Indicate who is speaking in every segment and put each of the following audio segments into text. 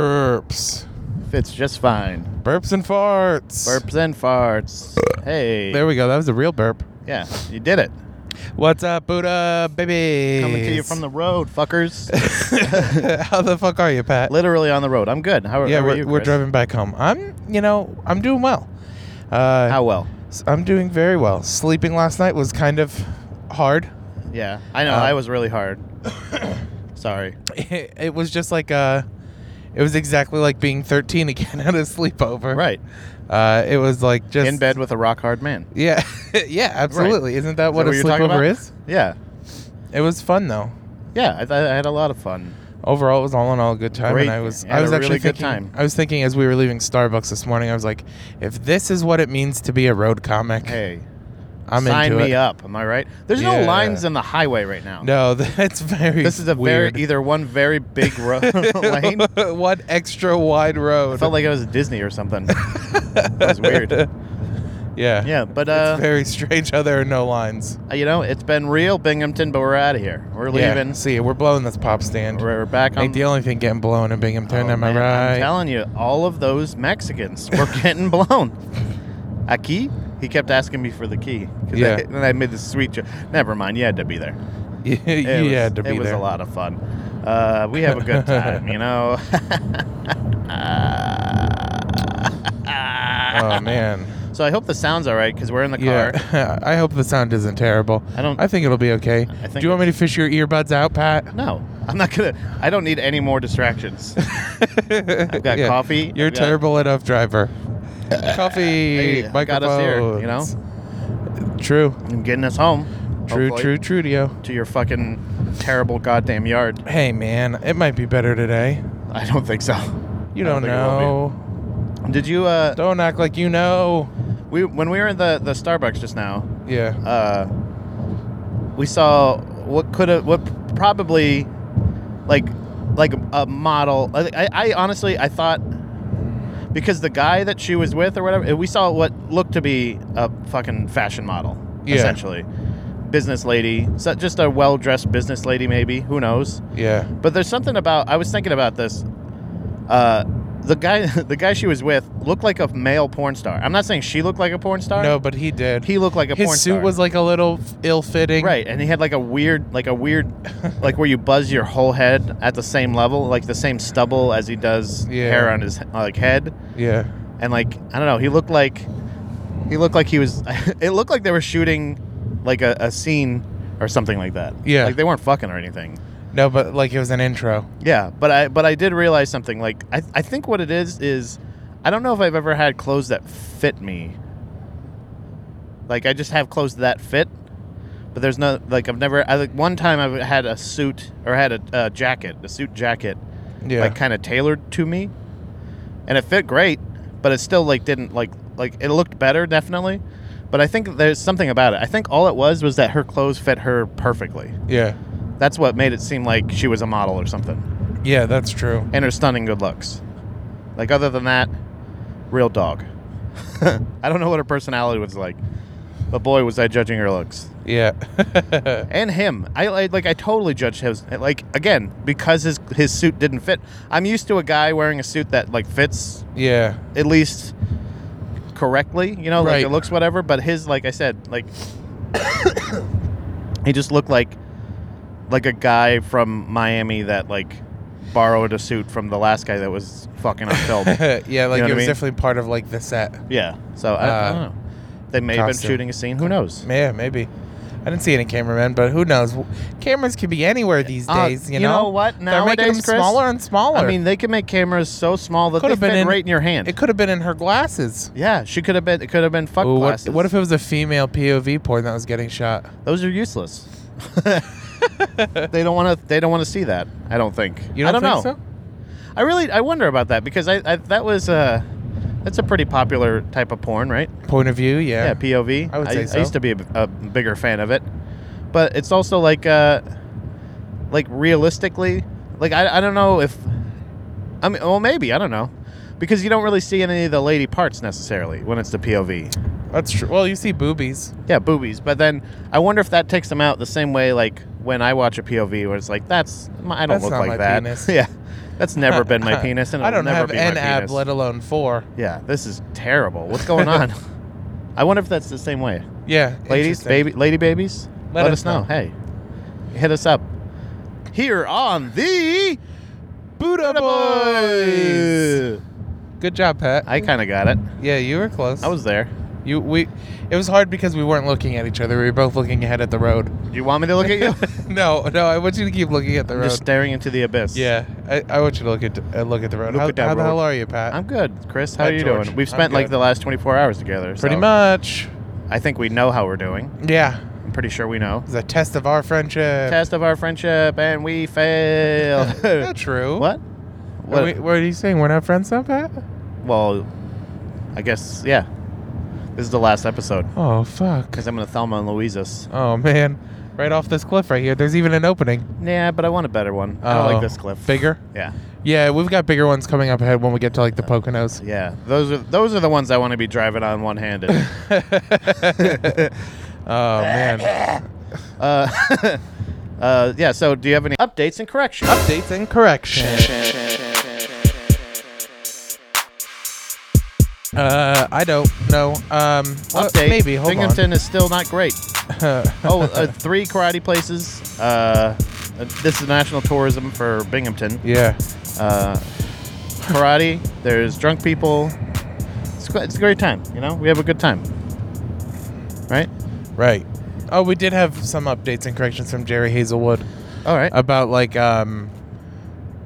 Speaker 1: Burps.
Speaker 2: Fits just fine.
Speaker 1: Burps and farts.
Speaker 2: Burps and farts. Hey.
Speaker 1: There we go. That was a real burp.
Speaker 2: yeah, you did it.
Speaker 1: What's up, Buddha baby?
Speaker 2: Coming to you from the road, fuckers.
Speaker 1: How the fuck are you, Pat?
Speaker 2: Literally on the road. I'm good. How,
Speaker 1: yeah,
Speaker 2: how
Speaker 1: we're,
Speaker 2: are you,
Speaker 1: we're
Speaker 2: Chris?
Speaker 1: driving back home. I'm, you know, I'm doing well. Uh,
Speaker 2: How well?
Speaker 1: s- I'm doing very well. Sleeping last night was kind of hard.
Speaker 2: Yeah, I know.
Speaker 1: Uh,
Speaker 2: I was really hard. Sorry.
Speaker 1: It, was just like uh, it was exactly like being 13 again at a sleepover.
Speaker 2: Right.
Speaker 1: Uh, it was like just
Speaker 2: In bed with a rock hard man. Is
Speaker 1: Yeah, yeah, absolutely. Isn't that
Speaker 2: that
Speaker 1: what a
Speaker 2: you're talking
Speaker 1: sleepover
Speaker 2: about?
Speaker 1: is?
Speaker 2: Yeah.
Speaker 1: It was fun though.
Speaker 2: Yeah, I, th- I had a lot of fun.
Speaker 1: Overall, it was all in all a good time,
Speaker 2: Great.
Speaker 1: and I was
Speaker 2: Had
Speaker 1: I
Speaker 2: a
Speaker 1: was actually
Speaker 2: really good
Speaker 1: thinking
Speaker 2: time.
Speaker 1: I was thinking as we were leaving Starbucks this morning, I was like, if this is what it means to be a road comic,
Speaker 2: Hey,
Speaker 1: I'm
Speaker 2: sign
Speaker 1: into
Speaker 2: me
Speaker 1: it.
Speaker 2: up. Am I right? There's no
Speaker 1: Yeah.
Speaker 2: lines in the highway right now.
Speaker 1: No, that's very.
Speaker 2: This is a
Speaker 1: weird.
Speaker 2: very either one very big road lane.
Speaker 1: one extra wide
Speaker 2: I
Speaker 1: road.
Speaker 2: felt like I was at Disney or something. it was weird.
Speaker 1: yeah,
Speaker 2: Yeah, but uh,
Speaker 1: it's very strange how there are no lines.
Speaker 2: you know, it's been real Binghamton, but we're out of here. We're
Speaker 1: Yeah,
Speaker 2: leaving.
Speaker 1: See, we're blowing this pop stand.
Speaker 2: We're, we're back on.
Speaker 1: Ain't the only thing getting blown in Binghamton,
Speaker 2: Oh,
Speaker 1: am
Speaker 2: man,
Speaker 1: I right?
Speaker 2: I'm telling you, all of those Mexicans were getting blown. A key? He kept asking me for the key. 'Cause
Speaker 1: Yeah.
Speaker 2: I, and I made this sweet joke. Never mind. You had to be there.
Speaker 1: you
Speaker 2: It was,
Speaker 1: had to be
Speaker 2: It was
Speaker 1: there.
Speaker 2: a lot of fun. Uh, we have a good time, you know.
Speaker 1: Oh man.
Speaker 2: so I hope the sound's all right because we're in the car.
Speaker 1: Yeah, I hope the sound isn't terrible.
Speaker 2: I don't-
Speaker 1: I think it'll be okay.
Speaker 2: think
Speaker 1: Do you want me to fish your earbuds out, Pat?
Speaker 2: No, I'm not gonna. I don't need any more distractions.
Speaker 1: I've
Speaker 2: got coffee,
Speaker 1: You're
Speaker 2: I've got-
Speaker 1: terrible enough, driver. Coffee,
Speaker 2: Hey, got us here,
Speaker 1: microphone.
Speaker 2: you know?
Speaker 1: True,
Speaker 2: I'm getting us home.
Speaker 1: true,
Speaker 2: hopefully,
Speaker 1: true, true, Trudio.
Speaker 2: To your fucking terrible goddamn yard.
Speaker 1: Hey man, it might be better today.
Speaker 2: I don't think so.
Speaker 1: You
Speaker 2: I
Speaker 1: don't,
Speaker 2: don't think it will
Speaker 1: know.
Speaker 2: Did you? Uh,
Speaker 1: Don't act like you know.
Speaker 2: we when we were in the the Starbucks just now,
Speaker 1: Yeah.
Speaker 2: uh, we saw what could have what probably like like a model. I, I I honestly I thought because the guy that she was with or whatever, we saw what looked to be a fucking fashion model
Speaker 1: Yeah.
Speaker 2: essentially. Business lady, so just a well dressed business lady, maybe. Who knows?
Speaker 1: Yeah.
Speaker 2: But there's something about I was thinking about this. Uh, the guy, the guy she was with, looked like a male porn star. I'm not saying she looked like a porn star.
Speaker 1: No, but he did.
Speaker 2: he looked like a
Speaker 1: His
Speaker 2: porn
Speaker 1: suit
Speaker 2: star.
Speaker 1: was like a little ill-fitting.
Speaker 2: right, and he had like a weird, like a weird, like where you buzz your whole head at the same level, like the same stubble as he does
Speaker 1: Yeah.
Speaker 2: hair on his like head,
Speaker 1: Yeah.
Speaker 2: and like I don't know, he looked like he looked like he was. it looked like they were shooting like a, a scene or something like that.
Speaker 1: Yeah.
Speaker 2: like they weren't fucking or anything.
Speaker 1: No, but like it was an intro.
Speaker 2: Yeah, but I but I did realize something. Like I, I think what it is is I don't know if I've ever had clothes that fit me. Like I just have clothes that fit, but there's no like I've never. I like one time I had a suit or had a, uh jacket, a suit jacket,
Speaker 1: Yeah.
Speaker 2: like kind of tailored to me, and it fit great, but it still like didn't like like it looked better definitely. But I think there's something about it. I think all it was was that her clothes fit her perfectly.
Speaker 1: yeah.
Speaker 2: That's what made it seem like she was a model or something
Speaker 1: Yeah, that's true.
Speaker 2: and her stunning good looks. Like other than that, real dog. I don't know what her personality was like, but boy was I judging her looks
Speaker 1: Yeah.
Speaker 2: and him. I, I like I totally judged his like again because his his suit didn't fit. I'm used to a guy wearing a suit that like fits
Speaker 1: yeah.
Speaker 2: at least correctly, you know, like
Speaker 1: Right.
Speaker 2: it looks whatever. But his like I said, like he just looked like like a guy from Miami that like borrowed a suit from the last guy that was fucking on film.
Speaker 1: yeah, like
Speaker 2: what I
Speaker 1: it was
Speaker 2: mean?
Speaker 1: definitely part of like the set.
Speaker 2: yeah. So I, I
Speaker 1: Uh,
Speaker 2: don't know. They may have been
Speaker 1: costume.
Speaker 2: shooting a scene. Who knows?
Speaker 1: Yeah, maybe. I didn't see any cameramen, but who knows? Cameras can be anywhere these
Speaker 2: Uh,
Speaker 1: days. You,
Speaker 2: you
Speaker 1: know?
Speaker 2: know what?
Speaker 1: They're making
Speaker 2: Nowadays,
Speaker 1: them
Speaker 2: Chris,
Speaker 1: smaller and smaller.
Speaker 2: I mean, they can make cameras so small that
Speaker 1: Could've
Speaker 2: they
Speaker 1: been
Speaker 2: fit
Speaker 1: in-
Speaker 2: right in your hand.
Speaker 1: it could have been in her glasses.
Speaker 2: yeah, she could have been. It could have been fuck
Speaker 1: Ooh, what,
Speaker 2: glasses.
Speaker 1: what if it was a female POV porn that was getting shot?
Speaker 2: those are useless? they don't want to. They don't want to see that. I don't think.
Speaker 1: You
Speaker 2: I
Speaker 1: don't,
Speaker 2: don't know.
Speaker 1: think so?
Speaker 2: I really I wonder about that because I, I that was uh that's a pretty popular type of porn, right?
Speaker 1: Point of view, yeah.
Speaker 2: Yeah, POV.
Speaker 1: I would say
Speaker 2: I
Speaker 1: so.
Speaker 2: used to be a, a bigger fan of it, but it's also like uh like realistically, like I, I don't know if I mean well maybe I don't know because you don't really see any of the lady parts necessarily when it's the POV.
Speaker 1: That's true. Well, you see boobies.
Speaker 2: Yeah, boobies. But then I wonder if that takes them out the same way like when I watch a POV where it's like that's I don't
Speaker 1: That's
Speaker 2: look
Speaker 1: not
Speaker 2: like
Speaker 1: my
Speaker 2: that.
Speaker 1: penis.
Speaker 2: yeah. That's never been my penis, and
Speaker 1: I don't
Speaker 2: it'll never
Speaker 1: have
Speaker 2: be my
Speaker 1: an ab,
Speaker 2: penis.
Speaker 1: let alone four.
Speaker 2: Yeah, this is terrible. What's going on? I wonder if that's the same way.
Speaker 1: Yeah,
Speaker 2: Ladies,
Speaker 1: interesting.
Speaker 2: baby, lady babies,
Speaker 1: Let us know.
Speaker 2: Hey, hit us up here on the
Speaker 1: Buddha boys.
Speaker 2: Boys.
Speaker 1: Good job, Pat.
Speaker 2: I kind of got it.
Speaker 1: yeah, you were close.
Speaker 2: I was there.
Speaker 1: You we. It was hard because we weren't looking at each other. We were both looking ahead at the road.
Speaker 2: Do you want me to look at you?
Speaker 1: no, no. I want you to keep looking at the
Speaker 2: I'm
Speaker 1: road.
Speaker 2: just staring into the abyss.
Speaker 1: yeah, I, I want you to look at uh, look at the road.
Speaker 2: Look
Speaker 1: how
Speaker 2: at that
Speaker 1: how the
Speaker 2: road.
Speaker 1: hell are you, Pat?
Speaker 2: I'm good, Chris. How
Speaker 1: Hi,
Speaker 2: are you
Speaker 1: George.
Speaker 2: doing? We've
Speaker 1: I'm
Speaker 2: spent like
Speaker 1: good.
Speaker 2: the last 24 hours together.
Speaker 1: pretty
Speaker 2: so
Speaker 1: much.
Speaker 2: I think we know how we're doing.
Speaker 1: Yeah,
Speaker 2: I'm pretty sure we know.
Speaker 1: it's a test of our friendship.
Speaker 2: Test of our friendship, and we failed.
Speaker 1: Not true.
Speaker 2: what?
Speaker 1: What? Are we, what are you saying? We're not friends now, Pat?
Speaker 2: Well, I guess yeah. This is the last episode
Speaker 1: Oh fuck.
Speaker 2: because I'm gonna Thelma and Louise us.
Speaker 1: Oh man, right off this cliff right here. There's even an opening.
Speaker 2: Yeah, but I want a better one. I don't
Speaker 1: Oh.
Speaker 2: like this cliff.
Speaker 1: Bigger.
Speaker 2: Yeah,
Speaker 1: Yeah, we've got bigger ones coming up ahead when we get to like the Poconos.
Speaker 2: yeah. Those are those are the ones I want to be driving on one handed.
Speaker 1: oh man.
Speaker 2: uh, uh, yeah. So, do you have any updates and corrections?
Speaker 1: Updates and corrections. Uh, I don't know. Um, uh,
Speaker 2: Update.
Speaker 1: maybe. Hold
Speaker 2: Binghamton is still not great.
Speaker 1: on.
Speaker 2: Oh, uh, three karate places. Uh, uh, this is national tourism for Binghamton.
Speaker 1: yeah.
Speaker 2: uh, karate. There's drunk people. It's, gr- it's a great time, you know. We have a good time, right?
Speaker 1: Right. Oh, we did have some updates and corrections from Jerry Hazelwood
Speaker 2: All right.
Speaker 1: about like um,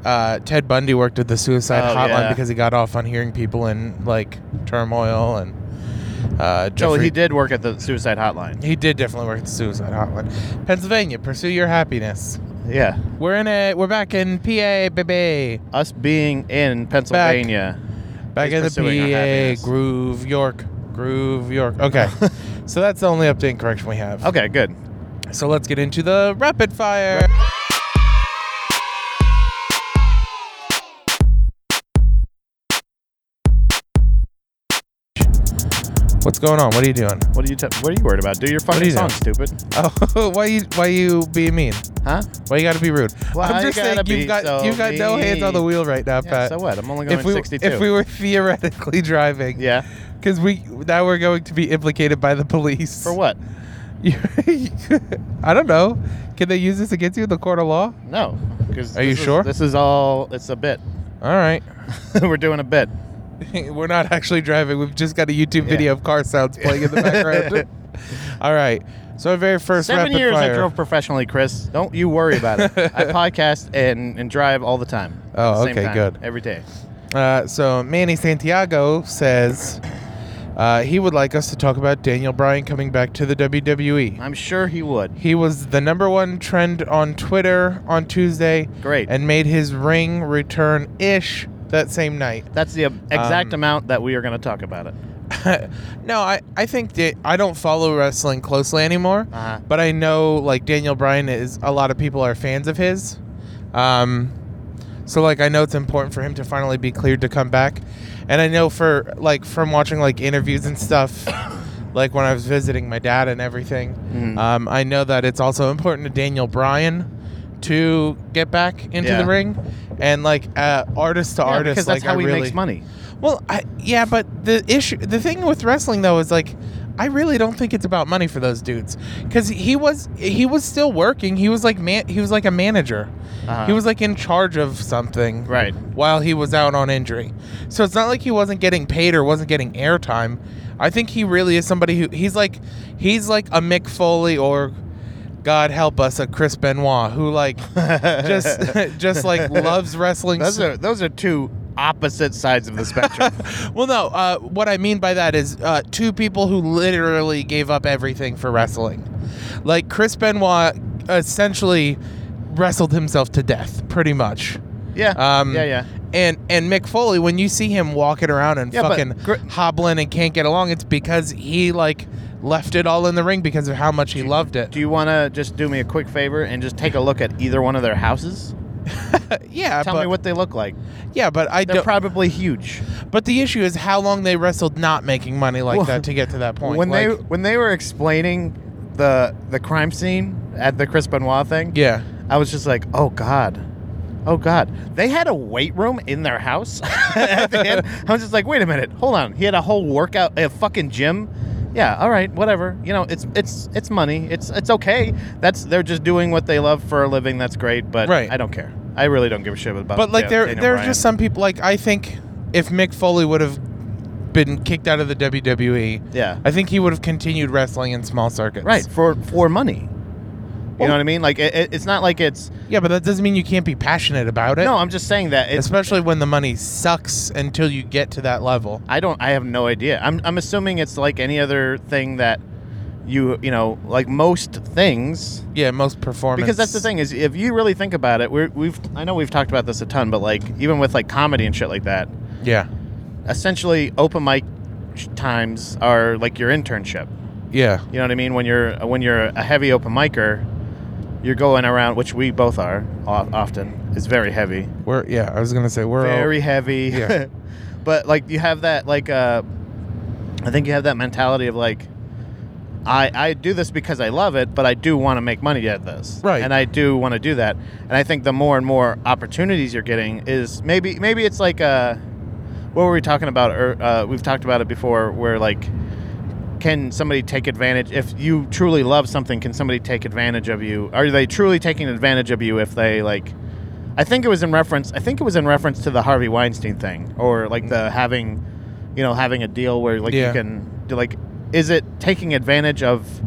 Speaker 1: uh, Ted Bundy worked at the suicide
Speaker 2: Oh,
Speaker 1: hotline
Speaker 2: yeah.
Speaker 1: because he got off on hearing people in like turmoil and uh,
Speaker 2: so
Speaker 1: Jeffrey-
Speaker 2: Oh, he did work at the suicide hotline.
Speaker 1: He did definitely work at the suicide hotline. Pennsylvania, pursue your happiness.
Speaker 2: Yeah,
Speaker 1: We're in it. We're back in PA, baby.
Speaker 2: us being in Pennsylvania.
Speaker 1: Back
Speaker 2: He's pursuing
Speaker 1: in
Speaker 2: our
Speaker 1: the
Speaker 2: happiness.
Speaker 1: PA. Groove York. Groove York. Okay. so that's the only update and correction we have.
Speaker 2: Okay, good.
Speaker 1: So let's get into the rapid fire. What's going on? What are you doing?
Speaker 2: What are you t- What are you worried about? Do your fucking
Speaker 1: do you
Speaker 2: song,
Speaker 1: do?
Speaker 2: stupid.
Speaker 1: Oh, why you why you being mean?
Speaker 2: Huh?
Speaker 1: Why you gotta be rude?
Speaker 2: Why
Speaker 1: I'm just
Speaker 2: you
Speaker 1: saying
Speaker 2: gotta
Speaker 1: you've
Speaker 2: be
Speaker 1: got
Speaker 2: so
Speaker 1: you've got no hands on the
Speaker 2: mean?
Speaker 1: wheel right now,
Speaker 2: Yeah,
Speaker 1: Pat.
Speaker 2: so what? I'm only going
Speaker 1: if we
Speaker 2: 62.
Speaker 1: if we were theoretically driving,
Speaker 2: yeah.
Speaker 1: because we now we're going to be implicated by the police
Speaker 2: For what?
Speaker 1: I don't know. Can they use this against you in the court of law?
Speaker 2: No. 'cause
Speaker 1: Are you
Speaker 2: this is-
Speaker 1: sure?
Speaker 2: This is all. It's a bit.
Speaker 1: All right.
Speaker 2: we're doing a bit.
Speaker 1: We're not actually driving. We've just got a YouTube
Speaker 2: Yeah.
Speaker 1: video of car sounds playing in the background. All right. So our very first
Speaker 2: Seven
Speaker 1: rapid
Speaker 2: years
Speaker 1: fire.
Speaker 2: I drove professionally, Chris. Don't you worry about it. I podcast and, and drive all the time. at
Speaker 1: Oh,
Speaker 2: the same
Speaker 1: okay,
Speaker 2: time,
Speaker 1: good.
Speaker 2: Every day.
Speaker 1: Uh, so Manny Santiago says uh, he would like us to talk about Daniel Bryan coming back to the E. WWE.
Speaker 2: I'm sure he would.
Speaker 1: He was the number one trend on Twitter on Tuesday
Speaker 2: Great.
Speaker 1: and made his ring return ish that same night.
Speaker 2: That's the exact
Speaker 1: Um,
Speaker 2: amount that we are going to talk about it.
Speaker 1: no, I, I think that I don't follow wrestling closely anymore,
Speaker 2: Uh-huh.
Speaker 1: but I know like Daniel Bryan is a lot of people are fans of his. Um, so like I know it's important for him to finally be cleared to come back, and I know for like from watching like interviews and stuff, like when I was visiting my dad and everything,
Speaker 2: Mhm.
Speaker 1: um, I know that it's also important to Daniel Bryan to get back into
Speaker 2: Yeah.
Speaker 1: the ring, and like uh, artist to
Speaker 2: Yeah,
Speaker 1: artist,
Speaker 2: because
Speaker 1: like
Speaker 2: that's how
Speaker 1: I
Speaker 2: he
Speaker 1: really
Speaker 2: makes money.
Speaker 1: well, I, yeah, but the issue, the thing with wrestling though is like, I really don't think it's about money for those dudes because he was he was still working. He was like man, he was like a manager.
Speaker 2: Uh-huh.
Speaker 1: He was like in charge of something
Speaker 2: Right.
Speaker 1: while he was out on injury. So it's not like he wasn't getting paid or wasn't getting airtime. I think he really is somebody who he's like he's like a Mick Foley or God help us a Chris Benoit who like just just like loves wrestling
Speaker 2: Those
Speaker 1: so
Speaker 2: are those are two opposite sides of the spectrum.
Speaker 1: well, no. Uh, what I mean by that is uh, two people who literally gave up everything for wrestling. Like Chris Benoit essentially wrestled himself to death, pretty much.
Speaker 2: yeah.
Speaker 1: Um,
Speaker 2: yeah. Yeah.
Speaker 1: And and Mick Foley, when you see him walking around and
Speaker 2: Yeah, but
Speaker 1: fucking
Speaker 2: Gr-
Speaker 1: hobbling and can't get along, it's because he like left it all in the ring because of how much he loved it.
Speaker 2: Do you want to just do me a quick favor and just take a look at either one of their houses?
Speaker 1: yeah,
Speaker 2: Tell
Speaker 1: but
Speaker 2: me what they look like.
Speaker 1: yeah, but I
Speaker 2: They're
Speaker 1: don't.
Speaker 2: probably huge.
Speaker 1: but the issue is how long they wrestled not making money like
Speaker 2: Well,
Speaker 1: that to get to that point.
Speaker 2: When
Speaker 1: like,
Speaker 2: they when they were explaining the the crime scene at the Chris Benoit thing,
Speaker 1: yeah.
Speaker 2: I was just like, oh god, Oh God, they had a weight room in their house. At the end. I was just like, wait a minute, hold on. He had a whole workout, a fucking gym. Yeah, all right, whatever. You know, it's it's it's money. It's it's okay. That's they're just doing what they love for a living. That's great, but
Speaker 1: Right.
Speaker 2: I don't care. I really don't give a shit about.
Speaker 1: But like
Speaker 2: Dan-
Speaker 1: there
Speaker 2: Daniel
Speaker 1: there are
Speaker 2: Bryan.
Speaker 1: just some people like I think if Mick Foley would have been kicked out of the WWE,
Speaker 2: yeah,
Speaker 1: I think he would have continued wrestling in small circuits.
Speaker 2: right for for money. You
Speaker 1: Well-
Speaker 2: know what I mean? Like it, it- it's not like it's
Speaker 1: Yeah, but that doesn't mean you can't be passionate about it.
Speaker 2: no. I'm just saying that it's.
Speaker 1: especially when the money sucks until you get to that level.
Speaker 2: I don't. I have no idea. I'm I'm assuming it's like any other thing that you you know like most things
Speaker 1: Yeah, most performance.
Speaker 2: because that's the thing is if you really think about it we're, we've i know we've talked about this a ton but like even with like comedy and shit like that
Speaker 1: Yeah,
Speaker 2: essentially open mic sh- times are like your internship
Speaker 1: yeah,
Speaker 2: you know what i mean when you're when you're a heavy open micer you're going around which we both are o- often is very heavy
Speaker 1: we're yeah. I was gonna say we're all-
Speaker 2: very heavy
Speaker 1: Yeah.
Speaker 2: but like you have that like uh i think you have that mentality of like i i do this because i love it but i do want to make money at this
Speaker 1: Right.
Speaker 2: and i do want to do that and i think the more and more opportunities you're getting is maybe maybe it's like uh what were we talking about or uh, we've talked about it before where like can somebody take advantage if you truly love something can somebody take advantage of you are they truly taking advantage of you if they like i think it was in reference i think it was in reference to the harvey weinstein thing or like the having you know having a deal where like
Speaker 1: Yeah.
Speaker 2: you can do like is it taking advantage of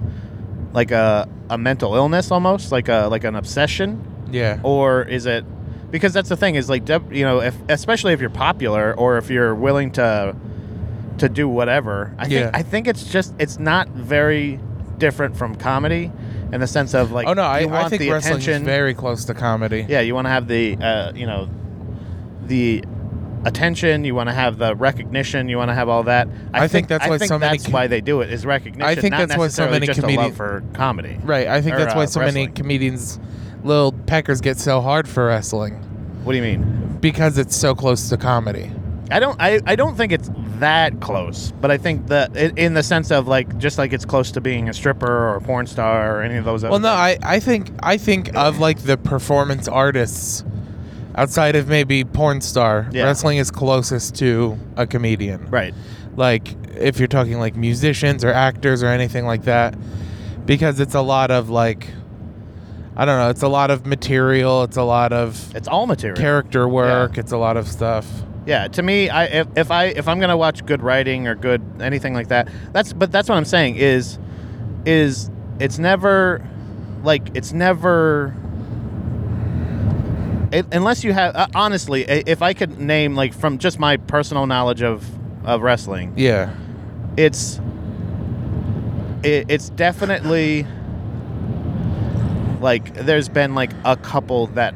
Speaker 2: like a, a mental illness almost like a like an obsession
Speaker 1: yeah,
Speaker 2: or is it because that's the thing is like dep- you know if especially if you're popular or if you're willing to to do whatever i
Speaker 1: Yeah.
Speaker 2: think i think it's just it's not very different from comedy in the sense of like
Speaker 1: oh no, I,
Speaker 2: you want
Speaker 1: I think
Speaker 2: the
Speaker 1: wrestling's
Speaker 2: attention
Speaker 1: very close to comedy.
Speaker 2: yeah you want to have the uh, you know the attention you want to have the recognition you want to have all that
Speaker 1: I think that's why so many
Speaker 2: that's
Speaker 1: com-
Speaker 2: why they do it is recognition
Speaker 1: I think
Speaker 2: not
Speaker 1: that's why so
Speaker 2: necessarily
Speaker 1: many
Speaker 2: just a
Speaker 1: comedian-
Speaker 2: love for comedy
Speaker 1: Right. I think
Speaker 2: Or,
Speaker 1: that's why
Speaker 2: uh,
Speaker 1: so many
Speaker 2: wrestling.
Speaker 1: comedians' little peckers get so hard for wrestling
Speaker 2: what do you mean
Speaker 1: because it's so close to comedy.
Speaker 2: I don't. I, I don't think it's that close, but I think that i- in the sense of like just like it's close to being a stripper or a porn star or any of those.
Speaker 1: Well,
Speaker 2: other
Speaker 1: no,
Speaker 2: things.
Speaker 1: I, I think I think of like the performance artists outside of maybe porn star.
Speaker 2: Yeah.
Speaker 1: Wrestling is closest to a comedian.
Speaker 2: right.
Speaker 1: Like if you're talking like musicians or actors or anything like that because it's a lot of like I don't know, it's a lot of material, it's a lot of
Speaker 2: It's all material.
Speaker 1: character work, it's a lot of stuff.
Speaker 2: yeah. To me, I if, if I if I'm gonna watch good writing or good anything like that, that's but that's what I'm saying is is it's never like it's never it, unless you have uh, honestly i- if I could name like from just my personal knowledge of of wrestling
Speaker 1: Yeah.
Speaker 2: it's it, it's definitely like there's been like a couple that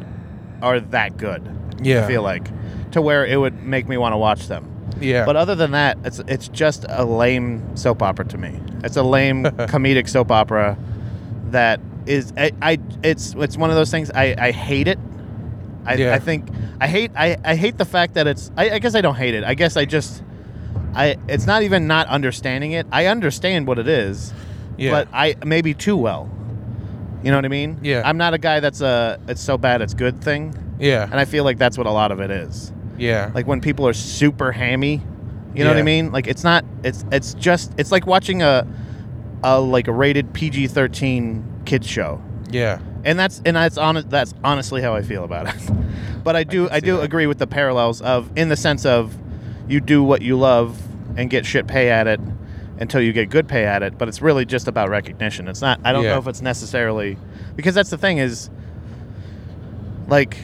Speaker 2: are that good
Speaker 1: Yeah.
Speaker 2: i feel like to where it would make me want to watch them
Speaker 1: Yeah.
Speaker 2: but other than that it's it's just a lame soap opera to me it's a lame comedic soap opera that is I, I it's it's one of those things i i hate it i,
Speaker 1: Yeah.
Speaker 2: I think i hate I, I hate the fact that it's I, I guess i don't hate it i guess i just i it's not even not understanding it i understand what it is
Speaker 1: yeah.
Speaker 2: but i maybe too well you know what i mean
Speaker 1: Yeah.
Speaker 2: i'm not a guy that's a it's so bad it's good thing
Speaker 1: yeah.
Speaker 2: and i feel like that's what a lot of it is
Speaker 1: Yeah.
Speaker 2: like when people are super hammy you know what
Speaker 1: Yeah.
Speaker 2: i mean like it's not it's it's just it's like watching a a like a rated pg-13 kids show
Speaker 1: yeah.
Speaker 2: and that's and that's honest that's honestly how i feel about it but i do
Speaker 1: can
Speaker 2: i,
Speaker 1: see
Speaker 2: do
Speaker 1: that.
Speaker 2: agree with the parallels of in the sense of you do what you love and get shit pay at it until you get good pay at it but it's really just about recognition it's not i don't
Speaker 1: Yeah.
Speaker 2: know if it's necessarily because that's the thing is like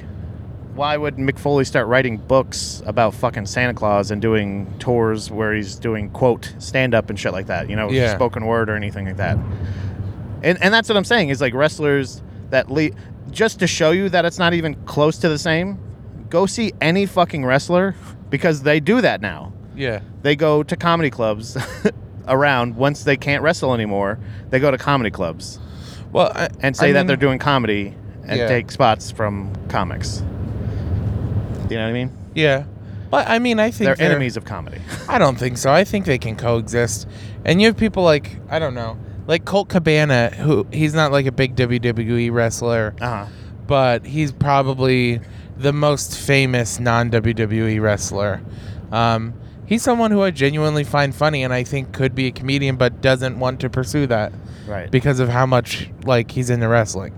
Speaker 2: why would Mick Foley start writing books about fucking Santa Claus and doing tours where he's doing quote stand up and shit like that? You know,
Speaker 1: Yeah.
Speaker 2: spoken word or anything like that. And and that's what I'm saying is like wrestlers that le- just to show you that it's not even close to the same. Go see any fucking wrestler because they do that now.
Speaker 1: Yeah.
Speaker 2: They go to comedy clubs around once they can't wrestle anymore. They go to comedy clubs
Speaker 1: Well, I,
Speaker 2: and say
Speaker 1: I
Speaker 2: that
Speaker 1: mean,
Speaker 2: they're doing comedy and
Speaker 1: Yeah.
Speaker 2: take spots from comics. You know what I mean?
Speaker 1: Yeah, but I mean, I think
Speaker 2: They're,
Speaker 1: they're-
Speaker 2: enemies of comedy.
Speaker 1: I don't think so. I think they can coexist. And you have people like I don't know, like Colt Cabana, who he's not like a big WWE E wrestler,
Speaker 2: Uh huh.
Speaker 1: but he's probably the most famous non WWE wrestler. Um, he's someone who I genuinely find funny and I think could be a comedian, but doesn't want to pursue that
Speaker 2: Right.
Speaker 1: because of how much like he's into wrestling.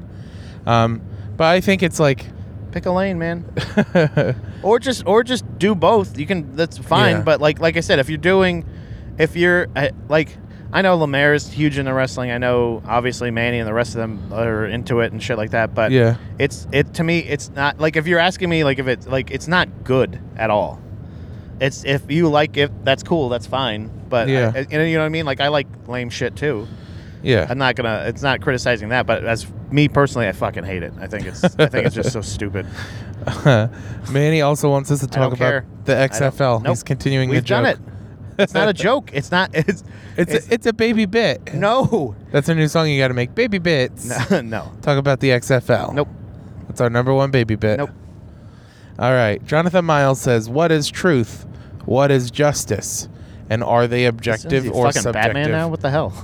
Speaker 1: Um, but I think it's like,
Speaker 2: Pick a lane, man. or just or just do both you can that's fine
Speaker 1: Yeah.
Speaker 2: but like like i said if you're doing if you're uh, like i know lemaire is huge into wrestling i know obviously manny and the rest of them are into it and shit like that but
Speaker 1: yeah,
Speaker 2: it's it to me it's not like if you're asking me like if it's like it's not good at all it's if you like it that's cool that's fine but
Speaker 1: Yeah.
Speaker 2: I, and you know what i mean like i like lame shit too
Speaker 1: yeah.
Speaker 2: i'm not gonna it's not criticizing that but as me personally i fucking hate it i think it's i think it's just so stupid
Speaker 1: Manny also wants us to talk
Speaker 2: don't
Speaker 1: about
Speaker 2: care.
Speaker 1: the
Speaker 2: don't-
Speaker 1: XFL.
Speaker 2: Nope.
Speaker 1: He's continuing
Speaker 2: We've
Speaker 1: the joke.
Speaker 2: done it. It's not a joke. It's not. It's
Speaker 1: It's
Speaker 2: It's-
Speaker 1: a, it's a baby bit.
Speaker 2: no,
Speaker 1: That's a new song you got to make. Baby bits.
Speaker 2: no, no.
Speaker 1: Talk about the XFL.
Speaker 2: Nope.
Speaker 1: That's our number one baby bit.
Speaker 2: Nope.
Speaker 1: All right. Jonathan Miles says, "What is truth? What is justice? And are they objective
Speaker 2: Is he
Speaker 1: or
Speaker 2: fucking
Speaker 1: subjective?"
Speaker 2: Batman now? What the hell?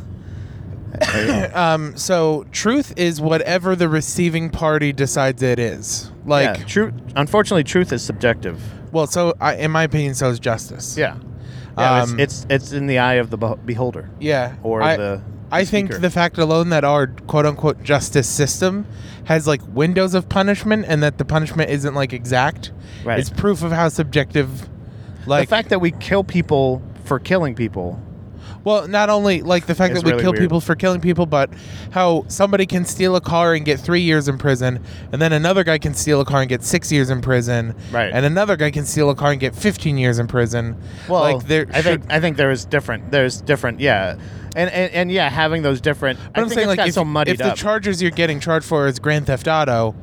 Speaker 1: Um, so truth is whatever the receiving party decides it is. Like,
Speaker 2: yeah, truth. Unfortunately, truth is subjective.
Speaker 1: well, so I, in my opinion, so is justice.
Speaker 2: Yeah. Yeah,
Speaker 1: Um,
Speaker 2: it's, it's it's in the eye of the beho- beholder
Speaker 1: yeah.
Speaker 2: or
Speaker 1: I,
Speaker 2: the.
Speaker 1: I think
Speaker 2: speaker.
Speaker 1: the fact alone that our quote unquote justice system has like windows of punishment and that the punishment isn't like exact
Speaker 2: Right.
Speaker 1: is proof of how subjective like
Speaker 2: the fact that we kill people for killing people.
Speaker 1: well not only like the fact
Speaker 2: It's
Speaker 1: that we
Speaker 2: really
Speaker 1: kill
Speaker 2: weird.
Speaker 1: people for killing people but how somebody can steal a car and get 3 years in prison and then another guy can steal a car and get 6 years in prison
Speaker 2: Right.
Speaker 1: and another guy can steal a car and get 15 years in prison
Speaker 2: Well,
Speaker 1: like there
Speaker 2: I
Speaker 1: should
Speaker 2: think I think there is different. There's different. Yeah, and and, and yeah, having those different.
Speaker 1: But
Speaker 2: I
Speaker 1: I'm
Speaker 2: think
Speaker 1: saying
Speaker 2: it's
Speaker 1: like
Speaker 2: got
Speaker 1: if,
Speaker 2: so muddied
Speaker 1: if the
Speaker 2: up.
Speaker 1: charges you're getting charged for is Grand Theft Auto,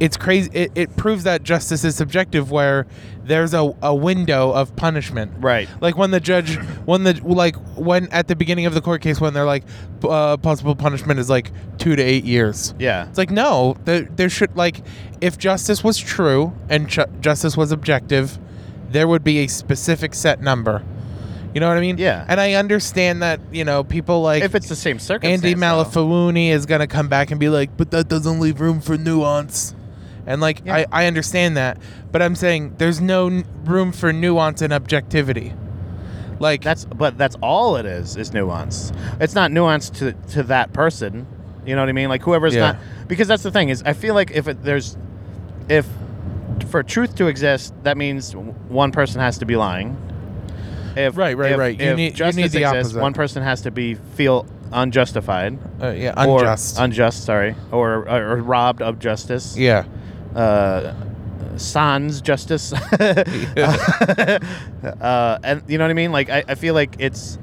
Speaker 1: it's crazy. It, it proves that justice is subjective, where there's a, a window of punishment.
Speaker 2: right.
Speaker 1: Like when the judge, when the like when at the beginning of the court case, when they're like, p- uh, possible punishment is like two to eight years.
Speaker 2: Yeah.
Speaker 1: It's like no, there, there should like, if justice was true and ju- justice was objective, there would be a specific set number. You know what I mean?
Speaker 2: Yeah.
Speaker 1: And I understand that you know people like
Speaker 2: If it's the same circumstance.
Speaker 1: Andy
Speaker 2: though.
Speaker 1: Malafawuni is gonna come back and be like, but that doesn't leave room for nuance. And like
Speaker 2: Yeah.
Speaker 1: I, I understand that, but I'm saying there's no n- room for nuance and objectivity. Like
Speaker 2: That's but that's all it is is nuance. It's not nuance to to that person. You know what I mean? Like whoever's
Speaker 1: Yeah.
Speaker 2: not because that's the thing is I feel like if it, there's if for truth to exist, that means w- one person has to be lying. If,
Speaker 1: Right, right,
Speaker 2: if-
Speaker 1: right. You
Speaker 2: if
Speaker 1: need- you
Speaker 2: justice
Speaker 1: need the
Speaker 2: exists,
Speaker 1: opposite.
Speaker 2: one person has to be feel unjustified,
Speaker 1: uh, yeah,
Speaker 2: or-
Speaker 1: unjust.
Speaker 2: unjust. Sorry, or, or, or robbed of justice.
Speaker 1: yeah,
Speaker 2: Uh, sans justice. uh, and you know what I mean? Like I, I feel like it's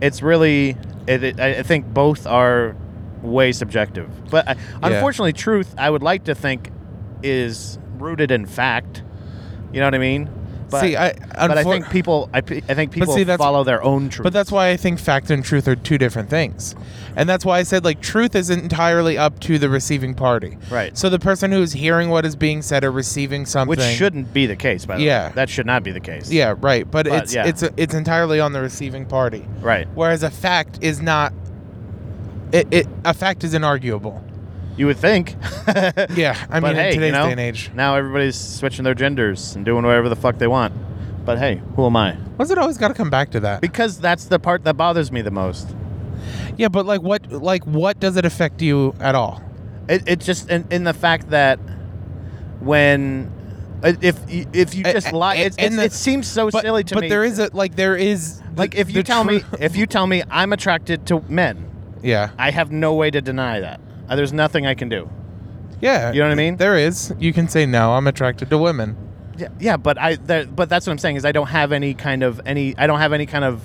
Speaker 2: it's really it, it, I I think both are way subjective. But I, unfortunately, truth I would like to think is rooted in fact. You know what I mean? But,
Speaker 1: see, I,
Speaker 2: but I
Speaker 1: unfor-
Speaker 2: think people I, pe- I think people
Speaker 1: see, that's-
Speaker 2: follow their own truth.
Speaker 1: But that's why I think fact and truth are two different things. And that's why I said like truth is entirely up to the receiving party.
Speaker 2: Right.
Speaker 1: So the person who is hearing what is being said or receiving something
Speaker 2: which shouldn't be the case. By the
Speaker 1: Yeah.
Speaker 2: way, that should not be the case.
Speaker 1: Yeah, right. But, it's
Speaker 2: yeah.
Speaker 1: it's it's entirely on the receiving party.
Speaker 2: right.
Speaker 1: whereas a fact is not it, it a fact is inarguable
Speaker 2: You would think.
Speaker 1: yeah i
Speaker 2: But
Speaker 1: mean
Speaker 2: hey,
Speaker 1: in
Speaker 2: you
Speaker 1: today's
Speaker 2: know,
Speaker 1: day and age
Speaker 2: Now everybody's switching their genders and doing whatever the fuck they want. But hey, who am I?
Speaker 1: why's it always got to come back to that
Speaker 2: Because that's the part that bothers me the most.
Speaker 1: yeah but like what like what does it affect you at all
Speaker 2: It, it just in, in the fact that when i- if you- if you
Speaker 1: A-
Speaker 2: just
Speaker 1: a-
Speaker 2: lie,
Speaker 1: a-
Speaker 2: it's, it's,
Speaker 1: and the-
Speaker 2: it seems so
Speaker 1: but,
Speaker 2: silly to
Speaker 1: but
Speaker 2: me.
Speaker 1: there is a like there is the-
Speaker 2: like if you
Speaker 1: the
Speaker 2: tell me
Speaker 1: tru-
Speaker 2: if you tell me I'm attracted to men,
Speaker 1: yeah
Speaker 2: I have no way to deny that. Uh, There's nothing I can do.
Speaker 1: yeah
Speaker 2: You know what I mean?
Speaker 1: there is you can say no i'm attracted to women
Speaker 2: Yeah, yeah, but I that, but that's what I'm saying is I don't have any kind of any I don't have any kind of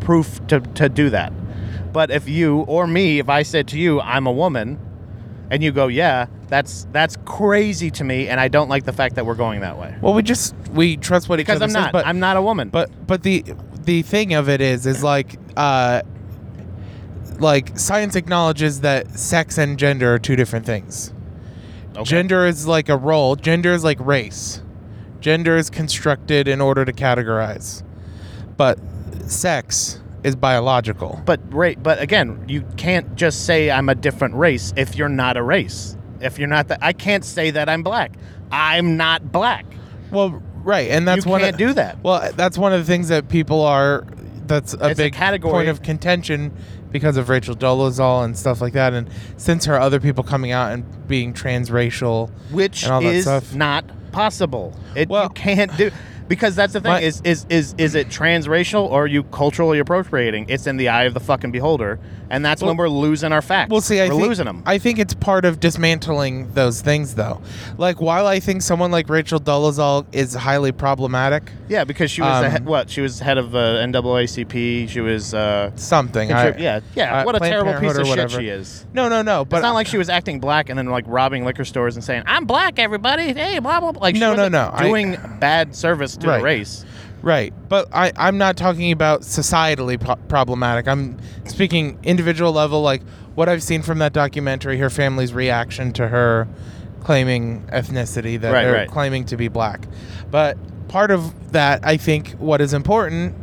Speaker 2: proof to to do that. But if you or me, if I said to you, I'm a woman, and you go, yeah, that's that's crazy to me, and I don't like the fact that we're going that way
Speaker 1: well we just we trust what each
Speaker 2: because
Speaker 1: other
Speaker 2: I'm
Speaker 1: says,
Speaker 2: not
Speaker 1: but
Speaker 2: I'm not a woman.
Speaker 1: But but the the thing of it is is like uh like science acknowledges that sex and gender are two different things.
Speaker 2: Okay.
Speaker 1: Gender is like a role, gender is like race. Gender is constructed in order to categorize. But sex is biological.
Speaker 2: but right, but again, you can't just say I'm a different race if you're not a race. If you're not that, I can't say that I'm black. I'm not black.
Speaker 1: Well, right, and that's
Speaker 2: you
Speaker 1: one.
Speaker 2: can't
Speaker 1: of,
Speaker 2: do that.
Speaker 1: Well, that's one of the things that people are. That's a
Speaker 2: It's a
Speaker 1: big
Speaker 2: category.
Speaker 1: point of contention because of Rachel Dolezal and stuff like that. And since her other people coming out and being transracial,
Speaker 2: which
Speaker 1: and all that
Speaker 2: is
Speaker 1: stuff.
Speaker 2: not possible. It
Speaker 1: Well-
Speaker 2: you can't do because that's the thing
Speaker 1: My-
Speaker 2: is is is is it transracial or are you culturally appropriating? It's in the eye of the fucking beholder, and that's when we're losing our facts.
Speaker 1: Well, see, I
Speaker 2: we're
Speaker 1: think,
Speaker 2: losing them.
Speaker 1: I think it's part of dismantling those things, though. Like, while I think someone like Rachel Dolezal is highly problematic,
Speaker 2: yeah, because she was the
Speaker 1: Um,
Speaker 2: he- what she was head of uh, NAACP. She was uh,
Speaker 1: something. I,
Speaker 2: contrib- yeah yeah.
Speaker 1: uh,
Speaker 2: what a
Speaker 1: Planned
Speaker 2: terrible piece
Speaker 1: Parenthood
Speaker 2: of
Speaker 1: or
Speaker 2: shit
Speaker 1: whatever.
Speaker 2: she is.
Speaker 1: No, no, no. But
Speaker 2: It's not like she was acting black and then like robbing liquor stores and saying I'm black, everybody. Hey, blah blah. blah. Like she
Speaker 1: No, no,
Speaker 2: wasn't
Speaker 1: no, I-
Speaker 2: doing bad service to
Speaker 1: Right.
Speaker 2: the race.
Speaker 1: Right, but I, I'm not talking about societally pro- problematic. I'm speaking individual level, like what I've seen from that documentary, her family's reaction to her claiming ethnicity that
Speaker 2: Right,
Speaker 1: they're
Speaker 2: right.
Speaker 1: claiming to be black. But part of that, I think, what is important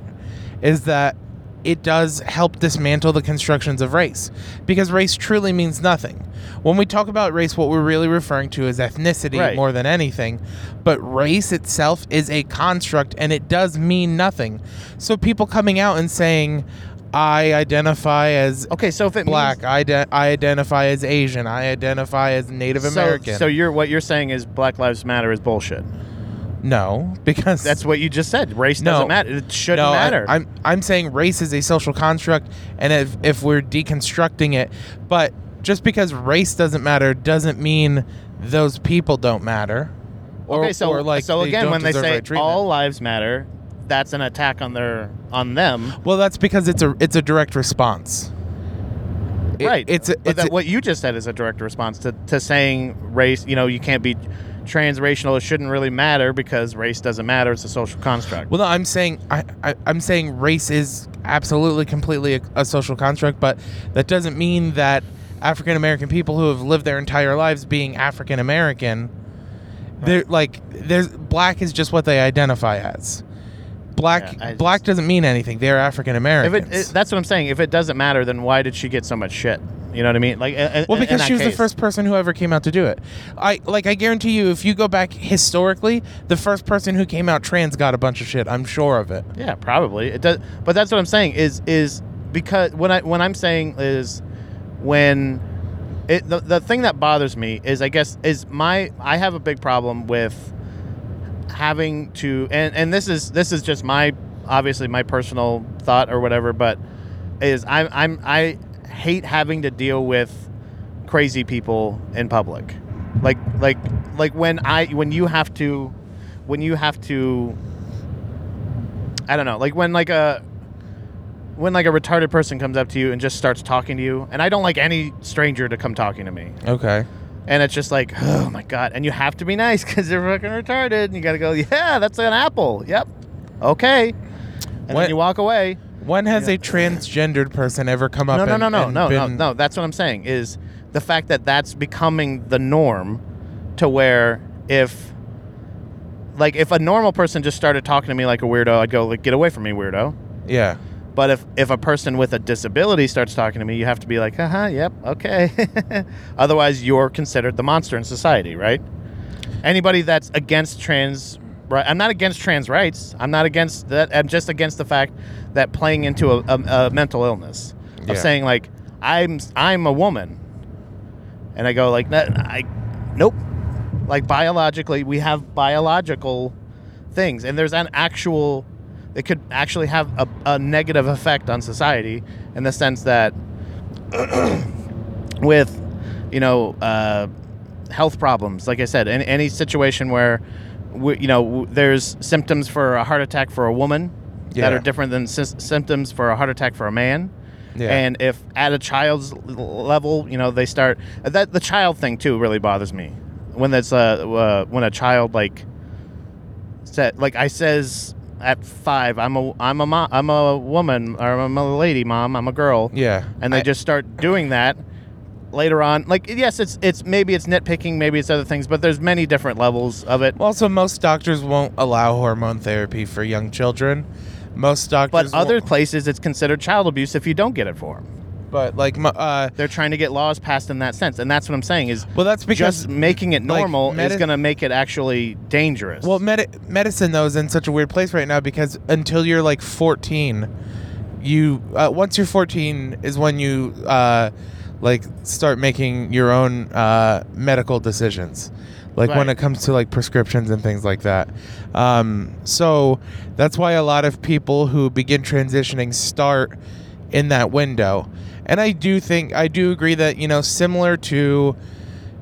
Speaker 1: is that it does help dismantle the constructions of race because race truly means nothing. When we talk about race, what we're really referring to is ethnicity
Speaker 2: Right.
Speaker 1: more than anything, but race itself is a construct and it does mean nothing. So people coming out and saying, I identify as
Speaker 2: Okay, so if it means
Speaker 1: black, I, de- I identify as Asian, I identify as Native
Speaker 2: So-
Speaker 1: American.
Speaker 2: So, you're what you're saying is Black Lives Matter is bullshit.
Speaker 1: no, because
Speaker 2: That's what you just said. Race
Speaker 1: No.
Speaker 2: doesn't matter. It shouldn't
Speaker 1: no, I-
Speaker 2: matter.
Speaker 1: I'm I'm saying race is a social construct, and if if we're deconstructing it, but just because race doesn't matter doesn't mean those people don't matter. Or,
Speaker 2: okay, so
Speaker 1: or like
Speaker 2: so
Speaker 1: they
Speaker 2: again,
Speaker 1: don't
Speaker 2: when they
Speaker 1: deserve
Speaker 2: say
Speaker 1: right treatment.
Speaker 2: all lives matter, that's an attack on their on them,
Speaker 1: well, that's because it's a it's a direct response. It-
Speaker 2: right?
Speaker 1: It's a,
Speaker 2: but
Speaker 1: it's a-
Speaker 2: that, what you just said is a direct response to, to saying race. You know, you can't be transracial. It shouldn't really matter because race doesn't matter. It's a social construct.
Speaker 1: Well, no, I'm saying I, I I'm saying race is absolutely completely a, a social construct, but that doesn't mean that African American people who have lived their entire lives being African American, they're like there's black is just what they identify as. Black
Speaker 2: Yeah, I
Speaker 1: black
Speaker 2: just-
Speaker 1: doesn't mean anything. They're African
Speaker 2: if
Speaker 1: Americans.
Speaker 2: it, it- that's what I'm saying. If it doesn't matter, then why did she get so much shit? You know what I mean? Like, a- a-
Speaker 1: Well,
Speaker 2: in
Speaker 1: because
Speaker 2: that
Speaker 1: she was the
Speaker 2: case.
Speaker 1: first person who ever came out to do it. I like I guarantee you, if you go back historically, the first person who came out trans got a bunch of shit. I'm sure of it.
Speaker 2: Yeah, probably. It does, but that's what I'm saying is is because when I when I'm saying is when it the, the thing that bothers me is I guess is my I have a big problem with having to and and this is this is just my obviously my personal thought or whatever, but is I'm I'm I hate having to deal with crazy people in public, like like like when I when you have to when you have to I don't know, like when like a when like a retarded person comes up to you and just starts talking to you, and I don't like any stranger to come talking to me,
Speaker 1: Okay.
Speaker 2: and it's just like, oh my god, and you have to be nice because they're fucking retarded, and you gotta go, yeah, that's an apple, yep, okay, and
Speaker 1: What-
Speaker 2: then you walk away.
Speaker 1: When has a transgendered person ever come up?
Speaker 2: No, no,
Speaker 1: and-
Speaker 2: no, no,
Speaker 1: and
Speaker 2: no, no,
Speaker 1: been-
Speaker 2: no. That's what I'm saying is the fact that that's becoming the norm, to where if like if a normal person just started talking to me like a weirdo, I'd go like, get away from me, weirdo.
Speaker 1: Yeah,
Speaker 2: But if, if a person with a disability starts talking to me, you have to be like, uh huh, yep, okay. Otherwise, you're considered the monster in society, right? Anybody that's against trans, right? I'm not against trans rights. I'm not against that. I'm just against the fact that playing into a, a, a mental illness of
Speaker 1: Yeah.
Speaker 2: saying like, I'm I'm a woman, and I go like, "No, I, nope. Like biologically, we have biological things, and there's an actual it could actually have a, a negative effect on society in the sense that with you know uh, health problems like i said in any situation where we, you know w- there's symptoms for a heart attack for a woman that
Speaker 1: Yeah.
Speaker 2: are different than sys- symptoms for a heart attack for a man
Speaker 1: yeah.
Speaker 2: and if at a child's l- level, you know, they start that the child thing too really bothers me. When that's uh, uh when a child like said like I says at five, I'm a I'm a mo- I'm a woman or I'm a lady, mom, I'm a girl,
Speaker 1: yeah,
Speaker 2: and they
Speaker 1: I-
Speaker 2: just start doing that later on. Like yes, it's it's maybe it's nitpicking, maybe it's other things, but there's many different levels of it.
Speaker 1: also most doctors won't allow hormone therapy for young children. Most doctors,
Speaker 2: But other
Speaker 1: won't-
Speaker 2: places, it's considered child abuse if you don't get it for them.
Speaker 1: But like, my, uh,
Speaker 2: They're trying to get laws passed in that sense, and that's what I'm saying is
Speaker 1: well, that's because
Speaker 2: just making it
Speaker 1: like,
Speaker 2: normal
Speaker 1: medi-
Speaker 2: is going to make it actually dangerous.
Speaker 1: well, med- medicine though is in such a weird place right now because until you're like 14, you uh, once you're 14 is when you uh, like start making your own uh, medical decisions, like when it
Speaker 2: Right.
Speaker 1: comes to like prescriptions and things like that. Um, so that's why a lot of people who begin transitioning start in that window. And I do think I do agree that you know similar to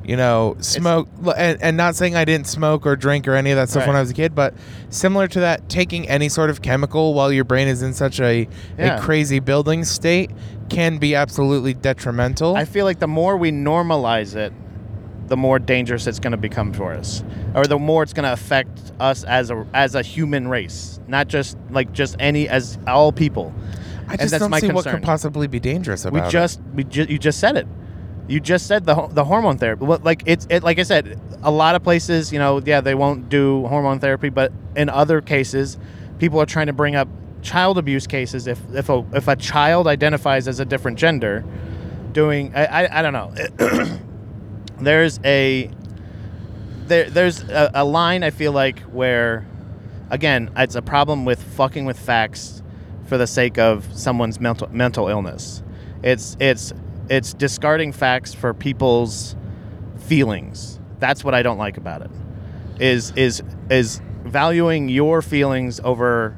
Speaker 1: you know smoke l- and, and not saying I didn't smoke or drink or any of that stuff when I
Speaker 2: Right.
Speaker 1: was a kid, but similar to that, taking any sort of chemical while your brain is in such a
Speaker 2: Yeah.
Speaker 1: a crazy building state can be absolutely detrimental.
Speaker 2: I feel like the more we normalize it, the more dangerous it's going to become for us, or the more it's going to affect us as a as a human race, not just like just any as all people.
Speaker 1: I just
Speaker 2: that's
Speaker 1: don't
Speaker 2: my
Speaker 1: see what could
Speaker 2: concern.
Speaker 1: possibly be dangerous
Speaker 2: We
Speaker 1: about it.
Speaker 2: just we ju- you just said it. You just said the ho- the hormone therapy. Well, Like it's it like I said, a lot of places, you know, yeah, they won't do hormone therapy, but in other cases, people are trying to bring up child abuse cases if if a if a child identifies as a different gender, doing I I, I don't know. there's a there there's a, a line I feel like where again, it's a problem with fucking with facts for the sake of someone's mental mental illness. It's it's it's discarding facts for people's feelings. That's what I don't like about it. Is is is valuing your feelings over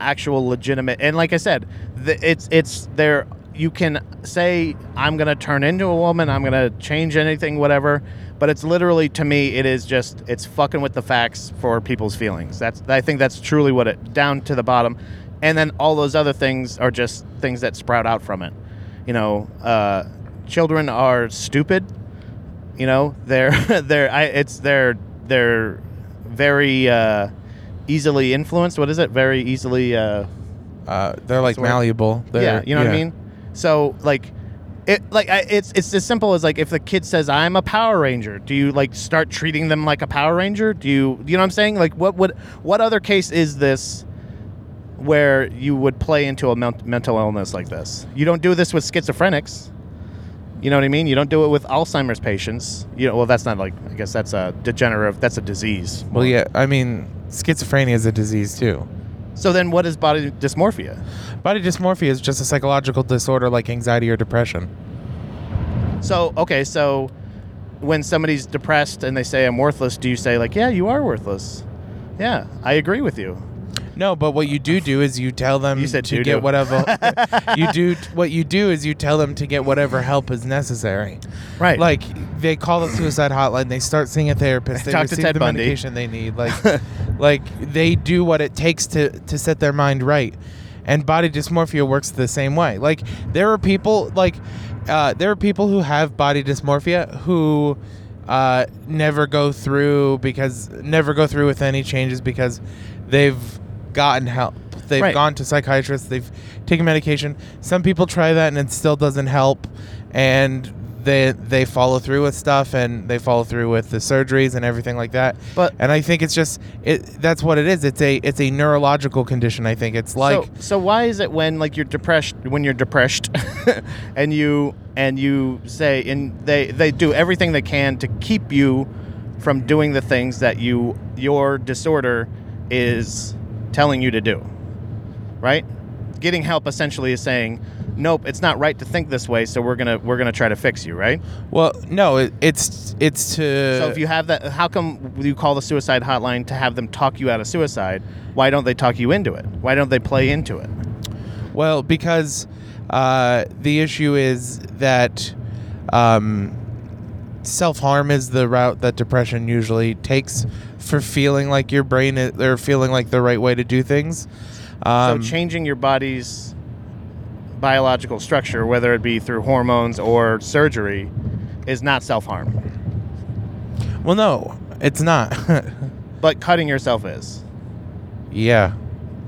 Speaker 2: actual legitimate and like I said, the, it's it's there you can say I'm going to turn into a woman, I'm going to change anything whatever, but it's literally to me it is just it's fucking with the facts for people's feelings. That's I think that's truly what it down to the bottom. And then all those other things are just things that sprout out from it. You know, uh, children are stupid you know they're they're I, it's they're they're very uh, easily influenced what is it very easily uh,
Speaker 1: uh, they're like
Speaker 2: Sort of.
Speaker 1: malleable. They're,
Speaker 2: yeah you know what i mean so like it like I, it's it's as simple as like if the kid says i'm a power ranger do you like start treating them like a power ranger do you you know what i'm saying like what would what other case is this where you would play into a men- mental illness like this you don't do this with schizophrenics you know what I mean? You don't do it with Alzheimer's patients. You know, well, that's not like I guess that's a degenerative. That's a disease.
Speaker 1: Well, yeah, I mean, schizophrenia is a disease too.
Speaker 2: So then, what is body dysmorphia?
Speaker 1: Body dysmorphia is just a psychological disorder like anxiety or depression.
Speaker 2: So okay, so when somebody's depressed and they say I'm worthless, do you say like, yeah, you are worthless? Yeah, I agree with you.
Speaker 1: No, but what you do do is you tell them
Speaker 2: You said
Speaker 1: to
Speaker 2: doo-doo.
Speaker 1: get whatever you do. What you do is you tell them to get whatever help is necessary.
Speaker 2: Right.
Speaker 1: Like they call the suicide hotline, they start seeing a therapist, they
Speaker 2: Talk to
Speaker 1: receive
Speaker 2: Ted
Speaker 1: the
Speaker 2: Bundy.
Speaker 1: medication they need. Like, like they do what it takes to to set their mind right. And body dysmorphia works the same way. Like there are people like uh, there are people who have body dysmorphia who uh, never go through because never go through with any changes because they've gotten help. They've
Speaker 2: Right.
Speaker 1: gone to psychiatrists. They've taken medication. Some people try that and it still doesn't help, and they they follow through with stuff and they follow through with the surgeries and everything like that.
Speaker 2: But-
Speaker 1: and I think it's just it that's what it is. It's a it's a neurological condition. I think it's like
Speaker 2: so, so why is it when like you're depressed when you're depressed and you and you say and they they do everything they can to keep you from doing the things that you your disorder is telling you to do right getting help essentially is saying nope it's not right to think this way so we're gonna we're gonna try to fix you right
Speaker 1: well, no, it, it's it's to
Speaker 2: so if you have that how come you call the suicide hotline to have them talk you out of suicide why don't they talk you into it why don't they play into it
Speaker 1: Well, because uh, the issue is that um, self harm is the route that depression usually takes for feeling like your brain is, or feeling like the right way to do things. Um,
Speaker 2: so changing your body's biological structure, whether it be through hormones or surgery, is not self harm,
Speaker 1: well, no, it's not.
Speaker 2: but cutting yourself is.
Speaker 1: yeah,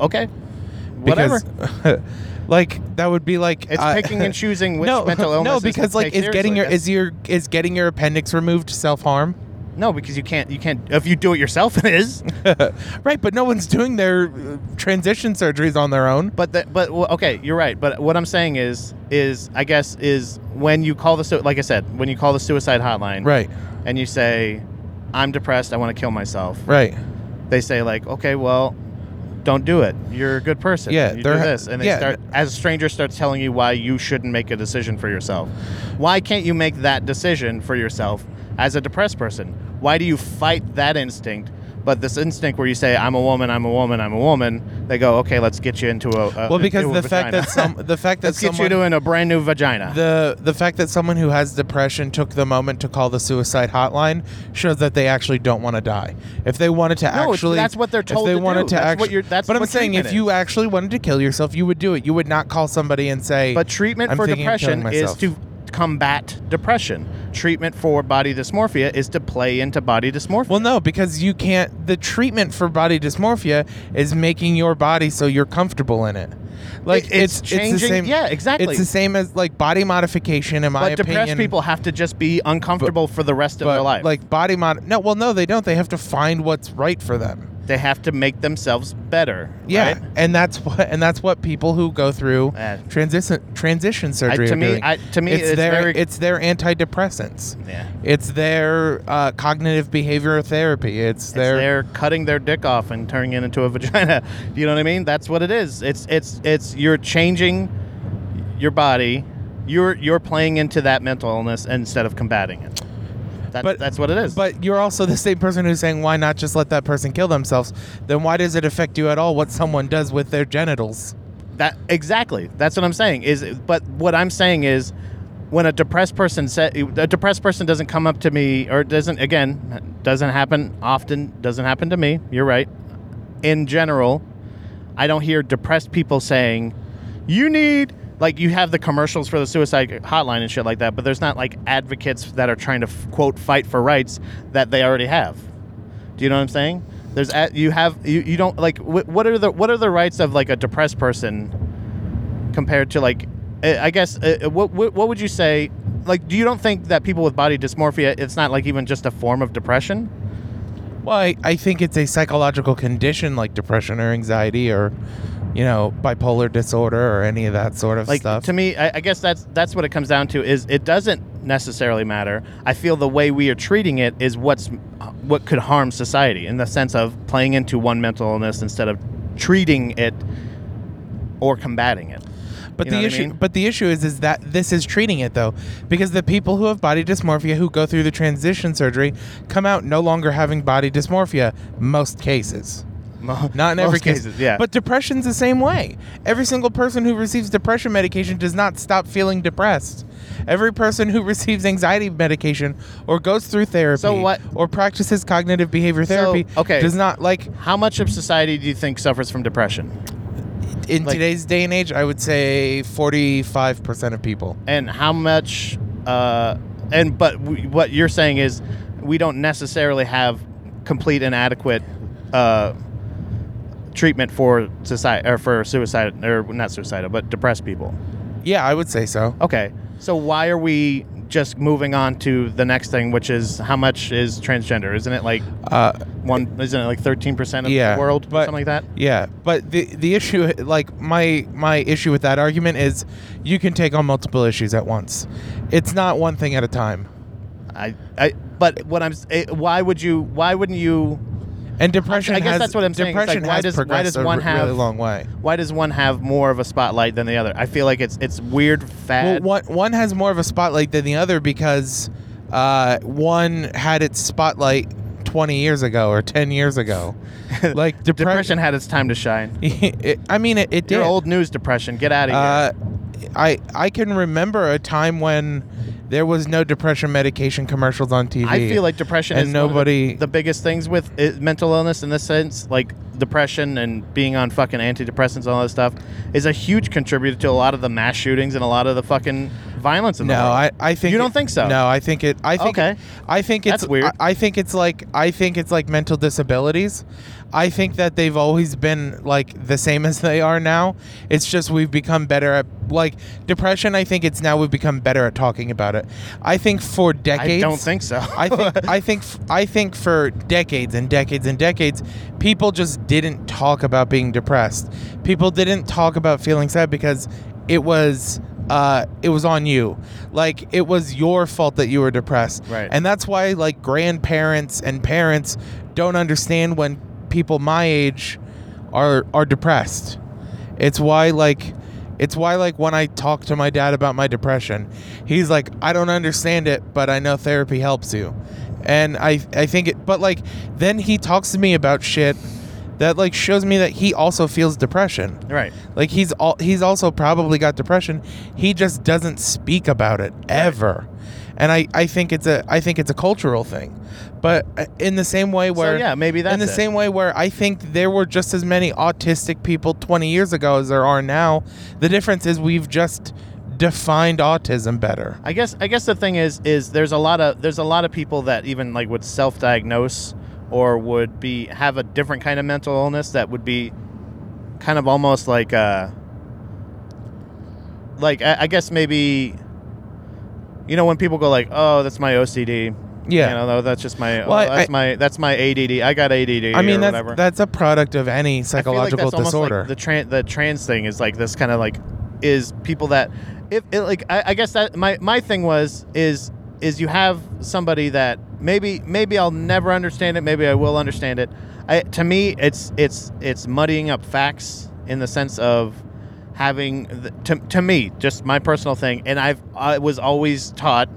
Speaker 2: Okay, whatever.
Speaker 1: Because, like that would be like
Speaker 2: it's
Speaker 1: uh,
Speaker 2: picking and choosing which mental illness.
Speaker 1: No, because like is getting your is your is getting your appendix removed self harm?
Speaker 2: No, because you can't. You can't. If you do it yourself, it is.
Speaker 1: right, but no one's doing their uh, transition surgeries on their own.
Speaker 2: But the, but well, okay, you're right. But what I'm saying is is I guess is when you call the sui- like I said when you call the suicide hotline
Speaker 1: Right,
Speaker 2: and you say I'm depressed, I want to kill myself.
Speaker 1: right.
Speaker 2: They say like, okay, well, don't do it. You're a good person.
Speaker 1: Yeah,
Speaker 2: you do
Speaker 1: they're ha-
Speaker 2: this, and they
Speaker 1: yeah.
Speaker 2: start as a stranger starts telling you why you shouldn't make a decision for yourself. Why can't you make that decision for yourself as a depressed person? Why do you fight that instinct? But this instinct where you say, "I'm a woman, I'm a woman, I'm a woman," they go, "Okay, let's get you into a, a
Speaker 1: Well, because
Speaker 2: into a
Speaker 1: the fact
Speaker 2: vagina."
Speaker 1: that some the fact that
Speaker 2: let's get you
Speaker 1: someone
Speaker 2: to in a brand new vagina.
Speaker 1: the the fact that someone who has depression took the moment to call the suicide hotline shows that they actually don't want to die. If they wanted to
Speaker 2: No, it's-
Speaker 1: actually,
Speaker 2: that's what they're told
Speaker 1: If they
Speaker 2: to
Speaker 1: wanted
Speaker 2: do.
Speaker 1: to
Speaker 2: That's what
Speaker 1: actually,
Speaker 2: you're- that's
Speaker 1: but I'm
Speaker 2: what
Speaker 1: saying,
Speaker 2: treatment
Speaker 1: if you
Speaker 2: is.
Speaker 1: actually wanted to kill yourself, you would do it. You would not call somebody and say,
Speaker 2: But treatment
Speaker 1: I'm
Speaker 2: for
Speaker 1: thinking of killing
Speaker 2: depression is
Speaker 1: myself.
Speaker 2: to combat depression. Treatment for body dysmorphia is to play into body dysmorphia.
Speaker 1: Well, no, because you can't. The treatment for body dysmorphia is making your body so you're comfortable in it. Like
Speaker 2: It-
Speaker 1: it's,
Speaker 2: it's
Speaker 1: It's the
Speaker 2: changing-
Speaker 1: same,
Speaker 2: yeah, exactly.
Speaker 1: It's the same as like body modification, in my
Speaker 2: but
Speaker 1: opinion.
Speaker 2: depressed people have to just be uncomfortable for the rest of
Speaker 1: but
Speaker 2: their life.
Speaker 1: like body mod. No, well, no, they don't. They have to find what's right for them.
Speaker 2: they have to make themselves better.
Speaker 1: Yeah,
Speaker 2: right?
Speaker 1: and that's what and that's what people who go through
Speaker 2: Uh,
Speaker 1: transition transition
Speaker 2: I,
Speaker 1: surgery
Speaker 2: to
Speaker 1: are
Speaker 2: me,
Speaker 1: doing.
Speaker 2: I, to me, it's,
Speaker 1: it's, their
Speaker 2: very.
Speaker 1: it's their antidepressants.
Speaker 2: yeah.
Speaker 1: It's their uh, cognitive behavioral therapy. It's
Speaker 2: It's
Speaker 1: their
Speaker 2: they're cutting their dick off and turning it into a vagina. You know what I mean? That's what it is. It's it's it's you're changing your body. You're you're playing into that mental illness instead of combating it. That's
Speaker 1: But-
Speaker 2: that's what it is.
Speaker 1: But you're also the same person who's saying, why not just let that person kill themselves? Then why does it affect you at all what someone does with their genitals?
Speaker 2: that exactly. That's what I'm saying. Is but what I'm saying is when a depressed person sa a depressed person doesn't come up to me or doesn't again doesn't happen often doesn't happen to me. You're right. In general, I don't hear depressed people saying, "You need." Like you have the commercials for the suicide hotline and shit like that, but there's not like advocates that are trying to quote fight for rights that they already have. Do you know what I'm saying? There's a, you have you, you don't like wh- what are the what are the rights of like a depressed person compared to like I I guess uh, what, what what would you say like do you don't think that people with body dysmorphia it's not like even just a form of depression?
Speaker 1: Well, I, I think it's a psychological condition like depression or anxiety or, you know, bipolar disorder or any of that sort of
Speaker 2: like
Speaker 1: stuff.
Speaker 2: to me I, I guess that's that's what it comes down to is it doesn't necessarily matter i feel the way we are treating it is what's what could harm society in the sense of playing into one mental illness instead of treating it or combating it
Speaker 1: but
Speaker 2: you
Speaker 1: the
Speaker 2: know what I
Speaker 1: issue
Speaker 2: mean?
Speaker 1: but the issue is is that this is treating it though because the people who have body dysmorphia who go through the transition surgery come out no longer having body dysmorphia most cases. Not in every
Speaker 2: Most
Speaker 1: case.
Speaker 2: cases, yeah
Speaker 1: But depression's the same way. Every single person who receives depression medication does not stop feeling depressed. Every person who receives anxiety medication or goes through therapy
Speaker 2: So what-
Speaker 1: or practices cognitive behavior
Speaker 2: So,
Speaker 1: therapy
Speaker 2: okay.
Speaker 1: does not like
Speaker 2: how much of society do you think suffers from depression
Speaker 1: in
Speaker 2: Like-
Speaker 1: today's day and age I would say 45% of people.
Speaker 2: and how much uh and but we, what you're saying is we don't necessarily have complete and adequate uh treatment for society or for suicide or not suicidal but depressed people
Speaker 1: Yeah, I would say so.
Speaker 2: okay so why are we just moving on to the next thing which is how much is transgender isn't it like
Speaker 1: Uh,
Speaker 2: one isn't it like 13% of
Speaker 1: Yeah,
Speaker 2: the world or
Speaker 1: but-
Speaker 2: something like that
Speaker 1: yeah, but the the issue like my my issue with that argument is you can take on multiple issues at once. It's not one thing at a time.
Speaker 2: i i but what i'm s- eh, why would you why wouldn't you
Speaker 1: And depression.
Speaker 2: I guess
Speaker 1: has-
Speaker 2: that's what I'm saying. It's like,
Speaker 1: Depression
Speaker 2: why
Speaker 1: has
Speaker 2: does- why
Speaker 1: progressed
Speaker 2: does one
Speaker 1: a r- really
Speaker 2: have-
Speaker 1: long way?
Speaker 2: why does one have more of a spotlight than the other? I feel like it's it's weird
Speaker 1: Well,
Speaker 2: fad.
Speaker 1: one one has more of a spotlight than the other because uh, one had its spotlight 20 years ago or 10 years ago. like depre-
Speaker 2: depression had its time to shine.
Speaker 1: it, I mean, it, it did.
Speaker 2: Your old news depression, get out of here.
Speaker 1: Uh, I I can remember a time when there was no depression medication commercials on TV.
Speaker 2: I feel like depression
Speaker 1: and
Speaker 2: is one of the-
Speaker 1: nobody-
Speaker 2: eh, the, biggest things with it, mental illness in this sense. Like depression and being on fucking antidepressants and all that stuff is a huge contributor to a lot of the mass shootings and a lot of the fucking violence in the
Speaker 1: No,
Speaker 2: world.
Speaker 1: I, I think
Speaker 2: You don't
Speaker 1: it-
Speaker 2: think so?
Speaker 1: No, I think it. I think.
Speaker 2: Okay.
Speaker 1: I think it's
Speaker 2: That's weird.
Speaker 1: I, I think it's like I think it's like mental disabilities. I think that they've always been like the same as they are now. It's just we've become better at like depression. I think it's now we've become better at talking about it. I think for
Speaker 2: I
Speaker 1: decades.
Speaker 2: don't think so.
Speaker 1: I think I think f- I think for decades and decades and decades, people just didn't talk about being depressed. People didn't talk about feeling sad because it was uh, it was on you, like it was your fault that you were depressed.
Speaker 2: Right.
Speaker 1: And that's why like grandparents and parents don't understand when people my age are are depressed. It's why like it's why like when I talk to my dad about my depression, he's like, I don't understand it, but I know therapy helps you. And I I think it but like then he talks to me about shit that like shows me that he also feels depression.
Speaker 2: right.
Speaker 1: Like he's all he's also probably got depression. He just doesn't speak about it ever. And I, I think it's a I think it's a cultural thing. But uh, in the same way where
Speaker 2: so yeah, maybe that's
Speaker 1: in the
Speaker 2: it.
Speaker 1: same way where I think there were just as many autistic people 20 years ago as there are now. The difference is we've just defined autism better.
Speaker 2: I guess I guess the thing is is there's a lot of there's a lot of people that even like would self-diagnose or would be have a different kind of mental illness that would be kind of almost like uh like I, I guess maybe you know when people go like oh that's my OCD
Speaker 1: Yeah.
Speaker 2: you know that's just my
Speaker 1: Well, I-
Speaker 2: oh, that's my that's my ADD I got ADD
Speaker 1: I mean that's
Speaker 2: or whatever.
Speaker 1: that's a product of any
Speaker 2: I feel like
Speaker 1: psychological
Speaker 2: that's almost like
Speaker 1: disorder.
Speaker 2: the trans the trans thing is like this kind of like is people that if it, like I, I guess that my my thing was is is you have somebody that maybe maybe I'll never understand it maybe I will understand it. I, to me it's it's it's muddying up facts in the sense of having the, to, to me just my personal thing and I've I was always taught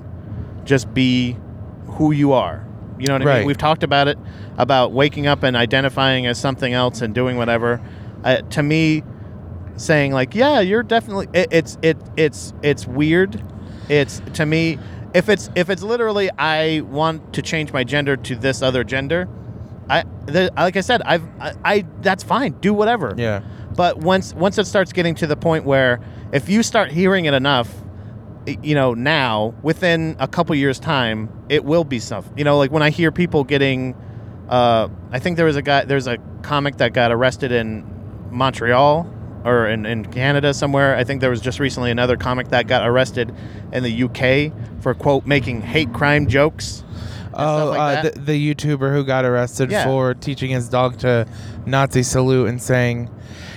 Speaker 2: just be who you are. You know what I
Speaker 1: Right.
Speaker 2: mean? We've talked about it about waking up and identifying as something else and doing whatever. Uh, to me, saying like, "Yeah, you're definitely," it, it's it it's it's weird. It's to me, if it's if it's literally, I want to change my gender to this other gender. I the, like I said, I've I, I that's fine. Do whatever.
Speaker 1: yeah.
Speaker 2: But once once it starts getting to the point where if you start hearing it enough, y- you know, now within a couple years time, it will be something. You know, like when I hear people getting uh, I think there was a guy there's a comic that got arrested in Montreal or in, in Canada somewhere. I think there was just recently another comic that got arrested in the UK for quote making hate crime jokes.
Speaker 1: Oh,
Speaker 2: like
Speaker 1: uh, the,
Speaker 2: that.
Speaker 1: the YouTuber who got arrested
Speaker 2: Yeah.
Speaker 1: for teaching his dog to Nazi salute and saying,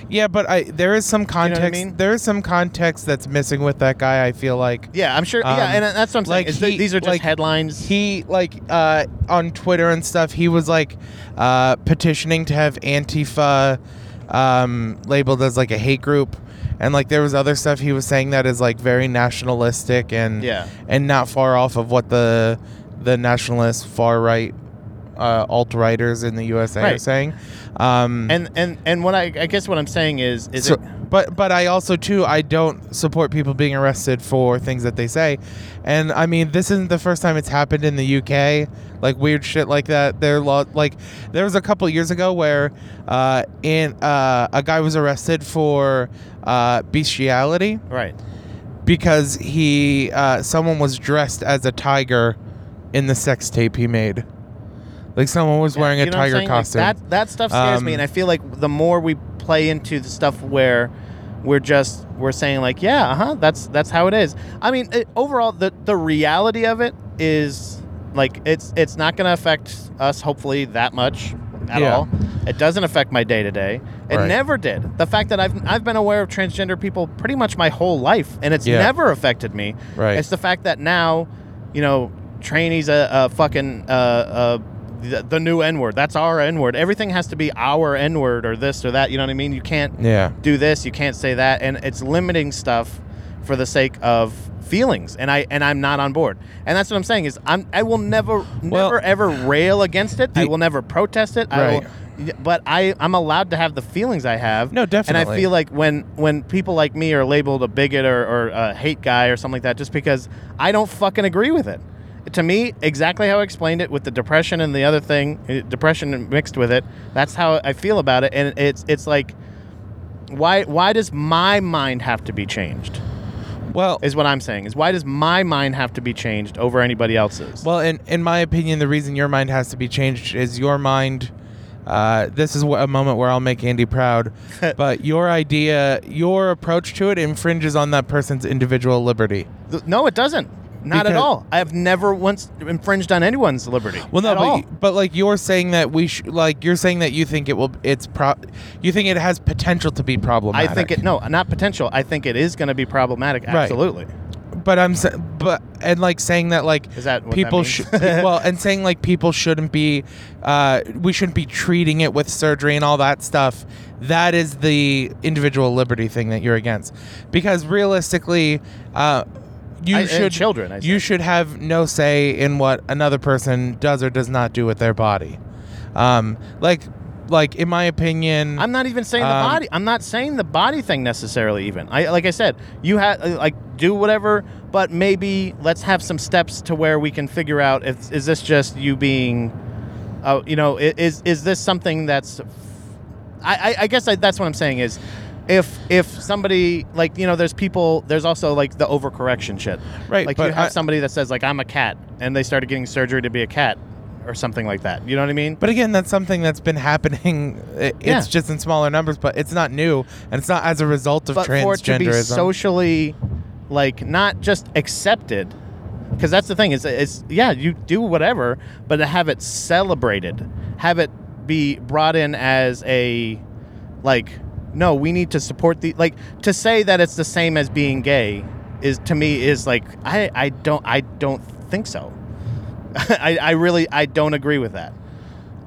Speaker 1: "Yeah, but I there is some
Speaker 2: what I
Speaker 1: context.
Speaker 2: mean?
Speaker 1: There is some context that's missing with that guy. I feel like
Speaker 2: Yeah, I'm sure.
Speaker 1: Um,
Speaker 2: yeah, and that's what I'm saying.
Speaker 1: like
Speaker 2: is that
Speaker 1: he-
Speaker 2: these are just
Speaker 1: like
Speaker 2: headlines.
Speaker 1: he like uh, on Twitter and stuff. He was like uh, petitioning to have Antifa um, labeled as like a hate group, and like there was other stuff he was saying that is like very nationalistic and
Speaker 2: yeah.
Speaker 1: and not far off of what the the nationalist far right uh, alt writers in the USA are
Speaker 2: Right.
Speaker 1: saying. Um,
Speaker 2: and and and what I, I guess what I'm saying is is
Speaker 1: so-
Speaker 2: it,
Speaker 1: but but I also too I don't support people being arrested for things that they say, and I mean this isn't the first time it's happened in the UK. Like weird shit like that. There lo- like there was a couple years ago where uh, in uh, a guy was arrested for uh, bestiality
Speaker 2: right
Speaker 1: because he uh, someone was dressed as a tiger in the sex tape he made. Like someone was wearing
Speaker 2: You
Speaker 1: a
Speaker 2: know what I'm
Speaker 1: tiger
Speaker 2: saying? Like,
Speaker 1: costume.
Speaker 2: that that stuff scares
Speaker 1: Um,
Speaker 2: me, and I feel like the more we play into the stuff where we're just we're saying like yeah uh huh that's that's how it is. I mean it, overall the the reality of it is like it's it's not going to affect us hopefully that much at
Speaker 1: Yeah.
Speaker 2: all. It doesn't affect my day to day. It
Speaker 1: Right.
Speaker 2: never did. The fact that I've I've been aware of transgender people pretty much my whole life, and it's
Speaker 1: Yeah.
Speaker 2: never affected me.
Speaker 1: right.
Speaker 2: It's the fact that now, you know, trainees a, a fucking uh, uh, the, the new N word. That's our N word. Everything has to be our N word or this or that. You know what I mean? You can't
Speaker 1: yeah.
Speaker 2: do this. You can't say that, and it's limiting stuff for the sake of feelings. And I and I'm not on board. And that's what I'm saying is I'm I will never
Speaker 1: Well-
Speaker 2: never ever rail against it. I
Speaker 1: The-
Speaker 2: will never protest it.
Speaker 1: Right.
Speaker 2: I will, but I I'm allowed to have the feelings I have.
Speaker 1: No, definitely.
Speaker 2: And I feel like when when people like me are labeled a bigot or, or a hate guy or something like that, just because I don't fucking agree with it. to me exactly how I explained it with the depression and the other thing, eh, depression mixed with it. That's how I feel about it, and it's it's like, why why does my mind have to be changed?
Speaker 1: Well,
Speaker 2: Is what I'm saying is why does my mind have to be changed over anybody else's?
Speaker 1: Well, in in my opinion, the reason your mind has to be changed is your mind. Uh, this is wh- a moment where I'll make Andy proud, but your idea, your approach to it infringes on that person's individual liberty.
Speaker 2: Th- no, it doesn't. Not at
Speaker 1: Because-
Speaker 2: all. I have never once infringed on anyone's liberty.
Speaker 1: Well, no,
Speaker 2: at
Speaker 1: but
Speaker 2: all.
Speaker 1: y- but like you're saying that we sh- like you're saying that you think it will. It's pro. You think it has potential to be
Speaker 2: I
Speaker 1: problematic.
Speaker 2: think it no, not potential. I think it is going to be problematic.
Speaker 1: Right.
Speaker 2: Absolutely.
Speaker 1: But I'm sa- but and like saying that like
Speaker 2: Is that what that
Speaker 1: people
Speaker 2: means?
Speaker 1: should well and saying like people shouldn't be uh we shouldn't be treating it with surgery and all that stuff that is the individual liberty thing that you're against because realistically uh you
Speaker 2: I- and
Speaker 1: should
Speaker 2: children, I
Speaker 1: you
Speaker 2: said.
Speaker 1: should have no say in what another person does or does not do with their body um like like in my opinion
Speaker 2: I'm not even saying the
Speaker 1: Um,
Speaker 2: body. I'm not saying the body thing necessarily. Even I like I said, you have like do whatever, but maybe let's have some steps to where we can figure out if is this just you being, uh, you know, i- is is this something that's, I I, I guess I, that's what I'm saying is. If, if somebody like you know there's people there's also like the overcorrection shit
Speaker 1: Right,
Speaker 2: like you
Speaker 1: but
Speaker 2: have
Speaker 1: I-
Speaker 2: somebody that says like I'm a cat and they started getting surgery to be a cat or something like that you know what I mean
Speaker 1: But again, that's something that's been happening. I- It's
Speaker 2: Yeah.
Speaker 1: just in smaller numbers, but it's not new, and it's not as a result of
Speaker 2: but
Speaker 1: transgenderism.
Speaker 2: for it to be socially like not just accepted because that's the thing is it's yeah you do whatever but to have it celebrated have it be brought in as a like no we need to support the like to say that it's the same as being gay is to me is like i i don't i don't think so I, I really i don't agree with that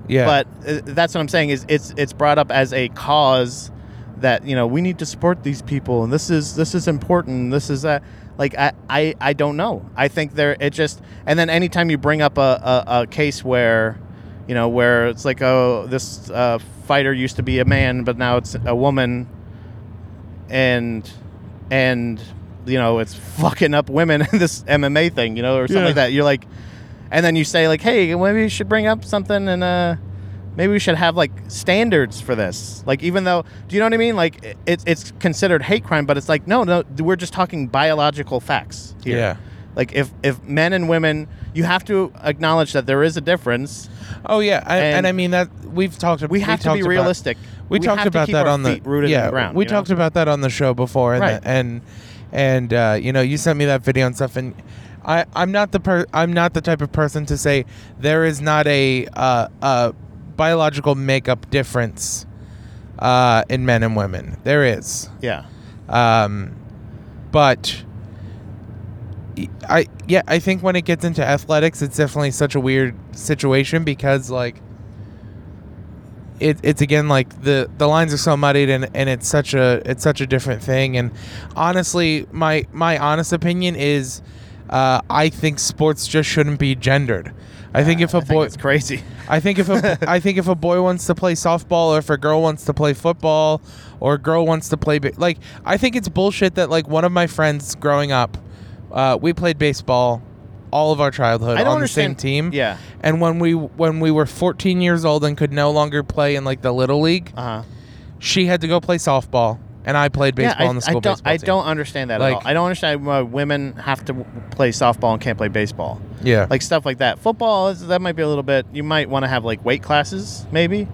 Speaker 1: yeah.
Speaker 2: but uh, that's what I'm saying is it's it's brought up as a cause that you know we need to support these people and this is this is important this is that like I, I I don't know I think there it just and then anytime you bring up a, a, a case where you know where it's like oh this uh, fighter used to be a man but now it's a woman and and you know it's fucking up women in this MMA thing, you know, or something
Speaker 1: Yeah.
Speaker 2: like that. You're like, and then you say like, hey, maybe we should bring up something and uh, maybe we should have like standards for this. Like even though, do you know what I mean? Like it- it's it's considered hate crime, but it's like no, no, we're just talking biological facts here.
Speaker 1: Yeah.
Speaker 2: Like if if men and women, you have to acknowledge that there is a difference.
Speaker 1: oh yeah, I, and,
Speaker 2: and-
Speaker 1: I mean that we've talked.
Speaker 2: We have to
Speaker 1: talked
Speaker 2: be
Speaker 1: about-
Speaker 2: realistic.
Speaker 1: we, talked
Speaker 2: have to
Speaker 1: about
Speaker 2: keep
Speaker 1: that
Speaker 2: our
Speaker 1: on the
Speaker 2: feet rooted in
Speaker 1: yeah.
Speaker 2: the ground.
Speaker 1: we
Speaker 2: you know?
Speaker 1: talked about that on the show before, and
Speaker 2: Right.
Speaker 1: the- and and uh, you know you sent me that video and stuff, and I I'm not the per I'm not the type of person to say there is not a uh, a biological makeup difference uh, in men and women. There is.
Speaker 2: yeah.
Speaker 1: Um, but I yeah, I think when it gets into athletics, it's definitely such a weird situation because like it, it's again like the the lines are so muddied and, and it's such a it's such a different thing and honestly my my honest opinion is uh, I think sports just shouldn't be gendered. I think if a
Speaker 2: I think
Speaker 1: boy
Speaker 2: it's crazy.
Speaker 1: I think if a I think if a boy wants to play softball, or if a girl wants to play football, or a girl wants to play ba- like I think it's bullshit that like one of my friends growing up, uh, we played baseball all of our childhood
Speaker 2: I don't
Speaker 1: on
Speaker 2: understand.
Speaker 1: the same team.
Speaker 2: Yeah.
Speaker 1: And when we when we were 14 years old and could no longer play in like the little league,
Speaker 2: Uh huh.
Speaker 1: she had to go play softball, and I played baseball
Speaker 2: yeah, I,
Speaker 1: on the school
Speaker 2: I don't,
Speaker 1: baseball
Speaker 2: I
Speaker 1: team.
Speaker 2: don't understand that at
Speaker 1: Like-
Speaker 2: all. I don't understand why women have to w- play softball and can't play baseball,
Speaker 1: Yeah.
Speaker 2: like stuff like that. Football is, that might be a little bit. You might want to have like weight classes, maybe.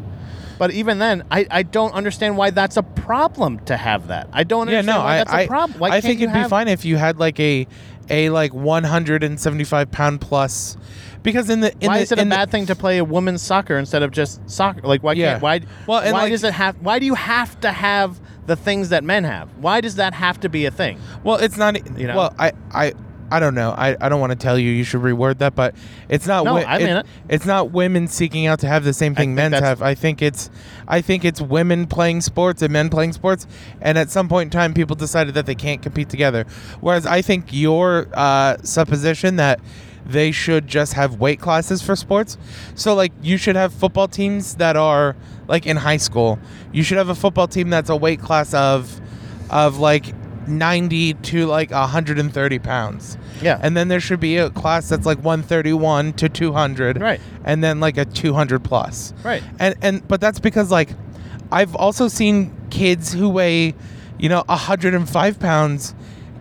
Speaker 2: But even then, I, I don't understand why that's a problem to have that. I don't
Speaker 1: yeah.
Speaker 2: understand
Speaker 1: No.
Speaker 2: why
Speaker 1: I
Speaker 2: that's
Speaker 1: I,
Speaker 2: a problem. Why
Speaker 1: I
Speaker 2: can't
Speaker 1: think
Speaker 2: you
Speaker 1: it'd be
Speaker 2: have-
Speaker 1: fine if you had like a a like 175 pound plus. Because in the in
Speaker 2: Why
Speaker 1: the,
Speaker 2: is it a
Speaker 1: in the-
Speaker 2: bad thing to play a women's soccer instead of just soccer? Like why
Speaker 1: Yeah.
Speaker 2: can't why
Speaker 1: Well, and,
Speaker 2: why
Speaker 1: like-
Speaker 2: does it have why do you have to have the things that men have? Why does that have to be a thing?
Speaker 1: Well, it's not. e,
Speaker 2: You know?
Speaker 1: Well, I, I, I don't know. I, I don't want to tell you. You should reword that, but it's not.
Speaker 2: No,
Speaker 1: wo-
Speaker 2: I mean it.
Speaker 1: It's not women seeking out to have the same thing
Speaker 2: think
Speaker 1: men
Speaker 2: that's-
Speaker 1: have. I think it's, I think it's women playing sports and men playing sports, and at some point in time, people decided that they can't compete together. Whereas I think your uh, supposition that they should just have weight classes for sports. So like you should have football teams that are like in high school. You should have a football team that's a weight class of of like 90 to like 130 pounds.
Speaker 2: Yeah.
Speaker 1: And then there should be a class that's like 131 to 200.
Speaker 2: Right.
Speaker 1: And then like a 200 plus.
Speaker 2: Right.
Speaker 1: And and but that's because like I've also seen kids who weigh, you know, 105 pounds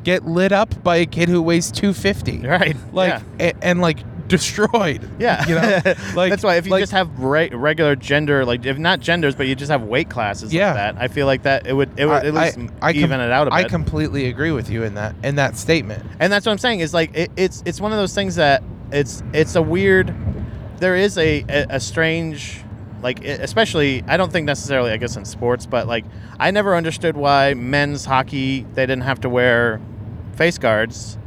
Speaker 1: get lit up by a kid who weighs 250.
Speaker 2: Right.
Speaker 1: Like a- and, like destroyed.
Speaker 2: yeah.
Speaker 1: You know? Like
Speaker 2: that's why if you
Speaker 1: like,
Speaker 2: just have re- regular gender, like if not genders, but you just have weight classes
Speaker 1: Yeah.
Speaker 2: like that, I feel like that it would it would at least
Speaker 1: com-
Speaker 2: even it out a bit.
Speaker 1: I completely agree with you in that in that statement.
Speaker 2: and that's what I'm saying is like it, it's it's one of those things that it's it's a weird there is a a, a strange like e- especially I don't think necessarily I guess in sports but like I never understood why men's hockey they didn't have to wear face guards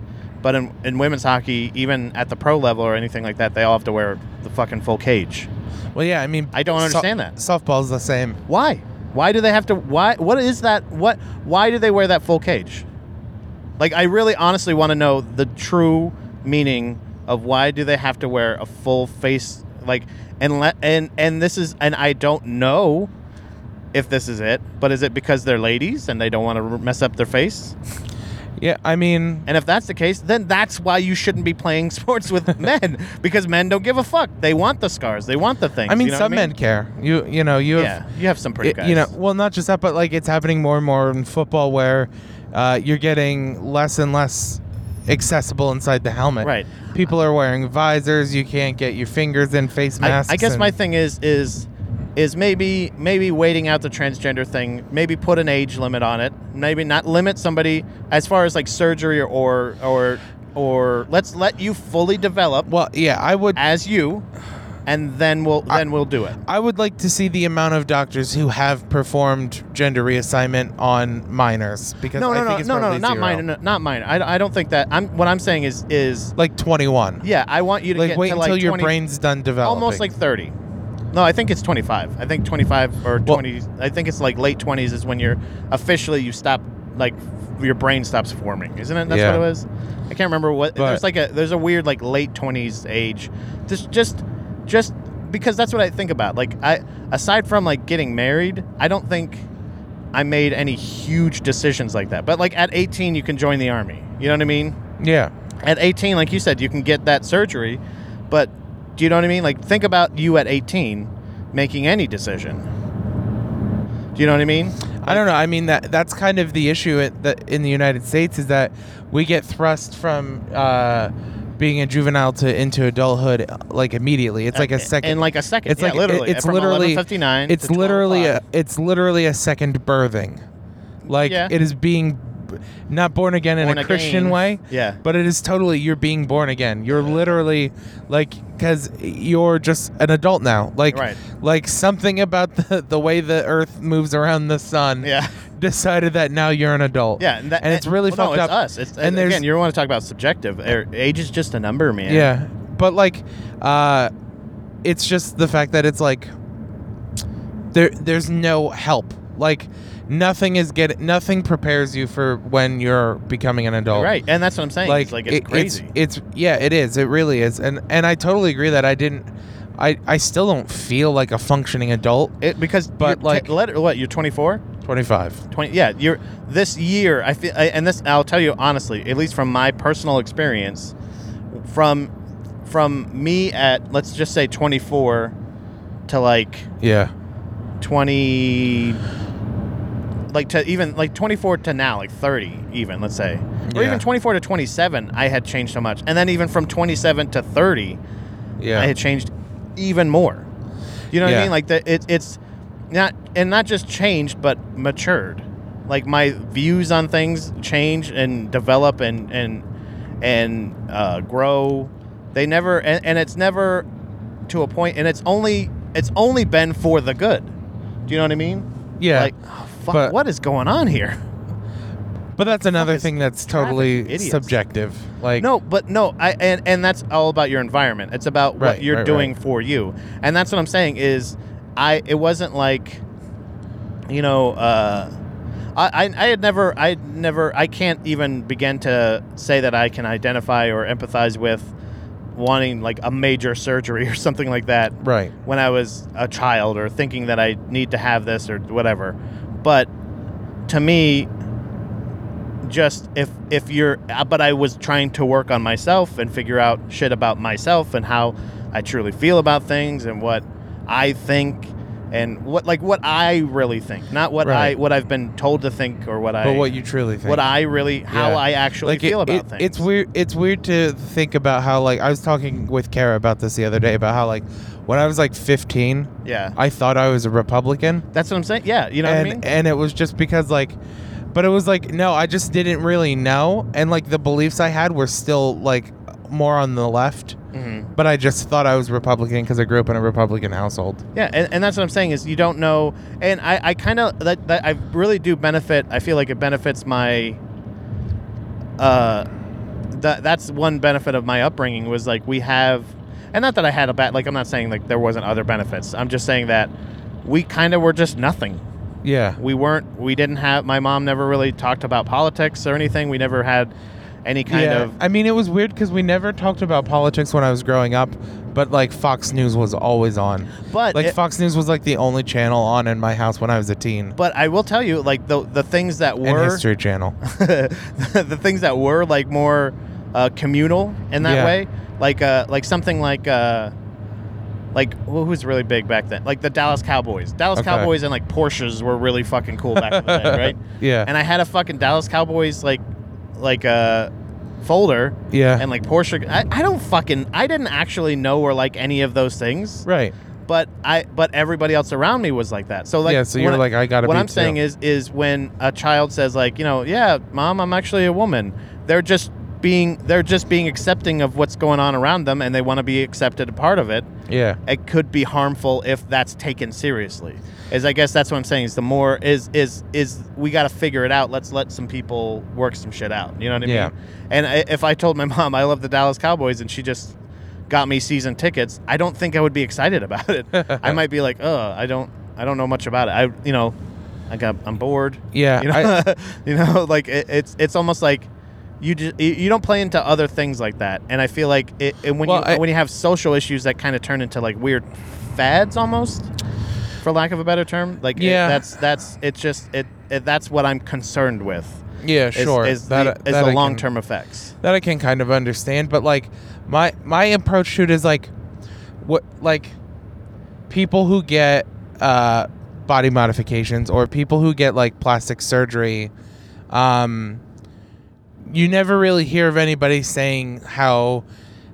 Speaker 2: but in, in women's hockey even at the pro level or anything like that they all have to wear the fucking full cage
Speaker 1: Well, yeah, I mean,
Speaker 2: I don't
Speaker 1: so-
Speaker 2: understand that.
Speaker 1: Softball's the same.
Speaker 2: why why do they have to why what is that what why do they wear that full cage like i really honestly want to know the true meaning of why do they have to wear a full face like and le- and and this is and i don't know if this is it but is it because they're ladies and they don't want to mess up their face
Speaker 1: Yeah, I mean,
Speaker 2: and if that's the case then that's why you shouldn't be playing sports with men because men don't give a fuck they want the scars they want the things
Speaker 1: I mean,
Speaker 2: you know what
Speaker 1: some
Speaker 2: I
Speaker 1: men care. You, you know, you have,
Speaker 2: yeah you have some pretty
Speaker 1: y-
Speaker 2: guys
Speaker 1: you know, well, not just that, but like it's happening more and more in football where uh, you're getting less and less accessible inside the helmet.
Speaker 2: right
Speaker 1: People are wearing visors. You can't get your fingers in face
Speaker 2: I,
Speaker 1: masks.
Speaker 2: I guess
Speaker 1: and-
Speaker 2: my thing is is is maybe maybe waiting out the transgender thing. Maybe put an age limit on it. Maybe not limit somebody as far as like surgery or or or, or let's let you fully develop
Speaker 1: Well, yeah, I would.
Speaker 2: as you, and then we'll then we'll do it.
Speaker 1: I would like to see the amount of doctors who have performed gender reassignment on minors because
Speaker 2: No,
Speaker 1: I
Speaker 2: no,
Speaker 1: think
Speaker 2: no,
Speaker 1: it's
Speaker 2: no, no,
Speaker 1: probably
Speaker 2: not
Speaker 1: zero.
Speaker 2: mine, no, not mine. I, I don't think that. I'm what I'm saying is is
Speaker 1: Like 21.
Speaker 2: yeah. I want you to
Speaker 1: like
Speaker 2: get
Speaker 1: wait
Speaker 2: to
Speaker 1: until
Speaker 2: like
Speaker 1: your
Speaker 2: 20
Speaker 1: brain's done developing.
Speaker 2: almost like 30 no i think it's 25 i think 25 or
Speaker 1: Well-
Speaker 2: 20 i think it's like late 20s is when you're officially you stop like f- your brain stops forming isn't it that's
Speaker 1: Yeah.
Speaker 2: what it was i can't remember what
Speaker 1: But-
Speaker 2: there's like a there's a weird like late 20s age just just just because that's what i think about like i aside from like getting married i don't think i made any huge decisions like that but like at 18 you can join the army you know what i mean
Speaker 1: yeah.
Speaker 2: at 18 like you said you can get that surgery but do you know what i mean like think about you at 18 making any decision do you know what i mean
Speaker 1: I don't know. I mean that that's kind of the issue at the, in the United States is that we get thrust from uh, being a juvenile to into adulthood like immediately. It's like a second.
Speaker 2: in like a second
Speaker 1: it's
Speaker 2: Yeah,
Speaker 1: like
Speaker 2: literally
Speaker 1: it's
Speaker 2: from
Speaker 1: literally
Speaker 2: 11:59
Speaker 1: It's
Speaker 2: to
Speaker 1: literally a,
Speaker 2: 12:05.
Speaker 1: it's literally a second birthing. Like
Speaker 2: Yeah.
Speaker 1: it is being b- not born again in
Speaker 2: Born
Speaker 1: a Christian
Speaker 2: again.
Speaker 1: way.
Speaker 2: yeah
Speaker 1: But it is totally you're being born again. You're literally like because you're just an adult now. Like
Speaker 2: Right.
Speaker 1: like something about the, the way the Earth moves around the sun.
Speaker 2: yeah
Speaker 1: Decided that now you're an adult.
Speaker 2: yeah and, that,
Speaker 1: And it's really
Speaker 2: well,
Speaker 1: fucked
Speaker 2: no,
Speaker 1: up.
Speaker 2: it's us it's,
Speaker 1: And
Speaker 2: and
Speaker 1: there's-
Speaker 2: again you want to talk about subjective Er, age is just a number man
Speaker 1: Yeah. But like uh it's just the fact that it's like there there's no help. Like nothing is get nothing prepares you for when you're becoming an adult.
Speaker 2: right and that's what i'm saying like it's, like, it's
Speaker 1: it-
Speaker 2: crazy
Speaker 1: It's, yeah, it is. It really is. And and I totally agree that I didn't I I still don't feel like a functioning adult.
Speaker 2: it, because
Speaker 1: but,
Speaker 2: you're
Speaker 1: like-
Speaker 2: te- let, what you're 24
Speaker 1: 25.
Speaker 2: 20 yeah you're this year i feel I, and this i'll tell you honestly at least from my personal experience from from me at let's just say 24 to like
Speaker 1: Yeah.
Speaker 2: 20 like to even like 24 to now like 30 even let's say or
Speaker 1: Yeah.
Speaker 2: even 24 to 27 i had changed so much and then even from 27 to 30
Speaker 1: Yeah.
Speaker 2: I had changed even more. You know what
Speaker 1: Yeah.
Speaker 2: I mean? Like the, it, it's not and not just changed, but matured. Like my views on things change and develop and and and uh, grow. They never and, and it's never to a point, and it's only it's only been for the good. Do you know what I mean?
Speaker 1: yeah.
Speaker 2: Like, oh, fuck,
Speaker 1: but-
Speaker 2: what is going on here?
Speaker 1: but that's another
Speaker 2: is
Speaker 1: thing that's
Speaker 2: traffic,
Speaker 1: totally
Speaker 2: idiots?
Speaker 1: subjective. Like
Speaker 2: no but no i and and that's all about your environment it's about
Speaker 1: Right,
Speaker 2: what you're
Speaker 1: right,
Speaker 2: doing for you and that's what i'm saying is i it wasn't like you know uh I, I, I had never I had never I can't even begin to say that I can identify or empathize with wanting like a major surgery or something like that
Speaker 1: Right.
Speaker 2: when I was a child or thinking that I need to have this or whatever. But to me, just if if you're uh, but I was trying to work on myself and figure out shit about myself and how I truly feel about things and what I think and what like what I really think, not what I
Speaker 1: Right.
Speaker 2: what I've been told to think or what I
Speaker 1: but what you truly think.
Speaker 2: what I really how
Speaker 1: Yeah.
Speaker 2: I actually
Speaker 1: it-
Speaker 2: feel about
Speaker 1: it-
Speaker 2: things.
Speaker 1: It's weird. It's weird to think about how like I was talking with Kara about this the other day about how like when I was like 15,
Speaker 2: yeah.
Speaker 1: I thought I was a Republican,
Speaker 2: That's what I'm saying. Yeah, you know
Speaker 1: and
Speaker 2: what I mean?
Speaker 1: and it was just because like, but it was like no, I just didn't really know, and like the beliefs I had were still like more on the left,
Speaker 2: Mhm.
Speaker 1: but I just thought I was Republican because I grew up in a Republican household.
Speaker 2: Yeah, and, and that's what I'm saying is you don't know, and I, I kind of that, that I really do benefit. I feel like it benefits my. Uh, that that's one benefit of my upbringing was like we have, and not that I had a bad like I'm not saying like there wasn't other benefits. I'm just saying that we kind of were just nothing.
Speaker 1: Yeah,
Speaker 2: We weren't. We didn't have. My mom never really talked about politics or anything. We never had any kind
Speaker 1: yeah.
Speaker 2: of
Speaker 1: I mean, it was weird because we never talked about politics when I was growing up, but like Fox News was always on.
Speaker 2: but
Speaker 1: Like
Speaker 2: Uh, it-
Speaker 1: Fox News was like the only channel on in my house when I was a teen.
Speaker 2: but I will tell you like the the things that
Speaker 1: And
Speaker 2: were
Speaker 1: History Channel.
Speaker 2: the, the things that were like more uh, communal in that
Speaker 1: Yeah.
Speaker 2: way, like uh, like something like uh, like who was really big back then, like the Dallas Cowboys. Dallas
Speaker 1: Okay.
Speaker 2: Cowboys and like Porsches were really fucking cool back in the day, right?
Speaker 1: Yeah.
Speaker 2: And I had a fucking Dallas Cowboys like like uh, folder
Speaker 1: yeah.
Speaker 2: and like Porsche. I, I don't fucking I didn't actually know or like any of those things,
Speaker 1: right.
Speaker 2: but I but everybody else around me was like that. So like
Speaker 1: yeah. So
Speaker 2: when
Speaker 1: you're
Speaker 2: I-
Speaker 1: like, I gotta.
Speaker 2: what
Speaker 1: be
Speaker 2: I'm
Speaker 1: too.
Speaker 2: saying is is when a child says like, you know, yeah, mom, I'm actually a woman. They're just being they're just being accepting of what's going on around them and they want to be accepted a part of it.
Speaker 1: yeah.
Speaker 2: It could be harmful if that's taken seriously. Is I guess that's what I'm saying is the more is is is we got to figure it out. Let's let some people work some shit out. You know what I
Speaker 1: Yeah.
Speaker 2: mean? And I, if I told my mom I love the Dallas Cowboys and she just got me season tickets, I don't think I would be excited about it. I might be like, "Uh, I don't I don't know much about it." I you know, I got I'm bored.
Speaker 1: Yeah.
Speaker 2: You know,
Speaker 1: I-
Speaker 2: you know, like it, it's it's almost like you just you don't play into other things like that. And I feel like it, and when
Speaker 1: Well,
Speaker 2: you
Speaker 1: I-
Speaker 2: when you have social issues that kind of turn into like weird fads almost, for lack of a better term. Like it-
Speaker 1: Yeah.
Speaker 2: that's that's it's just it, it that's what I'm concerned with.
Speaker 1: yeah.
Speaker 2: Is,
Speaker 1: Sure.
Speaker 2: is
Speaker 1: that
Speaker 2: the,
Speaker 1: that
Speaker 2: is
Speaker 1: I
Speaker 2: the
Speaker 1: can-
Speaker 2: long term effects.
Speaker 1: that I can kind of understand, but like my my approach to it is like what like people who get uh, body modifications or people who get like plastic surgery, um, you never really hear of anybody saying how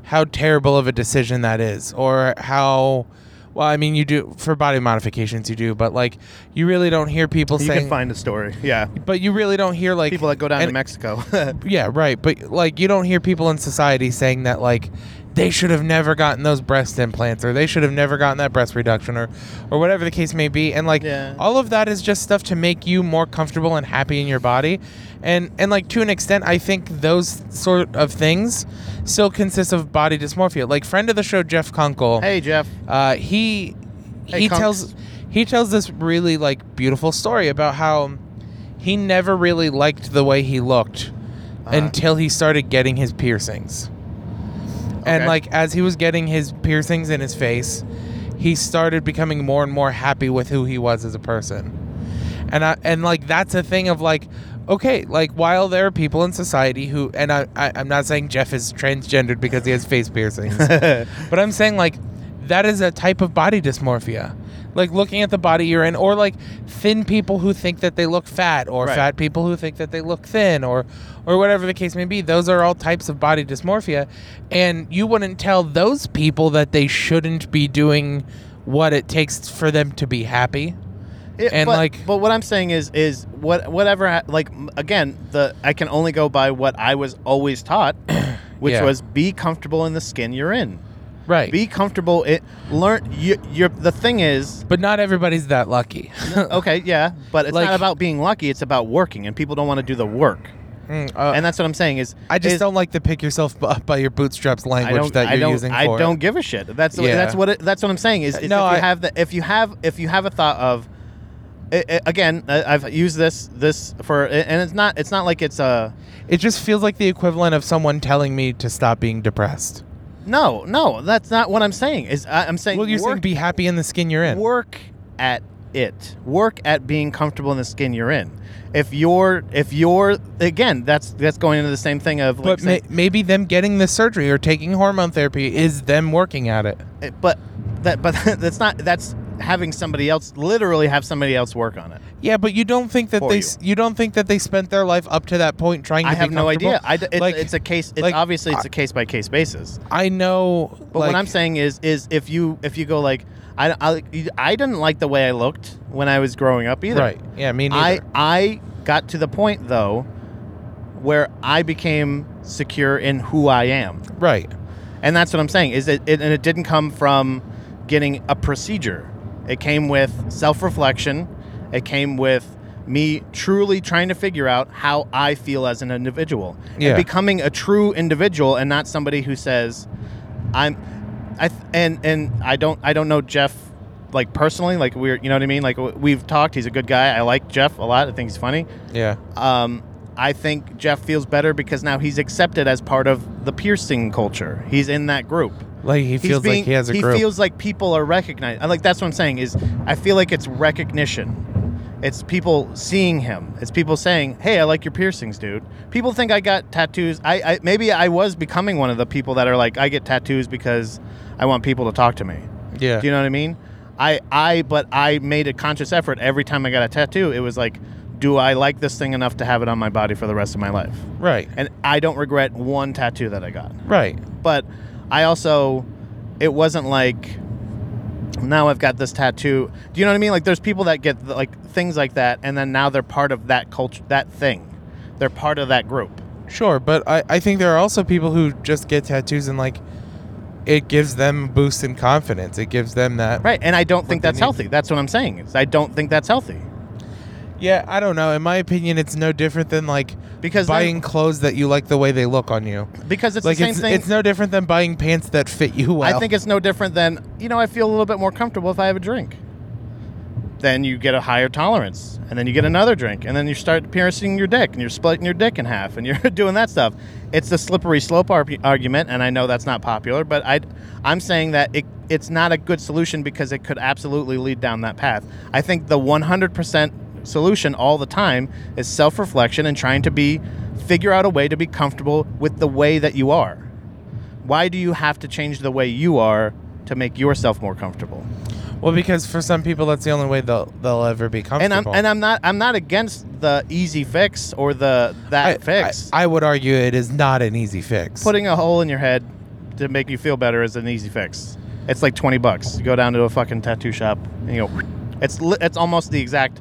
Speaker 1: how terrible of a decision that is or how well I mean you do for body modifications you do, but like you really don't hear people
Speaker 2: You can
Speaker 1: saying.
Speaker 2: find a story. Yeah.
Speaker 1: But you really don't hear like
Speaker 2: People that go down to
Speaker 1: and-
Speaker 2: Mexico.
Speaker 1: yeah, right. But like, you don't hear people in society saying that like they should have never gotten those breast implants or they should have never gotten that breast reduction or or whatever the case may be. And like,
Speaker 2: Yeah.
Speaker 1: all of that is just stuff to make you more comfortable and happy in your body. And and like to an extent, I think those sort of things still consist of body dysmorphia. Like friend of the show Jeff Kunkel,
Speaker 2: hey Jeff.
Speaker 1: uh, he
Speaker 2: Hey,
Speaker 1: he
Speaker 2: Kunks.
Speaker 1: tells he tells this really like beautiful story about how he never really liked the way he looked
Speaker 2: Uh-huh.
Speaker 1: until he started getting his piercings.
Speaker 2: Okay.
Speaker 1: And like as he was getting his piercings in his face, he started becoming more and more happy with who he was as a person. And I and like that's a thing of like okay, like while there are people in society who and I, I I'm not saying Jeff is transgendered because he has face piercings. But I'm saying like that is a type of body dysmorphia. Like looking at the body you're in, or like thin people who think that they look fat, or
Speaker 2: Right.
Speaker 1: fat people who think that they look thin, or or whatever the case may be. Those are all types of body dysmorphia, and you wouldn't tell those people that they shouldn't be doing what it takes for them to be happy.
Speaker 2: It-
Speaker 1: And,
Speaker 2: but,
Speaker 1: like-
Speaker 2: but what I'm saying is, is what whatever, ha- like m- again, the I can only go by what I was always taught, which
Speaker 1: Yeah.
Speaker 2: was be comfortable in the skin you're in.
Speaker 1: Right.
Speaker 2: Be comfortable. It learn. You, you're the thing is,
Speaker 1: but not everybody's that lucky.
Speaker 2: okay, yeah, but it's
Speaker 1: Like-
Speaker 2: not about being lucky. It's about working, and people don't want to do the work.
Speaker 1: Mm, uh,
Speaker 2: and that's what I'm saying is,
Speaker 1: I just
Speaker 2: is,
Speaker 1: don't like the pick yourself up by your bootstraps
Speaker 2: I
Speaker 1: language
Speaker 2: don't.
Speaker 1: that you're
Speaker 2: I don't.
Speaker 1: using.
Speaker 2: I
Speaker 1: for it.
Speaker 2: don't give a shit. That's
Speaker 1: Yeah.
Speaker 2: that's what. It, that's what I'm saying. Is, is
Speaker 1: No,
Speaker 2: if you
Speaker 1: I-
Speaker 2: have the if you have if you have a thought of, i i again, I, I've used this this for, and it's not it's not like it's a.
Speaker 1: It just feels like the equivalent of someone telling me to stop being depressed.
Speaker 2: No, no, that's not what I'm saying. Is I, I'm saying
Speaker 1: Well, you're saying
Speaker 2: work,
Speaker 1: be happy in the skin you're in.
Speaker 2: work at it. Work at being comfortable in the skin you're in. If you're, if you're, again, that's that's going into the same thing of like,
Speaker 1: But may,
Speaker 2: saying-
Speaker 1: maybe them getting the surgery or taking hormone therapy is them working at it.
Speaker 2: eh, but that, but that's not that's having somebody else literally have somebody else work on it.
Speaker 1: Yeah, but you don't think that
Speaker 2: For
Speaker 1: they
Speaker 2: you.
Speaker 1: s- you don't think that they spent their life up to that point trying to
Speaker 2: I
Speaker 1: be
Speaker 2: have no
Speaker 1: comfortable?
Speaker 2: idea. I d it's,
Speaker 1: Like-
Speaker 2: it's a case. It's
Speaker 1: like,
Speaker 2: obviously it's a case by case basis.
Speaker 1: I know
Speaker 2: But
Speaker 1: like,
Speaker 2: what I'm saying is, is if you if you go like, I, I, I didn't like the way I looked when I was growing up either.
Speaker 1: Right. Yeah, me
Speaker 2: I
Speaker 1: neither.
Speaker 2: I got to the point though, where I became secure in who I am,
Speaker 1: right.
Speaker 2: and that's what I'm saying. Is it, it and it didn't come from getting a procedure. It came with self reflection. It came with me truly trying to figure out how I feel as an individual
Speaker 1: Yeah.
Speaker 2: and becoming a true individual and not somebody who says I'm I th- and and I don't I don't know Jeff like personally like we're you know what I mean like w- we've talked he's a good guy I like Jeff a lot I think he's funny
Speaker 1: Yeah.
Speaker 2: um I think Jeff feels better because now he's accepted as part of the piercing culture he's in that group
Speaker 1: Like he
Speaker 2: He's
Speaker 1: feels
Speaker 2: being-
Speaker 1: like he has a group.
Speaker 2: feels like people are recognized like that's what I'm saying is I feel like it's recognition it's people seeing him it's people saying hey I like your piercings dude people think I got tattoos I, I maybe I was becoming one of the people that are like I get tattoos because I want people to talk to me
Speaker 1: yeah.
Speaker 2: do you know what I mean? I I but I made a conscious effort every time I got a tattoo. It was like, do I like this thing enough to have it on my body for the rest of my life?
Speaker 1: right.
Speaker 2: And I don't regret one tattoo that I got.
Speaker 1: Right.
Speaker 2: But I also it wasn't like now I've got this tattoo. Do you know what I mean? Like there's people that get like things like that and then now they're part of that culture, that thing. They're part of that group.
Speaker 1: Sure, but I, I think there are also people who just get tattoos and like it gives them a boost in confidence. It gives them that.
Speaker 2: Right. And I don't think
Speaker 1: they
Speaker 2: that's
Speaker 1: need.
Speaker 2: healthy. That's what I'm saying. Is I don't think that's healthy.
Speaker 1: Yeah, I don't know. In my opinion, it's no different than like
Speaker 2: Because then-
Speaker 1: buying clothes that you like the way they look on you.
Speaker 2: because it's
Speaker 1: like
Speaker 2: the same
Speaker 1: it's,
Speaker 2: thing.
Speaker 1: it's no different than buying pants that fit you well.
Speaker 2: I think it's no different than you know. I feel a little bit more comfortable if I have a drink. Then you get a higher tolerance, and then you get another drink, and then you start piercing your dick, and you're splitting your dick in half, and you're doing that stuff. It's the slippery slope ar- argument, and I know that's not popular, but I, I'm saying that it, it's not a good solution because it could absolutely lead down that path. I think the 100% solution all the time is self-reflection and trying to be, figure out a way to be comfortable with the way that you are why do you have to change the way you are to make yourself more comfortable?
Speaker 1: well, because for some people, that's the only way they'll they'll ever be
Speaker 2: And I'm
Speaker 1: comfortable.
Speaker 2: and I'm not I'm not against the easy fix or the that
Speaker 1: I-
Speaker 2: fix.
Speaker 1: I, I would argue it is not an easy fix.
Speaker 2: Putting a hole in your head to make you feel better is an easy fix. It's like 20 bucks. You go down to a fucking tattoo shop and you go it's li- it's almost the exact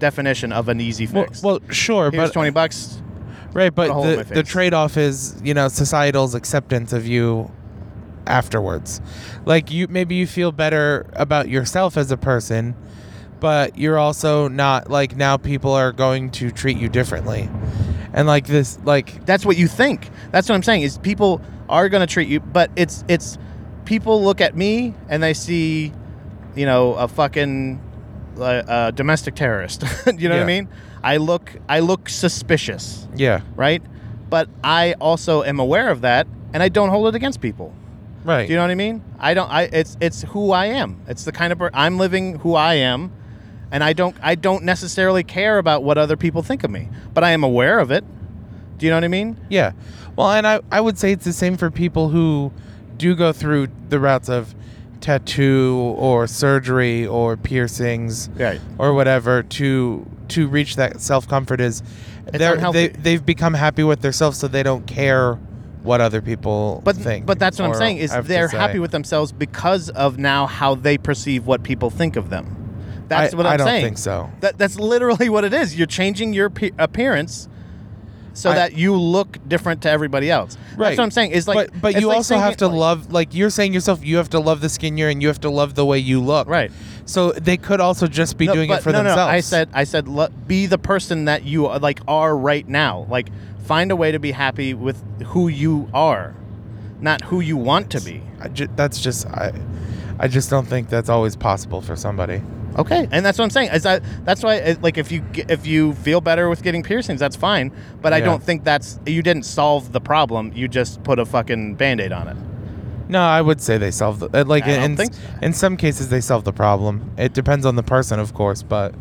Speaker 2: definition of an easy
Speaker 1: well,
Speaker 2: fix.
Speaker 1: well, sure,
Speaker 2: Here's
Speaker 1: but
Speaker 2: 20 bucks.
Speaker 1: right,
Speaker 2: put a
Speaker 1: but
Speaker 2: hole in
Speaker 1: the,
Speaker 2: my
Speaker 1: the
Speaker 2: face.
Speaker 1: trade-off is you know societal's acceptance of you afterwards. Like you, maybe you feel better about yourself as a person, but you're also not like now people are going to treat you differently, and like this, like
Speaker 2: That's what you think. That's what I'm saying. Is people are going to treat you, but it's it's people look at me and they see, you know, a fucking uh, uh, domestic terrorist. you know what
Speaker 1: Yeah.
Speaker 2: I mean? I look I look suspicious,
Speaker 1: yeah,
Speaker 2: right? But I also am aware of that, and I don't hold it against people.
Speaker 1: right,
Speaker 2: Do you know what I mean? I don't. I it's it's who I am. It's the kind of per- I'm living who I am, and I don't I don't necessarily care about what other people think of me, but I am aware of it. Do you know what I mean?
Speaker 1: Yeah. Well, and I, I would say it's the same for people who do go through the routes of tattoo or surgery or piercings
Speaker 2: Right.
Speaker 1: or whatever to to reach that self comfort is they're,
Speaker 2: unhealthy.
Speaker 1: they they've become happy with themselves so they don't care what other people
Speaker 2: But
Speaker 1: think.
Speaker 2: but that's what I'm
Speaker 1: or
Speaker 2: saying is
Speaker 1: have to
Speaker 2: they're
Speaker 1: say.
Speaker 2: happy with themselves because of now how they perceive what people think of them. That's
Speaker 1: I-
Speaker 2: what I'm
Speaker 1: I don't
Speaker 2: saying.
Speaker 1: think so.
Speaker 2: That that's literally what it is. You're changing your pe- appearance so
Speaker 1: I-
Speaker 2: that you look different to everybody else. That's
Speaker 1: Right.
Speaker 2: what I'm saying. Is like
Speaker 1: but but
Speaker 2: it's
Speaker 1: you
Speaker 2: like
Speaker 1: also
Speaker 2: saying-
Speaker 1: have to love like you're saying yourself you have to love the skin you're in you have to love the way you look
Speaker 2: Right.
Speaker 1: so they could also just be
Speaker 2: No,
Speaker 1: doing
Speaker 2: but-
Speaker 1: it for
Speaker 2: no,
Speaker 1: themselves
Speaker 2: No, I said I said lo- be the person that you are, like are right now. Like find a way to be happy with who you are, not who you want to be.
Speaker 1: I ju- that's just I, I just don't think that's always possible for somebody.
Speaker 2: Okay, and that's what I'm saying. Is that that's why uh, like if you ge- if you feel better with getting piercings, that's fine. But I
Speaker 1: Yeah.
Speaker 2: don't think that's you didn't solve the problem. You just put a fucking band-aid on it.
Speaker 1: No, I would say they solve the uh, like
Speaker 2: I don't
Speaker 1: in
Speaker 2: think so.
Speaker 1: in some cases they solve the problem. It depends on the person, of course, but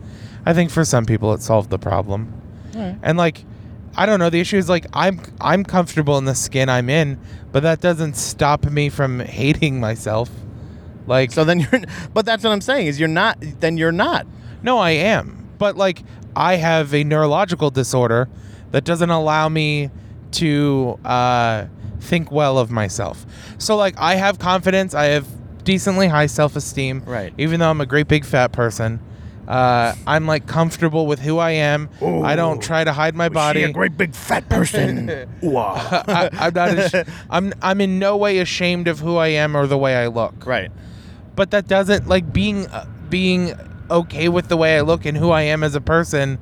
Speaker 1: I think for some people it solved the problem. And like I don't know, the issue is like I'm I'm comfortable in the skin I'm in, but that doesn't stop me from hating myself. Like
Speaker 2: So then you're, but that's what I'm saying is you're not. Then you're not.
Speaker 1: no, I am. But like I have a neurological disorder that doesn't allow me to uh think well of myself. So like I have confidence, I have decently high self-esteem.
Speaker 2: Right.
Speaker 1: Even though I'm a great big fat person, uh, I'm like comfortable with who I am. I
Speaker 2: Ooh.
Speaker 1: don't try to hide my body.
Speaker 2: great big fat person.
Speaker 1: I, I'm not. Ash- I'm. I'm in no way ashamed of who I am or the way I look.
Speaker 2: right.
Speaker 1: But that doesn't like being uh, being okay with the way I look and who I am as a person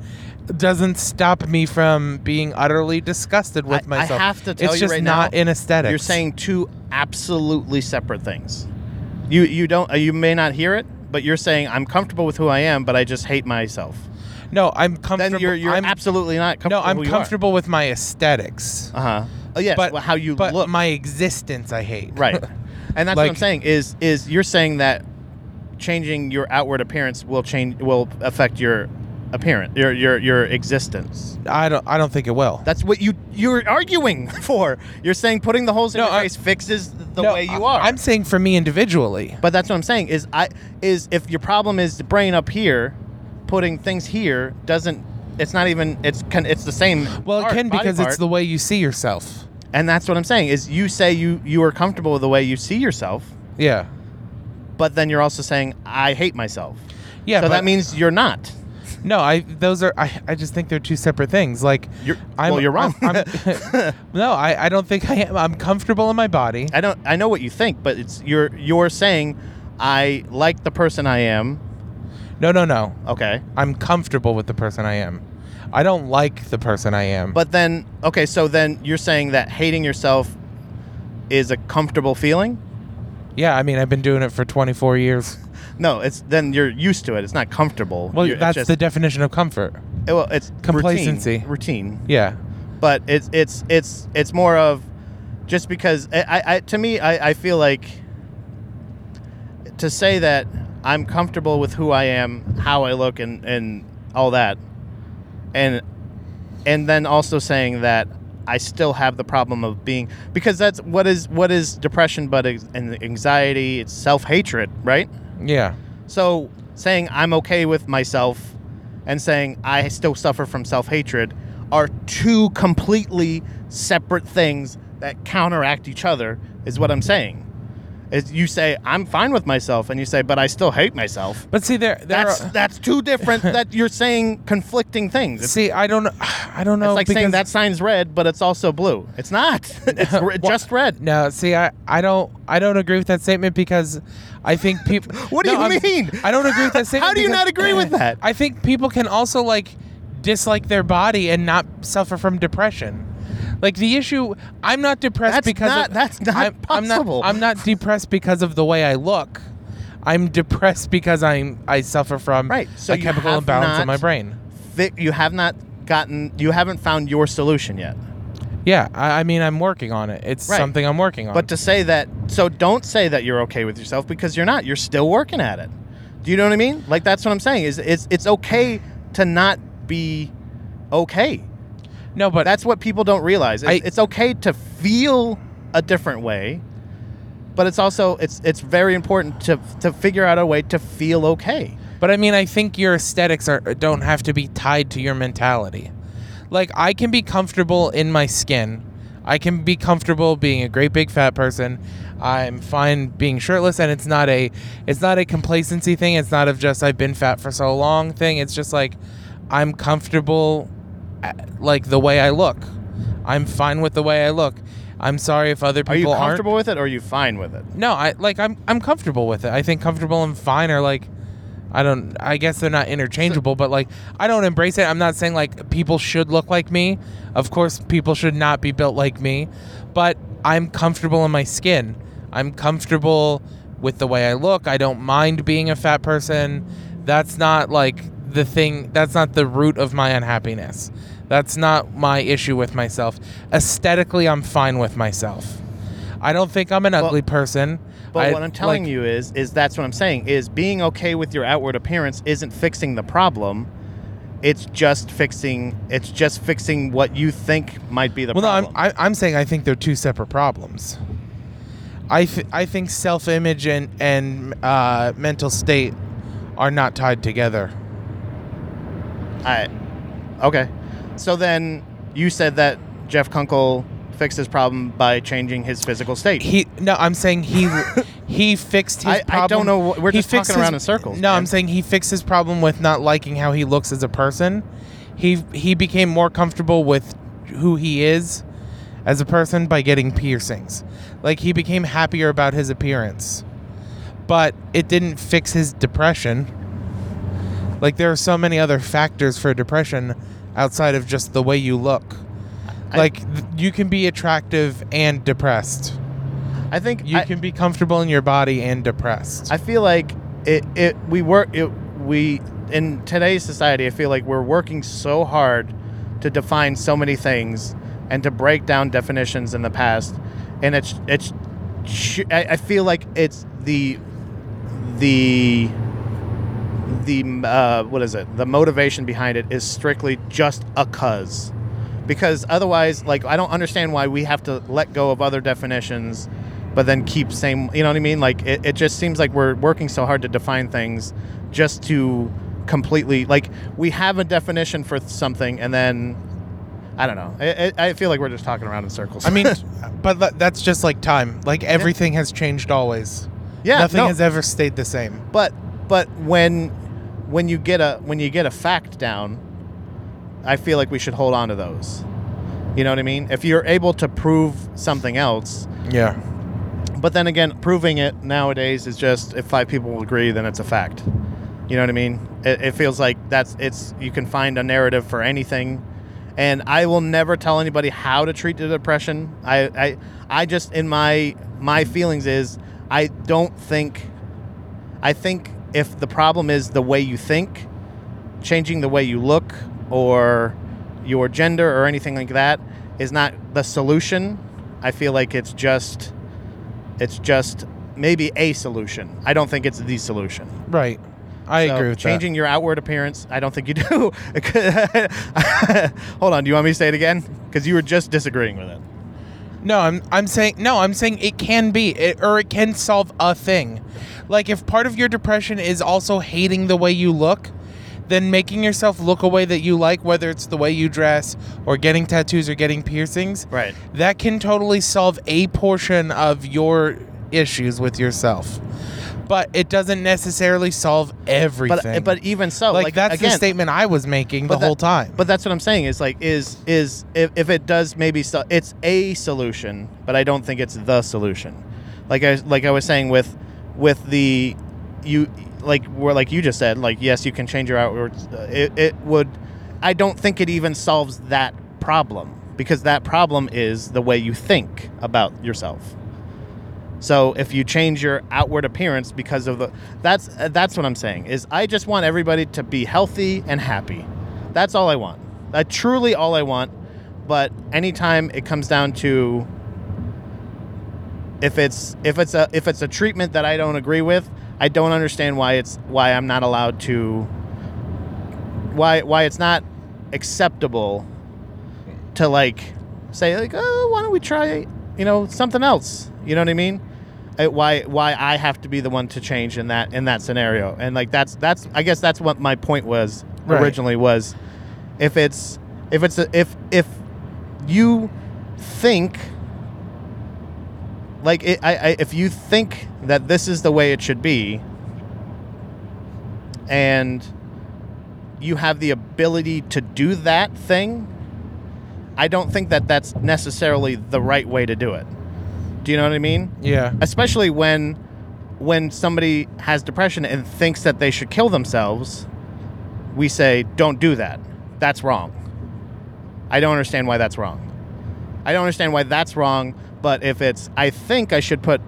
Speaker 1: doesn't stop me from being utterly disgusted with
Speaker 2: I- I
Speaker 1: myself.
Speaker 2: have to tell
Speaker 1: it's
Speaker 2: you
Speaker 1: just
Speaker 2: right
Speaker 1: not
Speaker 2: now,
Speaker 1: in aesthetics.
Speaker 2: You're saying two absolutely separate things. You you don't uh, you may not hear it, but you're saying I'm comfortable with who I am, but I just hate myself.
Speaker 1: no. I'm comfortable.
Speaker 2: Then you're you're
Speaker 1: I'm,
Speaker 2: absolutely not
Speaker 1: no.
Speaker 2: comfortable.
Speaker 1: I'm comfortable with my aesthetics,
Speaker 2: Uh huh. Oh yes,
Speaker 1: but
Speaker 2: well, how you
Speaker 1: but
Speaker 2: look.
Speaker 1: my existence I hate.
Speaker 2: right. And that's what I'm
Speaker 1: Like-
Speaker 2: saying is is you're saying that changing your outward appearance will change will affect your appearance your your your existence.
Speaker 1: I don't. I don't think it will.
Speaker 2: That's what you you're arguing for. You're saying putting the holes in
Speaker 1: No,
Speaker 2: your
Speaker 1: I-
Speaker 2: face fixes the
Speaker 1: No,
Speaker 2: way you
Speaker 1: I-
Speaker 2: are.
Speaker 1: I'm saying for me individually.
Speaker 2: but that's what I'm saying is I is if your problem is the brain up here, putting things here doesn't. It's not even. It's can. It's the same.
Speaker 1: Well,
Speaker 2: part-
Speaker 1: it can
Speaker 2: body
Speaker 1: because it's
Speaker 2: part.
Speaker 1: the way you see yourself.
Speaker 2: And that's what I'm saying is you say you you are comfortable with the way you see yourself,
Speaker 1: Yeah.
Speaker 2: but then you're also saying I hate myself.
Speaker 1: Yeah.
Speaker 2: so
Speaker 1: but-
Speaker 2: that means you're not.
Speaker 1: no. I those are I, I just think they're two separate things. Like
Speaker 2: You're
Speaker 1: I'm
Speaker 2: well. You're wrong.
Speaker 1: I'm, I'm- no, I, I don't think I am. I'm comfortable in my body.
Speaker 2: I don't. I know what you think, but it's you're you're saying I like the person I am.
Speaker 1: No, no, no.
Speaker 2: Okay.
Speaker 1: I'm comfortable with the person I am. I don't like the person I am.
Speaker 2: But then, okay, so then you're saying that hating yourself is a comfortable feeling?
Speaker 1: yeah, I mean, I've been doing it for 24 years.
Speaker 2: No, it's then you're used to it. It's not comfortable.
Speaker 1: Well,
Speaker 2: You're- it's
Speaker 1: that's
Speaker 2: just-
Speaker 1: the definition of comfort.
Speaker 2: it- well, it's
Speaker 1: complacency.
Speaker 2: routine, routine.
Speaker 1: Yeah.
Speaker 2: But it's it's it's it's more of just because I, I, I to me I, I feel like to say that I'm comfortable with who I am, how I look, and and all that, and and then also saying that I still have the problem of being because that's what is what is depression but ex- and anxiety, it's self hatred, right?
Speaker 1: Yeah.
Speaker 2: So saying I'm okay with myself and saying I still suffer from self hatred are two completely separate things that counteract each other, is what I'm saying. Is you say I'm fine with myself, and you say, but I still hate myself.
Speaker 1: But see, there, there
Speaker 2: That's
Speaker 1: are,
Speaker 2: that's two different. that you're saying conflicting things. It's,
Speaker 1: see, I don't, I don't know.
Speaker 2: it's like saying
Speaker 1: because-
Speaker 2: that sign's red, but it's also blue. It's not. it's re-
Speaker 1: Wha-
Speaker 2: just red.
Speaker 1: No, see, I, I don't I don't agree with that statement because I think people.
Speaker 2: What do
Speaker 1: No,
Speaker 2: you
Speaker 1: I'm-
Speaker 2: mean?
Speaker 1: I don't agree with that statement.
Speaker 2: How do you
Speaker 1: because
Speaker 2: not agree with that?
Speaker 1: I think people can also like dislike their body and not suffer from depression. Like the issue, I'm not depressed
Speaker 2: That's
Speaker 1: because
Speaker 2: not-
Speaker 1: of,
Speaker 2: that's not
Speaker 1: I'm,
Speaker 2: possible.
Speaker 1: I'm not, I'm not depressed because of the way I look. I'm depressed because I'm I suffer from
Speaker 2: Right, so
Speaker 1: a
Speaker 2: you
Speaker 1: chemical
Speaker 2: have
Speaker 1: imbalance
Speaker 2: not-
Speaker 1: in my brain.
Speaker 2: Vic, you have not gotten. You haven't found your solution yet.
Speaker 1: Yeah, I, I mean I'm working on it. It's
Speaker 2: Right.
Speaker 1: something I'm working on.
Speaker 2: But to say that, so don't say that you're okay with yourself because you're not. You're still working at it. Do you know what I mean? Like that's what I'm saying. Is it's it's okay to not be okay.
Speaker 1: no, but
Speaker 2: That's what people don't realize. It's,
Speaker 1: I-
Speaker 2: it's okay to feel a different way, but it's also it's it's very important to to figure out a way to feel okay.
Speaker 1: But I mean, I think your aesthetics are don't have to be tied to your mentality. Like I can be comfortable in my skin. I can be comfortable being a great big fat person. I'm fine being shirtless and it's not a it's not a complacency thing. It's not of just I've been fat for so long thing. It's just like I'm comfortable uh, like the way I look. I'm fine with the way I look. I'm sorry if other people
Speaker 2: Are you
Speaker 1: aren't
Speaker 2: comfortable with it, or are you fine with it?
Speaker 1: no, I like I'm I'm comfortable with it. I think comfortable and fine are like I don't I guess they're not interchangeable, but like I don't embrace it. I'm not saying like people should look like me. Of course people should not be built like me, but I'm comfortable in my skin. I'm comfortable with the way I look. I don't mind being a fat person. That's not like the thing that's not the root of my unhappiness. That's not my issue with myself. Aesthetically I'm fine with myself. I don't think I'm an
Speaker 2: Well-
Speaker 1: ugly person.
Speaker 2: But
Speaker 1: I-
Speaker 2: what I'm telling
Speaker 1: like-
Speaker 2: you is, is that's what I'm saying is being okay with your outward appearance isn't fixing the problem. It's just fixing. It's just fixing what you think might be the
Speaker 1: well,
Speaker 2: problem.
Speaker 1: no, I'm, I, I'm saying I think they're two separate problems. I, th- I think self image and, and uh, mental state are not tied together.
Speaker 2: I, okay. So then you said that Jeff Kunkel fixed his problem by changing his physical state.
Speaker 1: He no, I'm saying he he fixed his
Speaker 2: I- I
Speaker 1: problem.
Speaker 2: don't know what- we're
Speaker 1: he
Speaker 2: just talking
Speaker 1: fixed
Speaker 2: around in circles,
Speaker 1: No, I'm
Speaker 2: man.
Speaker 1: saying he fixed his problem with not liking how he looks as a person. He he became more comfortable with who he is as a person by getting piercings. Like he became happier about his appearance. But it didn't fix his depression. Like there are so many other factors for depression outside of just the way you look.
Speaker 2: I-
Speaker 1: Like th- you can be attractive and depressed.
Speaker 2: I think
Speaker 1: You
Speaker 2: I,
Speaker 1: can be comfortable in your body and depressed.
Speaker 2: I feel like it, it we work it we in today's society I feel like we're working so hard to define so many things and to break down definitions in the past and it's it's sh- I I feel like it's the the the uh, what is it the motivation behind it is strictly just a cuz because otherwise like i don't understand why we have to let go of other definitions but then keep same you know what i mean like it, it just seems like we're working so hard to define things just to completely like we have a definition for something and then i don't know i, I I feel like we're just talking around in circles
Speaker 1: I mean, but tha- that's just like time. Like everything has changed always.
Speaker 2: yeah
Speaker 1: Nothing
Speaker 2: no,
Speaker 1: has ever stayed the same.
Speaker 2: but but when when you get a when you get a fact down i feel like we should hold on to those you know what i mean if you're able to prove something else
Speaker 1: Yeah.
Speaker 2: But then again, proving it nowadays is just if five people agree, then it's a fact. You know what I mean? It, it feels like that's it's you can find a narrative for anything. And I will never tell anybody how to treat the depression. I I, I just in my my feelings is I don't think I think if the problem is the way you think, changing the way you look or your gender or anything like that is not the solution. I feel like it's just it's just maybe a solution. I don't think it's the solution.
Speaker 1: Right. I
Speaker 2: So,
Speaker 1: agree with
Speaker 2: changing your outward appearance. I don't think you do. Hold on. Do you want me to say it again? Because you were just disagreeing with it.
Speaker 1: that. No, I'm I'm saying no, I'm saying it can be it, or it can solve a thing. Like if part of your depression is also hating the way you look, then making yourself look a way that you like, whether it's the way you dress or getting tattoos or getting piercings,
Speaker 2: Right.
Speaker 1: that can totally solve a portion of your issues with yourself but it doesn't necessarily solve everything
Speaker 2: But but even so,
Speaker 1: like,
Speaker 2: like,
Speaker 1: that's the
Speaker 2: again,
Speaker 1: statement i was making the
Speaker 2: but that-
Speaker 1: whole time
Speaker 2: But that's what I'm saying is like is is if, if it does maybe so, it's a solution, but I don't think it's the solution. Like I like I was saying with with the you like where like you just said like yes you can change your outwards uh, it, it would I don't think it even solves that problem because that problem is the way you think about yourself. So if you change your outward appearance because of the that's uh, that's what I'm saying is I just want everybody to be healthy and happy. That's all I want. Uh, truly all I want. But anytime it comes down to if it's if it's a if it's a treatment that I don't agree with, I don't understand why it's why I'm not allowed to why why it's not acceptable to like say like oh why don't we try you know something else you know what I mean Uh, why why I have to be the one to change in that in that scenario and like that's that's I guess that's what my point was
Speaker 1: Right.
Speaker 2: originally was if it's if it's a, if if you think like it, I, I if you think that this is the way it should be and you have the ability to do that thing i don't think that that's necessarily the right way to do it do you know what i mean
Speaker 1: yeah
Speaker 2: especially when when somebody has depression and thinks that they should kill themselves we say don't do that that's wrong i don't understand why that's wrong i don't understand why that's wrong but if it's i think i should put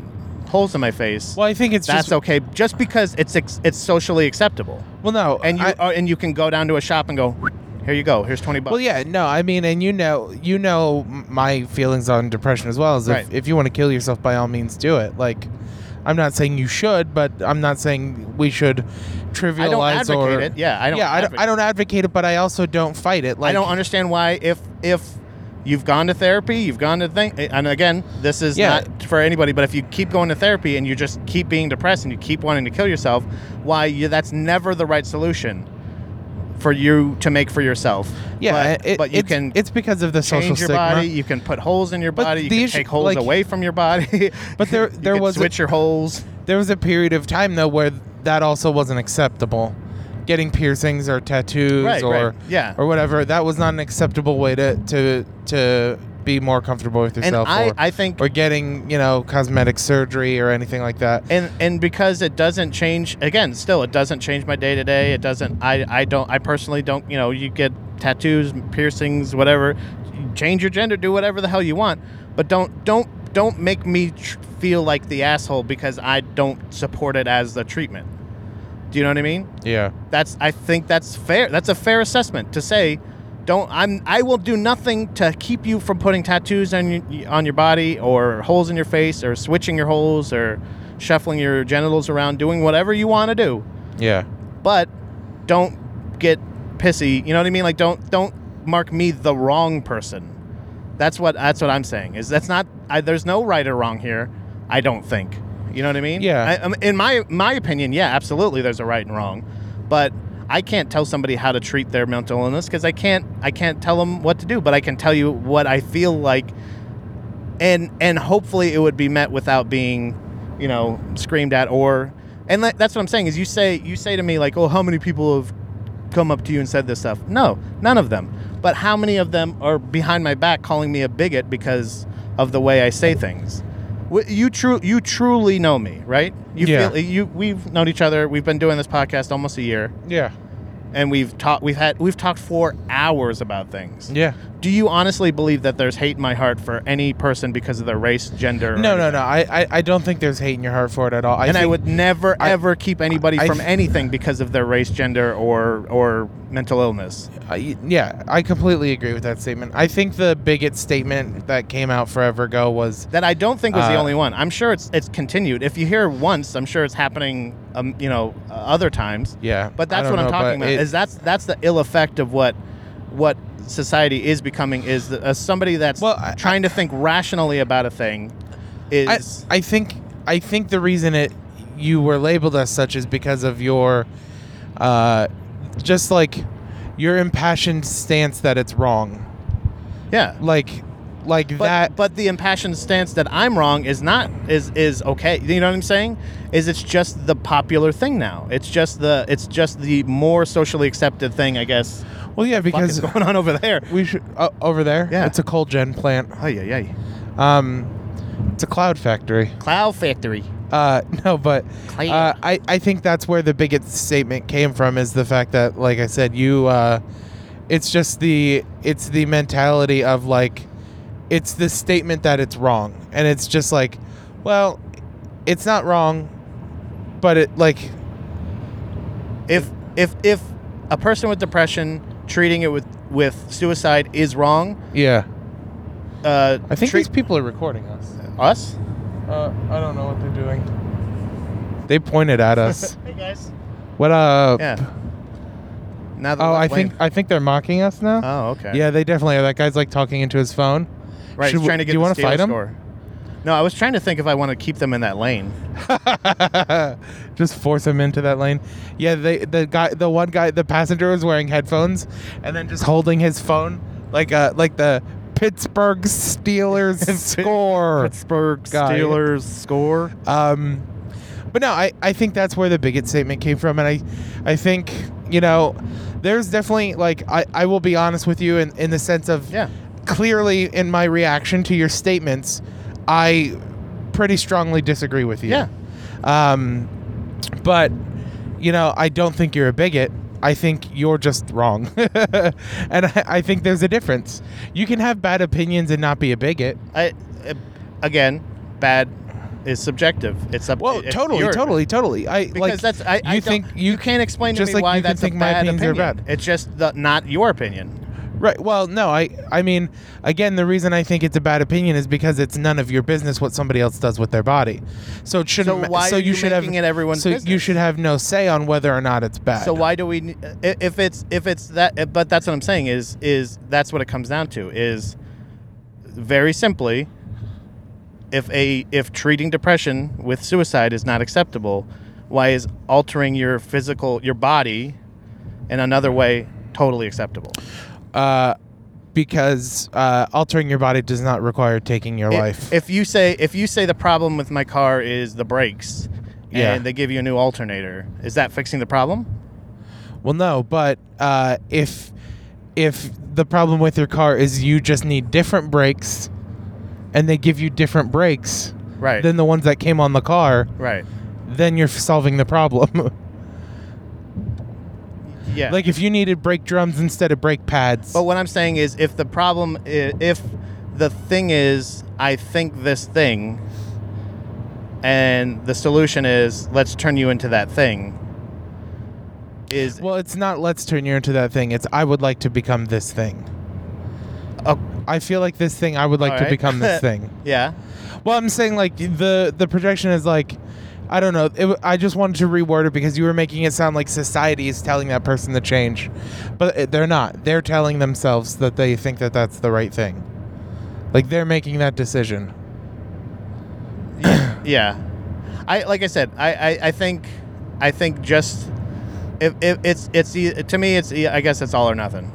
Speaker 2: holes in my face
Speaker 1: well i think it's
Speaker 2: that's
Speaker 1: just
Speaker 2: okay just because it's ex- it's socially acceptable
Speaker 1: well no
Speaker 2: and you
Speaker 1: I-
Speaker 2: are and you can go down to a shop and go Here you go. Here's twenty bucks.
Speaker 1: Well, yeah, no, I mean, and you know, you know m- my feelings on depression as well. Is if,
Speaker 2: Right.
Speaker 1: if you want to kill yourself, by all means, do it. Like, I'm not saying you should, but I'm not saying we should trivialize
Speaker 2: I don't advocate
Speaker 1: or
Speaker 2: it. Yeah, I don't.
Speaker 1: yeah, I don't,
Speaker 2: advocate-
Speaker 1: I don't advocate it, but I also don't fight it. Like,
Speaker 2: I don't understand why if if you've gone to therapy, you've gone to thing, and again, this is
Speaker 1: Yeah.
Speaker 2: not for anybody. But if you keep going to therapy and you just keep being depressed and you keep wanting to kill yourself, why you, that's never the right solution for you to make for yourself.
Speaker 1: yeah,
Speaker 2: but,
Speaker 1: it,
Speaker 2: but you
Speaker 1: it's,
Speaker 2: can
Speaker 1: It's because of the social
Speaker 2: change your
Speaker 1: stigma.
Speaker 2: body. You can put holes in your
Speaker 1: But
Speaker 2: body. You
Speaker 1: the
Speaker 2: can
Speaker 1: issue-
Speaker 2: take holes
Speaker 1: like-
Speaker 2: away from your body.
Speaker 1: But there-
Speaker 2: You
Speaker 1: there
Speaker 2: can
Speaker 1: was a-
Speaker 2: switch your holes.
Speaker 1: There was a period of time though where that also wasn't acceptable. Getting piercings or tattoos
Speaker 2: Right,
Speaker 1: or
Speaker 2: right. Yeah.
Speaker 1: or whatever that was not an acceptable way to to to be more comfortable with
Speaker 2: And
Speaker 1: yourself
Speaker 2: I,
Speaker 1: or,
Speaker 2: I think
Speaker 1: or getting you know cosmetic surgery or anything like that.
Speaker 2: and and because it doesn't change again still it doesn't change my day to day it doesn't i i don't i personally don't you know you get tattoos piercings whatever change your gender do whatever the hell you want but don't don't don't make me tr- feel like the asshole because i don't support it as the treatment do you know what i mean
Speaker 1: Yeah,
Speaker 2: that's i think that's fair that's a fair assessment to say don't i'm i will do nothing to keep you from putting tattoos on your on your body or holes in your face or switching your holes or shuffling your genitals around doing whatever you want to do
Speaker 1: yeah,
Speaker 2: but don't get pissy you know what i mean like don't don't mark me the wrong person that's what that's what i'm saying is that's not I, there's no right or wrong here i don't think you know what i mean
Speaker 1: Yeah.
Speaker 2: I, um, in my my opinion yeah absolutely there's a right and wrong but i can't tell somebody how to treat their mental illness because i can't i can't tell them what to do but i can tell you what i feel like and and hopefully it would be met without being you know screamed at or and that, that's what i'm saying is you say you say to me like oh how many people have come up to you and said this stuff no none of them but how many of them are behind my back calling me a bigot because of the way i say things Wh- you true you truly know me right you
Speaker 1: Yeah.
Speaker 2: feel you we've known each other we've been doing this podcast almost a year
Speaker 1: yeah,
Speaker 2: and we've talked we've had we've talked for hours about things
Speaker 1: yeah.
Speaker 2: do you honestly believe that there's hate in my heart for any person because of their race, gender? or
Speaker 1: No, no,
Speaker 2: anything?
Speaker 1: no. I, I, I don't think there's hate in your heart for it at all. I
Speaker 2: and I
Speaker 1: think-
Speaker 2: would never
Speaker 1: I-
Speaker 2: ever keep anybody
Speaker 1: I
Speaker 2: from
Speaker 1: th-
Speaker 2: anything because of their race, gender, or or mental illness.
Speaker 1: I, yeah, I completely agree with that statement. I think the bigot statement that came out forever ago was
Speaker 2: That I don't think was the
Speaker 1: Uh,
Speaker 2: only one. I'm sure it's it's continued. If you hear once, I'm sure it's happening. Um, you know, uh, other times.
Speaker 1: yeah,
Speaker 2: But
Speaker 1: I
Speaker 2: that's
Speaker 1: don't
Speaker 2: what I'm
Speaker 1: know, but
Speaker 2: talking about.
Speaker 1: it-
Speaker 2: Is that's that's the ill effect of what what society is becoming is that, uh, somebody that's
Speaker 1: Well, I-
Speaker 2: trying to think rationally about a thing
Speaker 1: I,
Speaker 2: is
Speaker 1: I think I think the reason it you were labeled as such is because of your uh, just like your impassioned stance that it's wrong.
Speaker 2: yeah
Speaker 1: Like like
Speaker 2: But,
Speaker 1: that
Speaker 2: but the impassioned stance that I'm wrong is not is is okay. You know what I'm saying? Is it's just the popular thing now. It's just the it's just the more socially accepted thing, I guess.
Speaker 1: Well yeah,
Speaker 2: Because
Speaker 1: because
Speaker 2: going on over there.
Speaker 1: we should uh, over there.
Speaker 2: Yeah.
Speaker 1: It's a coal gen plant.
Speaker 2: Oh yeah, yeah.
Speaker 1: Um it's a cloud factory.
Speaker 2: Cloud factory.
Speaker 1: Uh no, but
Speaker 2: Clear.
Speaker 1: uh, I I think that's where the bigot statement came from is the fact that like I said you uh it's just the it's the mentality of like it's the statement that it's wrong and it's just like well it's not wrong but it like
Speaker 2: If if if a person with depression treating it with with suicide is wrong,
Speaker 1: yeah
Speaker 2: uh,
Speaker 1: I think
Speaker 2: treat
Speaker 1: these people are recording us
Speaker 2: us.
Speaker 1: uh, I don't know what they're doing they pointed at us
Speaker 2: Hey guys.
Speaker 1: what up
Speaker 2: Yeah. Now that
Speaker 1: oh I
Speaker 2: left lane-
Speaker 1: think I think they're mocking us now
Speaker 2: Oh okay.
Speaker 1: yeah they definitely are that guy's like talking into his phone
Speaker 2: Right.
Speaker 1: Should
Speaker 2: he's
Speaker 1: we-
Speaker 2: trying to
Speaker 1: do
Speaker 2: get
Speaker 1: you
Speaker 2: the
Speaker 1: wanna fight
Speaker 2: Steelers
Speaker 1: him?
Speaker 2: score. No, I was trying to think if I want to keep them in that lane.
Speaker 1: just force him into that lane. Yeah, they, the guy, the one guy, the passenger was wearing headphones and then just holding his phone like uh like the Pittsburgh Steelers score.
Speaker 2: Pittsburgh
Speaker 1: guy.
Speaker 2: Steelers score.
Speaker 1: Um, but no, I, I think that's where the bigot statement came from, and I I think you know there's definitely like I, I will be honest with you in in the sense of
Speaker 2: Yeah.
Speaker 1: clearly in my reaction to your statements, I pretty strongly disagree with you.
Speaker 2: Yeah.
Speaker 1: Um, but you know, I don't think you're a bigot. I think you're just wrong, and I, I think there's a difference. You can have bad opinions and not be a bigot.
Speaker 2: I, uh, again, bad is subjective. It's up.
Speaker 1: Well,
Speaker 2: it's
Speaker 1: totally,
Speaker 2: your-
Speaker 1: totally, totally. I
Speaker 2: Because
Speaker 1: like
Speaker 2: that's I, I
Speaker 1: Eh, you
Speaker 2: don't-
Speaker 1: think
Speaker 2: you,
Speaker 1: you
Speaker 2: can't explain to
Speaker 1: just
Speaker 2: me
Speaker 1: like
Speaker 2: why
Speaker 1: you can
Speaker 2: that's
Speaker 1: think
Speaker 2: a
Speaker 1: my
Speaker 2: bad
Speaker 1: opinions are
Speaker 2: opinion.
Speaker 1: bad.
Speaker 2: It's just the, not your opinion.
Speaker 1: Right. Well, no, I I mean, again, the reason I think it's a bad opinion is because it's none of your business what somebody else does with their body. So it shouldn't
Speaker 2: So
Speaker 1: ma-
Speaker 2: why
Speaker 1: so
Speaker 2: are
Speaker 1: you
Speaker 2: you
Speaker 1: should
Speaker 2: making
Speaker 1: have
Speaker 2: it everyone's
Speaker 1: So you
Speaker 2: business?
Speaker 1: should have no say on whether or not it's bad.
Speaker 2: So why do we? ne- i- If it's if it's that, eh, but that's what I'm saying is is that's what it comes down to is very simply, if a if treating depression with suicide is not acceptable, why is altering your physical your body in another way totally acceptable?
Speaker 1: uh because uh, altering your body does not require taking your
Speaker 2: I-
Speaker 1: life.
Speaker 2: If you say if you say the problem with my car is the brakes,
Speaker 1: Yeah.
Speaker 2: and they give you a new alternator, is that fixing the problem?
Speaker 1: well, no, but uh, if if the problem with your car is you just need different brakes, and they give you different brakes
Speaker 2: Right.
Speaker 1: than the ones that came on the car,
Speaker 2: right.
Speaker 1: then you're solving the problem.
Speaker 2: Yeah.
Speaker 1: Like if you needed brake drums instead of brake pads.
Speaker 2: But what I'm saying is, if the problem, i- if the thing is, I think this thing, and the solution is, let's turn you into that thing. Is
Speaker 1: well, it's not let's turn you into that thing. It's I would like to become this thing.
Speaker 2: Oh.
Speaker 1: I feel like this thing I would like to
Speaker 2: Alright.
Speaker 1: become this thing.
Speaker 2: yeah,
Speaker 1: Well, I'm saying like the the projection is like I don't know. It, w- I just wanted to reword it because you were making it sound like society is telling that person to change, but it- they're not. They're telling themselves that they think that that's the right thing. Like they're making that decision.
Speaker 2: yeah. I like I said, I, I, I think, I think just if, if it's it's e- to me it's e- I guess it's all or nothing.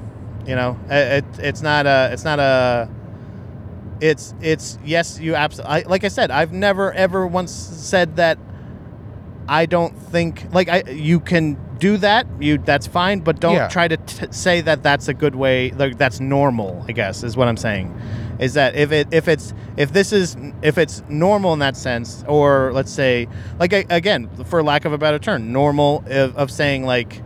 Speaker 2: You know, I- it, it's not a it's not a it's it's yes you absolutely like I said I've never ever once said that I don't think like I you can do that you that's fine but don't
Speaker 1: Yeah.
Speaker 2: try to t- say that that's a good way like that's normal I guess is what I'm saying is that if it if it's if this is if it's normal in that sense or let's say like a- again for lack of a better term normal of, of saying like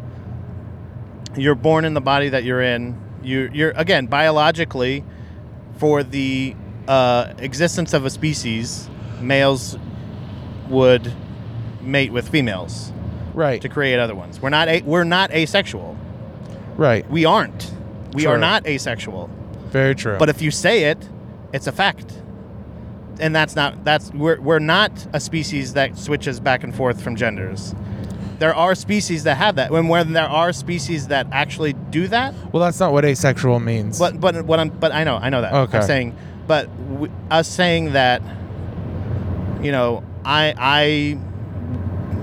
Speaker 2: you're born in the body that you're in you you're again biologically for the uh, existence of a species, males would mate with females
Speaker 1: Right.
Speaker 2: to create other ones. We're not a- we're not asexual.
Speaker 1: Right.
Speaker 2: We aren't. We are
Speaker 1: True.
Speaker 2: not asexual.
Speaker 1: Very true.
Speaker 2: But if you say it, it's a fact. And that's not that's we're we're not a species that switches back and forth from genders. There are species that have that. When when there are species that actually do that,
Speaker 1: well, that's not what asexual means.
Speaker 2: But but what I'm but I know I know that.
Speaker 1: Okay.
Speaker 2: I'm saying, but w- us saying that, you know, I I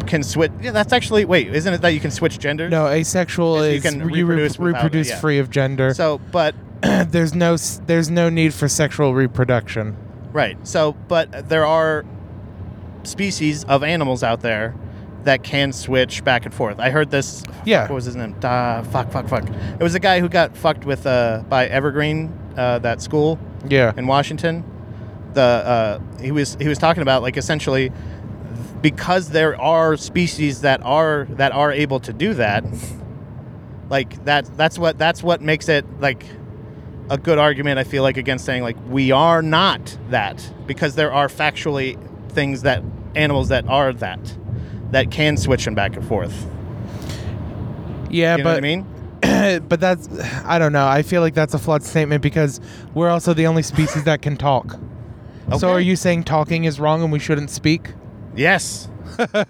Speaker 2: can switch. Yeah, that's actually wait, isn't it that you can switch genders?
Speaker 1: No, asexual
Speaker 2: Is you
Speaker 1: is
Speaker 2: can
Speaker 1: you re-
Speaker 2: reproduce without it,
Speaker 1: reproduce
Speaker 2: yeah.
Speaker 1: free of gender.
Speaker 2: So but
Speaker 1: there's no s- there's no need for sexual reproduction.
Speaker 2: right. So but there are species of animals out there that can switch back and forth. I heard this.
Speaker 1: Yeah.
Speaker 2: What was his name? Da, fuck, fuck, fuck. It was a guy who got fucked with uh, by Evergreen, uh, that school.
Speaker 1: Yeah.
Speaker 2: in Washington. The uh, he was he was talking about like essentially because there are species that are that are able to do that. Like that that's what that's what makes it like a good argument I feel like against saying like we are not that because there are factually things that animals that are that that can switch them back and forth.
Speaker 1: Yeah,
Speaker 2: you know
Speaker 1: but
Speaker 2: what I mean?
Speaker 1: but that's I don't know. I feel like that's a flawed statement because we're also the only species that can talk. So
Speaker 2: Okay.
Speaker 1: are you saying talking is wrong and we shouldn't speak?
Speaker 2: Yes.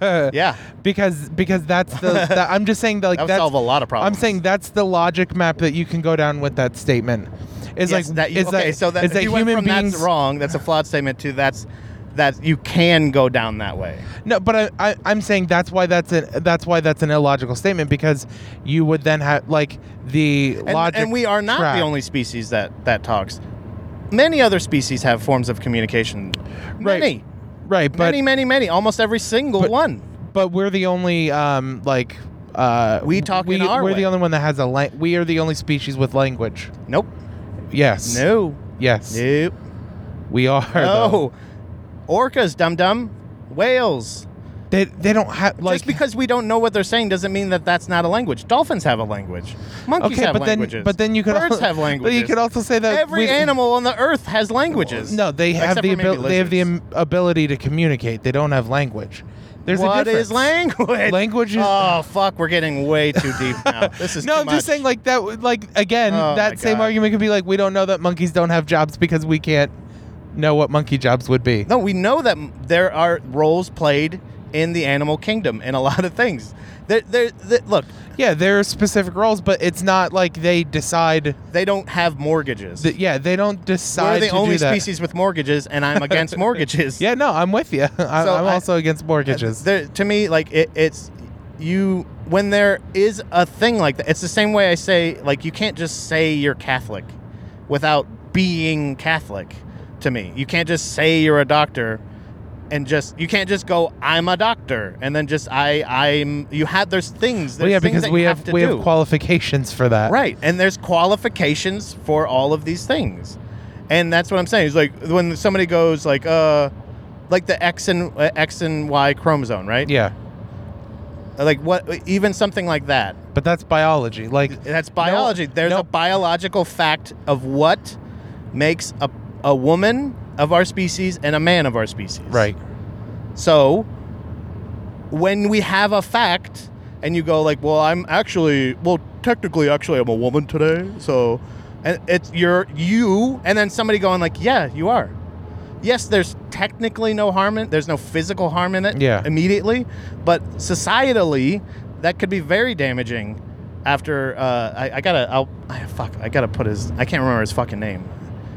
Speaker 2: Yeah.
Speaker 1: because because that's the that, I'm just saying that like
Speaker 2: That would
Speaker 1: that's
Speaker 2: solve a lot of problems.
Speaker 1: I'm saying that's the logic map that you can go down with that statement. Is
Speaker 2: Yes,
Speaker 1: like
Speaker 2: that you,
Speaker 1: is
Speaker 2: okay,
Speaker 1: that,
Speaker 2: so that,
Speaker 1: is
Speaker 2: if
Speaker 1: that
Speaker 2: you
Speaker 1: human
Speaker 2: went from
Speaker 1: beings
Speaker 2: that's wrong. That's a flawed statement too. That's that you can go down that way.
Speaker 1: No, but I, I I'm saying that's why that's an that's why that's an illogical statement because you would then have like the
Speaker 2: And,
Speaker 1: logic.
Speaker 2: and we are not
Speaker 1: track.
Speaker 2: the only species that that talks. Many other species have forms of communication.
Speaker 1: Right,
Speaker 2: Many,
Speaker 1: right, but
Speaker 2: many, many, many. Almost every single
Speaker 1: But-
Speaker 2: one.
Speaker 1: but we're the only um like uh
Speaker 2: We talk
Speaker 1: we,
Speaker 2: in our
Speaker 1: we're the
Speaker 2: way.
Speaker 1: only one that has a la- we are the only species with language.
Speaker 2: Nope.
Speaker 1: Yes.
Speaker 2: No.
Speaker 1: Yes.
Speaker 2: Nope.
Speaker 1: We are. though.
Speaker 2: No. Orcas, dum dum. Whales.
Speaker 1: They they don't have like
Speaker 2: Just because we don't know what they're saying doesn't mean that that's not a language. Dolphins have a language. Monkeys
Speaker 1: okay,
Speaker 2: have
Speaker 1: but
Speaker 2: languages.
Speaker 1: then but then you could
Speaker 2: birds
Speaker 1: al-
Speaker 2: have languages.
Speaker 1: But you could also say that
Speaker 2: Every
Speaker 1: Uh, we-
Speaker 2: animal on the earth has languages.
Speaker 1: No, they have
Speaker 2: Except
Speaker 1: the
Speaker 2: for maybe
Speaker 1: ability. They have the
Speaker 2: lizards.
Speaker 1: am- ability to communicate. They don't have language. There's a
Speaker 2: What
Speaker 1: difference.
Speaker 2: is language?
Speaker 1: Language is-
Speaker 2: Oh fuck, we're getting way too deep now. This is
Speaker 1: no,
Speaker 2: too
Speaker 1: I'm just
Speaker 2: much.
Speaker 1: saying like that. would- Like again,
Speaker 2: Oh, my
Speaker 1: that same
Speaker 2: God.
Speaker 1: argument could be like we don't know that monkeys don't have jobs because we can't know what monkey jobs would be.
Speaker 2: No, we know that m- there are roles played in the animal kingdom in a lot of things. There, there, there- look,
Speaker 1: Yeah, there are specific roles, but it's not like they decide.
Speaker 2: they don't have mortgages.
Speaker 1: That, yeah, they don't
Speaker 2: We're
Speaker 1: decide.
Speaker 2: the
Speaker 1: to
Speaker 2: only
Speaker 1: do that.
Speaker 2: species with mortgages, and I'm against mortgages.
Speaker 1: Yeah, no, I'm with you. I,
Speaker 2: So
Speaker 1: I'm
Speaker 2: I-
Speaker 1: also against mortgages.
Speaker 2: There, to me, like it, it's you when there is a thing like that. It's the same way I say like you can't just say you're Catholic without being Catholic. To me, you can't just say you're a doctor and just you can't just go I'm a doctor and then just I I'm you have there's things. There's
Speaker 1: well, yeah,
Speaker 2: things
Speaker 1: because
Speaker 2: that
Speaker 1: we
Speaker 2: you have,
Speaker 1: have,
Speaker 2: to
Speaker 1: we
Speaker 2: do.
Speaker 1: have qualifications for that.
Speaker 2: Right. And there's qualifications for all of these things. And that's what I'm saying. It's like when somebody goes like uh like the X and uh, X and Y chromosome, right?
Speaker 1: Yeah,
Speaker 2: Like what even something like that.
Speaker 1: but that's biology. Like
Speaker 2: That's biology. there's
Speaker 1: no.
Speaker 2: a biological fact of what makes a a woman of our species and a man of our species.
Speaker 1: right.
Speaker 2: So when we have a fact and you go like, "Well, I'm actually, well, technically actually I'm a woman today." So and it's you're you and then somebody going like, "Yeah, you are." Yes, there's technically no harm in there's no physical harm in it
Speaker 1: Yeah.
Speaker 2: immediately, but societally that could be very damaging after uh, I, I gotta I'll I, fuck I gotta put his I can't remember his fucking name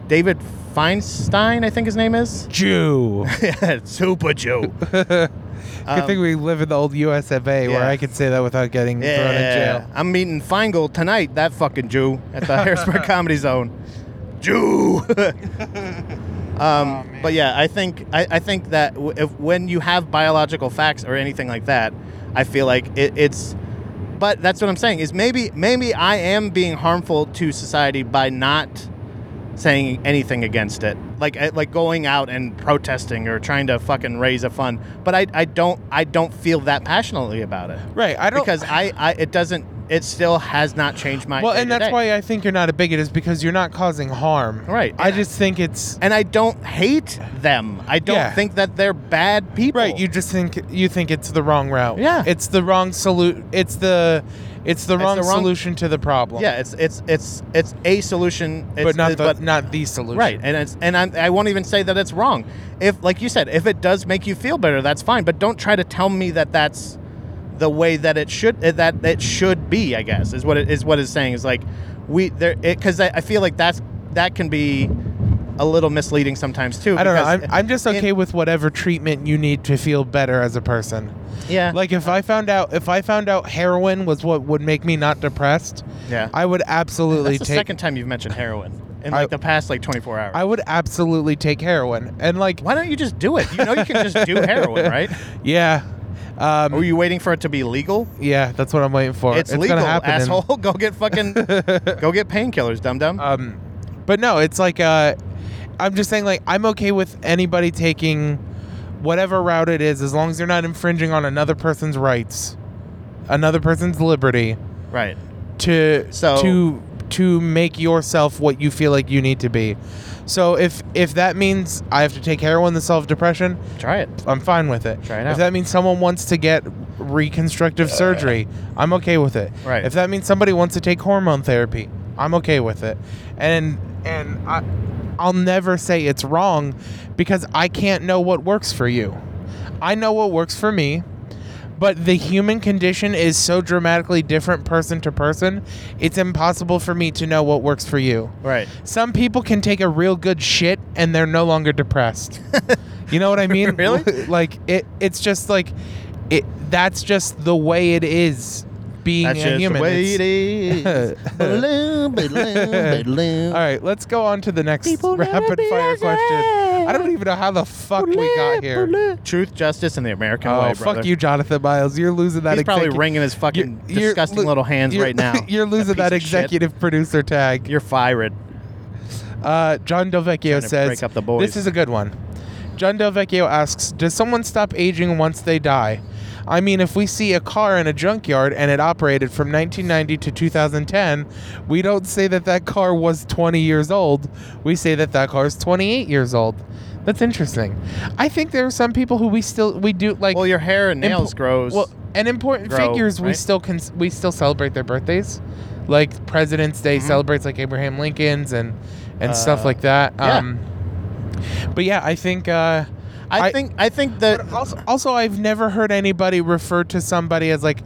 Speaker 2: David Feinstein I think his name is
Speaker 1: Jew.
Speaker 2: yeah, Super Joe
Speaker 1: Good thing we live in the old US of A where
Speaker 2: Um, yeah.
Speaker 1: I could say that without getting thrown in jail.
Speaker 2: I'm meeting Feingold tonight, that fucking Jew, at the Harrisburg Comedy Zone. Jew!
Speaker 1: Oh,
Speaker 2: um, but yeah, I think I, I think that w- if, when you have biological facts or anything like that, I feel like it, it's. But that's what I'm saying is maybe maybe I am being harmful to society by not saying anything against it, like uh, like going out and protesting or trying to fucking raise a fund. But I, I don't I don't feel that passionately about it
Speaker 1: Right. I don't
Speaker 2: because I, I it doesn't it still has not changed my
Speaker 1: Well, and that's
Speaker 2: day-to-day.
Speaker 1: why I think you're not a bigot is because you're not causing harm.
Speaker 2: Right.
Speaker 1: I just think it's
Speaker 2: and I don't hate them. I don't
Speaker 1: Yeah.
Speaker 2: think that they're bad people.
Speaker 1: Right, you just think you think it's the wrong route.
Speaker 2: Yeah.
Speaker 1: It's the wrong solu it's the it's the
Speaker 2: It's
Speaker 1: wrong
Speaker 2: the wrong-
Speaker 1: solution to the problem.
Speaker 2: yeah, it's it's it's it's a solution, it's,
Speaker 1: But not
Speaker 2: it-
Speaker 1: the not the solution.
Speaker 2: right, and it's and I'm, I won't even say that it's wrong. If like you said, if it does make you feel better, that's fine. But don't try to tell me that that's the way that it should eh, that it should be. I guess is what it is what it's saying is like we there because I, I feel like that's that can be a little misleading sometimes too.
Speaker 1: I don't know. I'm,
Speaker 2: because-
Speaker 1: I'm just
Speaker 2: in-
Speaker 1: okay with whatever treatment you need to feel better as a person.
Speaker 2: yeah
Speaker 1: Like if I found out if I found out heroin was what would make me not depressed,
Speaker 2: yeah.
Speaker 1: I would absolutely
Speaker 2: That's the
Speaker 1: take
Speaker 2: second time you've mentioned heroin in
Speaker 1: I-
Speaker 2: like the past like 24 hours.
Speaker 1: I would absolutely take heroin. And like,
Speaker 2: Why don't you just do it? You know you can just do heroin, right?
Speaker 1: yeah, um,
Speaker 2: Were you waiting for it to be legal?
Speaker 1: yeah, that's what I'm waiting for.
Speaker 2: It's, legal,
Speaker 1: gonna happen. in-
Speaker 2: asshole. go get fucking go get painkillers, dum dum.
Speaker 1: um, but no, it's like uh, I'm just saying like I'm okay with anybody taking whatever route it is as long as they're not infringing on another person's rights, another person's liberty
Speaker 2: right.
Speaker 1: to
Speaker 2: So-
Speaker 1: to to make yourself what you feel like you need to be. So if if that means I have to take heroin to solve depression,
Speaker 2: Try it.
Speaker 1: I'm fine with it.
Speaker 2: Try it
Speaker 1: If
Speaker 2: out.
Speaker 1: that means someone wants to get reconstructive surgery, I'm okay with it.
Speaker 2: Right.
Speaker 1: If that means somebody wants to take hormone therapy, I'm okay with it. And and I I'll never say it's wrong because I can't know what works for you. I know what works for me, but the human condition is so dramatically different person to person, it's impossible for me to know what works for you.
Speaker 2: Right.
Speaker 1: Some people can take a real good shit and they're no longer depressed. you know what I mean?
Speaker 2: Really?
Speaker 1: like it it's just like it that's just the way it is being
Speaker 2: That's
Speaker 1: a
Speaker 2: just
Speaker 1: human.
Speaker 2: the
Speaker 1: It's-
Speaker 2: way it is. Ba-loom, ba-loom, ba-loom.
Speaker 1: all right, let's go on to the next
Speaker 2: People never
Speaker 1: rapid
Speaker 2: be
Speaker 1: fire
Speaker 2: as
Speaker 1: question.
Speaker 2: bad.
Speaker 1: I don't even know how the fuck we got here.
Speaker 2: Truth, justice, and the American
Speaker 1: Oh,
Speaker 2: way, brother.
Speaker 1: fuck you, Jonathan Miles. You're losing that
Speaker 2: He's probably
Speaker 1: execu-
Speaker 2: wringing his fucking
Speaker 1: You're- you're
Speaker 2: disgusting
Speaker 1: lo-
Speaker 2: little hands
Speaker 1: you're-
Speaker 2: right now.
Speaker 1: You're losing
Speaker 2: piece
Speaker 1: that
Speaker 2: of shit.
Speaker 1: executive producer tag.
Speaker 2: You're fired.
Speaker 1: Uh, John Delvecchio
Speaker 2: to
Speaker 1: says,
Speaker 2: break up the boys.
Speaker 1: This is a good one. John Del Vecchio asks, "Does someone stop aging once they die?" I mean, if we see a car in a junkyard and it operated from 1990 to 2010, we don't say that that car was 20 years old. We say that that car is 28 years old. That's interesting. I think there are some people who we still we do like
Speaker 2: well, your hair and nails
Speaker 1: Impo-
Speaker 2: grows.
Speaker 1: well, and important
Speaker 2: grow,
Speaker 1: figures we
Speaker 2: right?
Speaker 1: still can we still celebrate their birthdays, like President's Day
Speaker 2: Mhm.
Speaker 1: celebrates like Abraham Lincoln's and and
Speaker 2: Uh,
Speaker 1: stuff like that.
Speaker 2: yeah.
Speaker 1: Um, but yeah, I think. Uh,
Speaker 2: I,
Speaker 1: I-
Speaker 2: think I think that
Speaker 1: but also, also, I've never heard anybody refer to somebody as like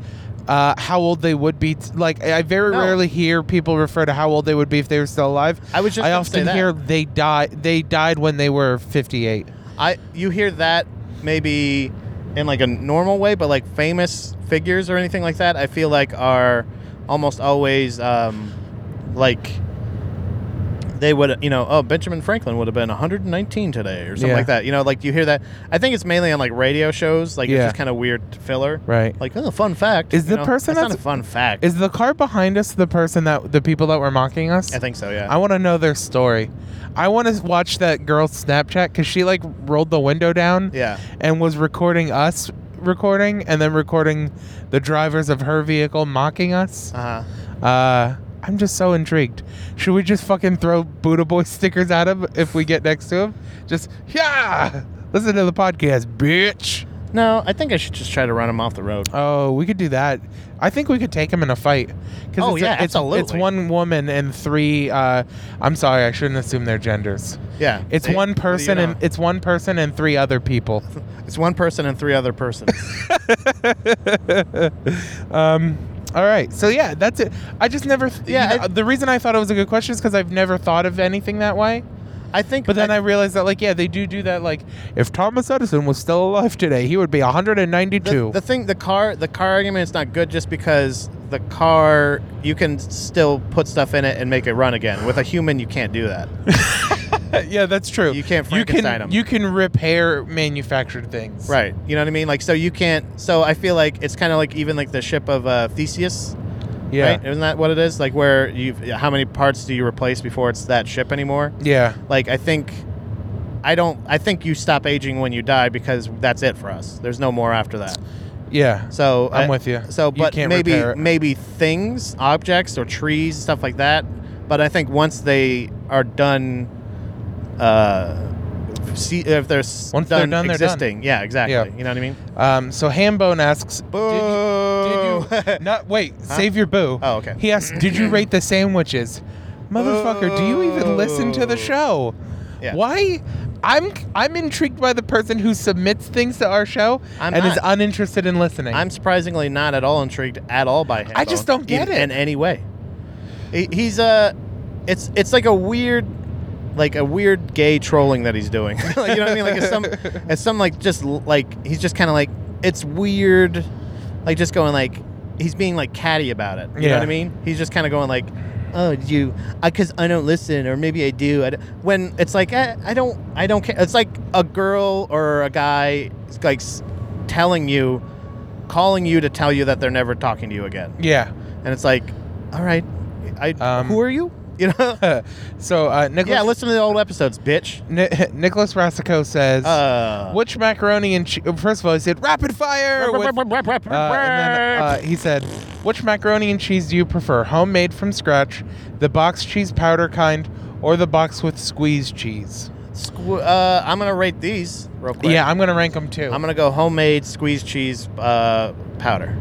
Speaker 1: uh, how old they would be. T- like I I very
Speaker 2: No.
Speaker 1: rarely hear people refer to how old they would be if they were still alive.
Speaker 2: I was just
Speaker 1: I
Speaker 2: gonna say
Speaker 1: often
Speaker 2: that.
Speaker 1: hear they died. They died when they were fifty-eight.
Speaker 2: I you hear that maybe in like a normal way, but like famous figures or anything like that, I feel like are almost always um, like they would you know oh Benjamin Franklin would have been 119 today or something
Speaker 1: Yeah.
Speaker 2: like that. You know, like you hear that. I think it's mainly on like radio shows. Like
Speaker 1: Yeah.
Speaker 2: it's just kind of weird filler.
Speaker 1: Right.
Speaker 2: Like oh, fun fact
Speaker 1: Is
Speaker 2: you
Speaker 1: the
Speaker 2: know?
Speaker 1: person
Speaker 2: that's not a
Speaker 1: that's-
Speaker 2: fun fact?
Speaker 1: Is the car behind us the person that the people that were mocking us?
Speaker 2: I think so. Yeah.
Speaker 1: I want to know their story. I want to watch that girl's Snapchat because she like rolled the window down
Speaker 2: yeah.
Speaker 1: and was recording us recording and then recording the drivers of her vehicle mocking us.
Speaker 2: Uh huh.
Speaker 1: Uh, I'm just so intrigued. Should we just fucking throw Buddha Boy stickers at him if we get next to him? Just yeah, listen to the podcast, bitch.
Speaker 2: No, I think I should just try to run him off the road.
Speaker 1: Oh, we could do that. I think we could take him in a fight. 'Cause
Speaker 2: Oh,
Speaker 1: it's
Speaker 2: yeah,
Speaker 1: a, it's, It's
Speaker 2: absolutely.
Speaker 1: one woman and three. Uh, I'm sorry, I shouldn't assume their genders.
Speaker 2: Yeah.
Speaker 1: It's
Speaker 2: See?
Speaker 1: one
Speaker 2: What do you
Speaker 1: person
Speaker 2: know?
Speaker 1: and it's one person and three other people.
Speaker 2: It's one person and three other persons.
Speaker 1: um, all right, so yeah, that's it. I just never. Th-
Speaker 2: Yeah,
Speaker 1: you know,
Speaker 2: I-
Speaker 1: the reason I thought it was a good question is because I've never thought of anything that way.
Speaker 2: I think.
Speaker 1: But then I realized that, like, yeah, they do do that. Like, if Thomas Edison was still alive today, he would be 192.
Speaker 2: the, the thing, the car, the car argument is not good just because the car you can still put stuff in it and make it run again. With a human, you can't do that.
Speaker 1: yeah, that's true.
Speaker 2: You can't
Speaker 1: You can
Speaker 2: Frankenstein 'em.
Speaker 1: you can repair manufactured things.
Speaker 2: Right. You know what I mean? Like, so you can't. So I feel like it's kind of like even like the ship of uh, Theseus.
Speaker 1: Yeah.
Speaker 2: Right? Isn't that what it is? Like, where you, how many parts do you replace before it's that ship anymore?
Speaker 1: Yeah.
Speaker 2: Like, I think. I don't. I think you stop aging when you die because that's it for us. There's no more after that.
Speaker 1: Yeah.
Speaker 2: So
Speaker 1: I'm
Speaker 2: I-
Speaker 1: with you.
Speaker 2: So,
Speaker 1: You
Speaker 2: but
Speaker 1: can't
Speaker 2: maybe
Speaker 1: repair it.
Speaker 2: maybe things, objects, or trees, stuff like that. But I think once they are done, uh, see if they're s-
Speaker 1: Once they're
Speaker 2: done,
Speaker 1: done, they're done.
Speaker 2: existing, yeah, exactly.
Speaker 1: Yeah.
Speaker 2: You know what I mean?
Speaker 1: Um, so Hambone asks, did you-
Speaker 2: Boo!
Speaker 1: did you, not wait, save your boo.
Speaker 2: oh, okay.
Speaker 1: He asks, did you rate the sandwiches? Motherfucker, do you even listen to the
Speaker 2: Boo.
Speaker 1: show?
Speaker 2: Oh. Yeah.
Speaker 1: Why? I'm I'm intrigued by the person who submits things to our show
Speaker 2: I'm
Speaker 1: and is
Speaker 2: not.
Speaker 1: uninterested in listening.
Speaker 2: I'm surprisingly not at all intrigued at all by him.
Speaker 1: I just don't get
Speaker 2: in,
Speaker 1: it.
Speaker 2: in any way. He, he's uh it's it's like a weird, like a weird gay trolling that he's doing. like, you know what I mean? Like it's some it's some like just l- like he's just kind of like it's weird, like just going like he's being like catty about it. You know
Speaker 1: Yeah.
Speaker 2: what I mean? He's just kind of going like. Oh, did you? Because I, don't listen, or maybe I do. I d when it's like I, I don't, I don't care. It's like a girl or a guy, like s- telling you calling you to tell you that they're never talking to you again.
Speaker 1: yeah.
Speaker 2: And it's like, all right, I
Speaker 1: Um,
Speaker 2: who are you? You know?
Speaker 1: so uh, Nicholas
Speaker 2: yeah, listen to the old episodes, bitch.
Speaker 1: Ni- Nicholas Rassico says,
Speaker 2: Uh,
Speaker 1: which macaroni and che- first of all he said rapid fire. with- Uh, and then uh, he said, "Which macaroni and cheese do you prefer? Homemade from scratch, the box cheese powder kind, or the box with squeezed cheese?"
Speaker 2: Squ- uh, I'm gonna rate these real quick.
Speaker 1: Yeah, I'm gonna rank them too.
Speaker 2: I'm
Speaker 1: I'm,
Speaker 2: gonna go homemade squeezed cheese uh, powder.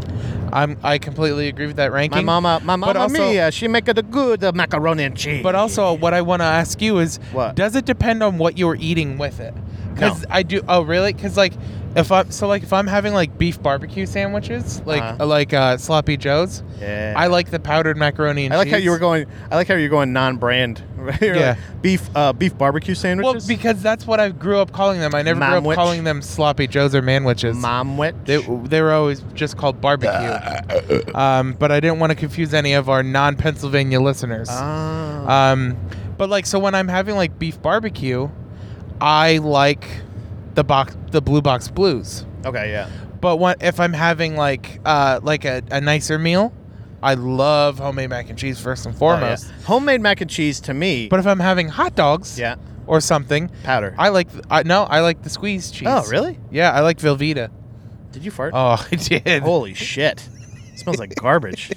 Speaker 1: I completely agree with that ranking.
Speaker 2: My mama, my mama
Speaker 1: also-
Speaker 2: mia, she make it a good uh, macaroni and cheese.
Speaker 1: But also, what I want to ask you is,
Speaker 2: What?
Speaker 1: does it depend on what you're eating with it? Because I do. Oh, really? Because like, if I'm so like if I'm having like beef barbecue sandwiches, like
Speaker 2: Uh-huh.
Speaker 1: like uh, sloppy joes,
Speaker 2: yeah.
Speaker 1: I like the powdered macaroni and
Speaker 2: I like
Speaker 1: cheese.
Speaker 2: how you were going. I like how you're going non-brand. You're
Speaker 1: Yeah.
Speaker 2: like, beef, uh, beef barbecue
Speaker 1: Well,
Speaker 2: sandwiches.
Speaker 1: because that's what I grew up calling them. I never grew up
Speaker 2: Manwich.
Speaker 1: calling them sloppy joes or manwiches.
Speaker 2: mom wet.
Speaker 1: They, they were always just called barbecue. Um, but I didn't want to confuse any of our non-Pennsylvania listeners.
Speaker 2: Ah.
Speaker 1: Um, but like, so when I'm having like beef barbecue, I like the box, the blue box blues.
Speaker 2: Okay, yeah.
Speaker 1: But when, if I'm having like uh, like a, a nicer meal, I
Speaker 2: Oh,
Speaker 1: love homemade mac and cheese first and foremost.
Speaker 2: Homemade mac and cheese to me.
Speaker 1: But if I'm having hot dogs,
Speaker 2: yeah.
Speaker 1: or something.
Speaker 2: Powder.
Speaker 1: I like th- I no, I like the squeeze cheese.
Speaker 2: oh, really?
Speaker 1: Yeah, I like Velveeta.
Speaker 2: Did you fart?
Speaker 1: Oh, I did.
Speaker 2: Holy shit! smells like garbage.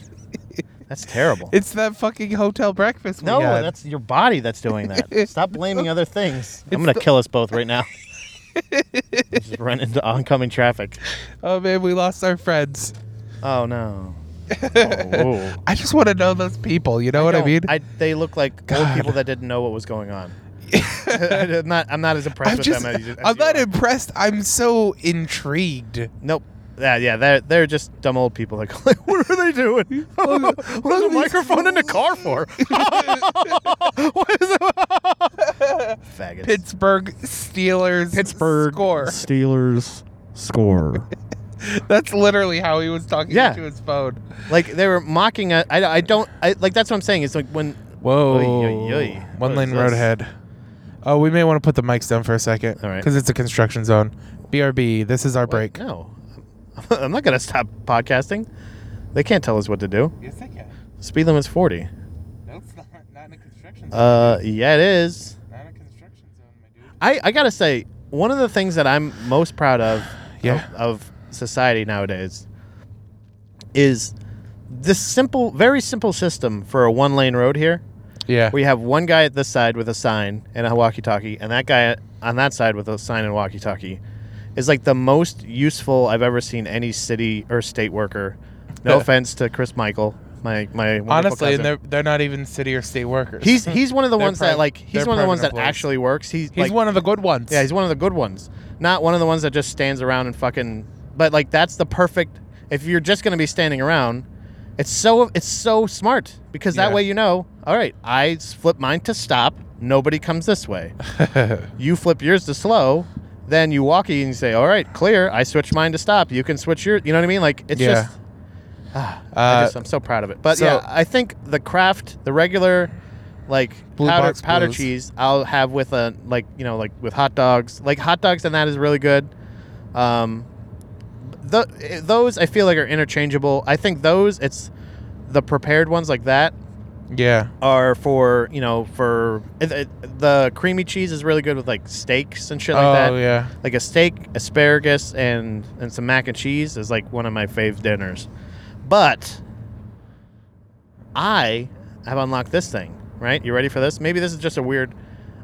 Speaker 2: That's terrible.
Speaker 1: It's that fucking hotel breakfast. We
Speaker 2: no,
Speaker 1: had.
Speaker 2: that's your body that's doing that. Stop blaming other things. I'm gonna kill us both right now. Just run into oncoming traffic.
Speaker 1: oh man, we lost our friends.
Speaker 2: Oh no. Oh.
Speaker 1: I just want to know those people. You know what I
Speaker 2: don't-
Speaker 1: mean?
Speaker 2: they look like old
Speaker 1: God.
Speaker 2: people that didn't know what was going on. I'm not. I'm not as impressed
Speaker 1: I'm
Speaker 2: with
Speaker 1: just,
Speaker 2: them. As you, as
Speaker 1: I'm
Speaker 2: you
Speaker 1: not
Speaker 2: are.
Speaker 1: impressed. I'm so intrigued.
Speaker 2: Nope. Yeah, yeah, they're they're just dumb old people. Like, what are they doing?
Speaker 1: Look-
Speaker 2: What's
Speaker 1: look
Speaker 2: a
Speaker 1: at these-
Speaker 2: microphone in the car for? what is it? Faggots.
Speaker 1: Pittsburgh Steelers
Speaker 3: Pittsburgh
Speaker 1: score.
Speaker 3: Steelers score.
Speaker 1: That's literally how he was talking
Speaker 2: Yeah.
Speaker 1: to his phone.
Speaker 2: Like they were mocking. I I, I don't. I like that's what I'm saying. It's like when.
Speaker 1: Whoa.
Speaker 2: Oy, oy, oy.
Speaker 1: One
Speaker 2: What is
Speaker 1: lane road
Speaker 2: this?
Speaker 1: ahead. Oh, we may want to put the mics down for a second.
Speaker 2: All right.
Speaker 1: Because it's a construction zone. BRB, this is our break.
Speaker 2: No, I'm not gonna stop podcasting. They can't tell us what to do.
Speaker 1: Yes, I can.
Speaker 2: Speed limit's 40.
Speaker 1: No, it's not. Not in a construction
Speaker 2: Uh, yeah, it is.
Speaker 1: not in a construction zone, my dude.
Speaker 2: I, I gotta say, one of the things that I'm most proud of,
Speaker 1: Yeah.
Speaker 2: of, of society nowadays, is this simple, very simple system for a one lane road here.
Speaker 1: Yeah.
Speaker 2: We have one guy at this side with a sign and a walkie talkie, and that guy on that side with a sign and walkie talkie is like the most useful I've ever seen any city or state worker. No offense to Chris Michael, my my wonderful
Speaker 1: Honestly,
Speaker 2: cousin.
Speaker 1: and they're, they're not even city or state workers.
Speaker 2: he's he's one of the
Speaker 1: They're
Speaker 2: ones that
Speaker 1: private-
Speaker 2: like he's
Speaker 1: they're
Speaker 2: one of the
Speaker 1: private
Speaker 2: ones that
Speaker 1: employees.
Speaker 2: actually works. He's
Speaker 1: He's
Speaker 2: like,
Speaker 1: one of the good ones.
Speaker 2: yeah, he's one of the good ones. Not one of the ones that just stands around and fucking. But like that's the perfect. If you're just gonna be standing around, it's so it's so smart because that
Speaker 1: Yeah.
Speaker 2: way you know. All right, I s- flip mine to stop. Nobody comes this way.
Speaker 1: Uh,
Speaker 2: you flip yours to slow. Then you walkie and you say, "All right, clear." I switch mine to stop. You can switch your. You know what I mean? Like it's
Speaker 1: Yeah.
Speaker 2: just. Ah, I
Speaker 1: Uh,
Speaker 2: just, I'm so proud of it. But
Speaker 1: so-
Speaker 2: yeah, I think the craft, the regular, like
Speaker 1: Blue
Speaker 2: powder,
Speaker 1: Box
Speaker 2: powder
Speaker 1: Blues.
Speaker 2: cheese cheese I'll have with a like you know like with hot dogs like hot dogs and that is really good. Um, th- those I feel like are interchangeable. I think those it's the prepared ones like that
Speaker 1: yeah.
Speaker 2: are for you know for it, it- the creamy cheese is really good with like steaks and shit like
Speaker 1: oh,
Speaker 2: that.
Speaker 1: yeah.
Speaker 2: Like a steak, asparagus, and and some mac and cheese is like one of my fave dinners. But I have unlocked this thing, right? You ready for this? Maybe this is just a weird.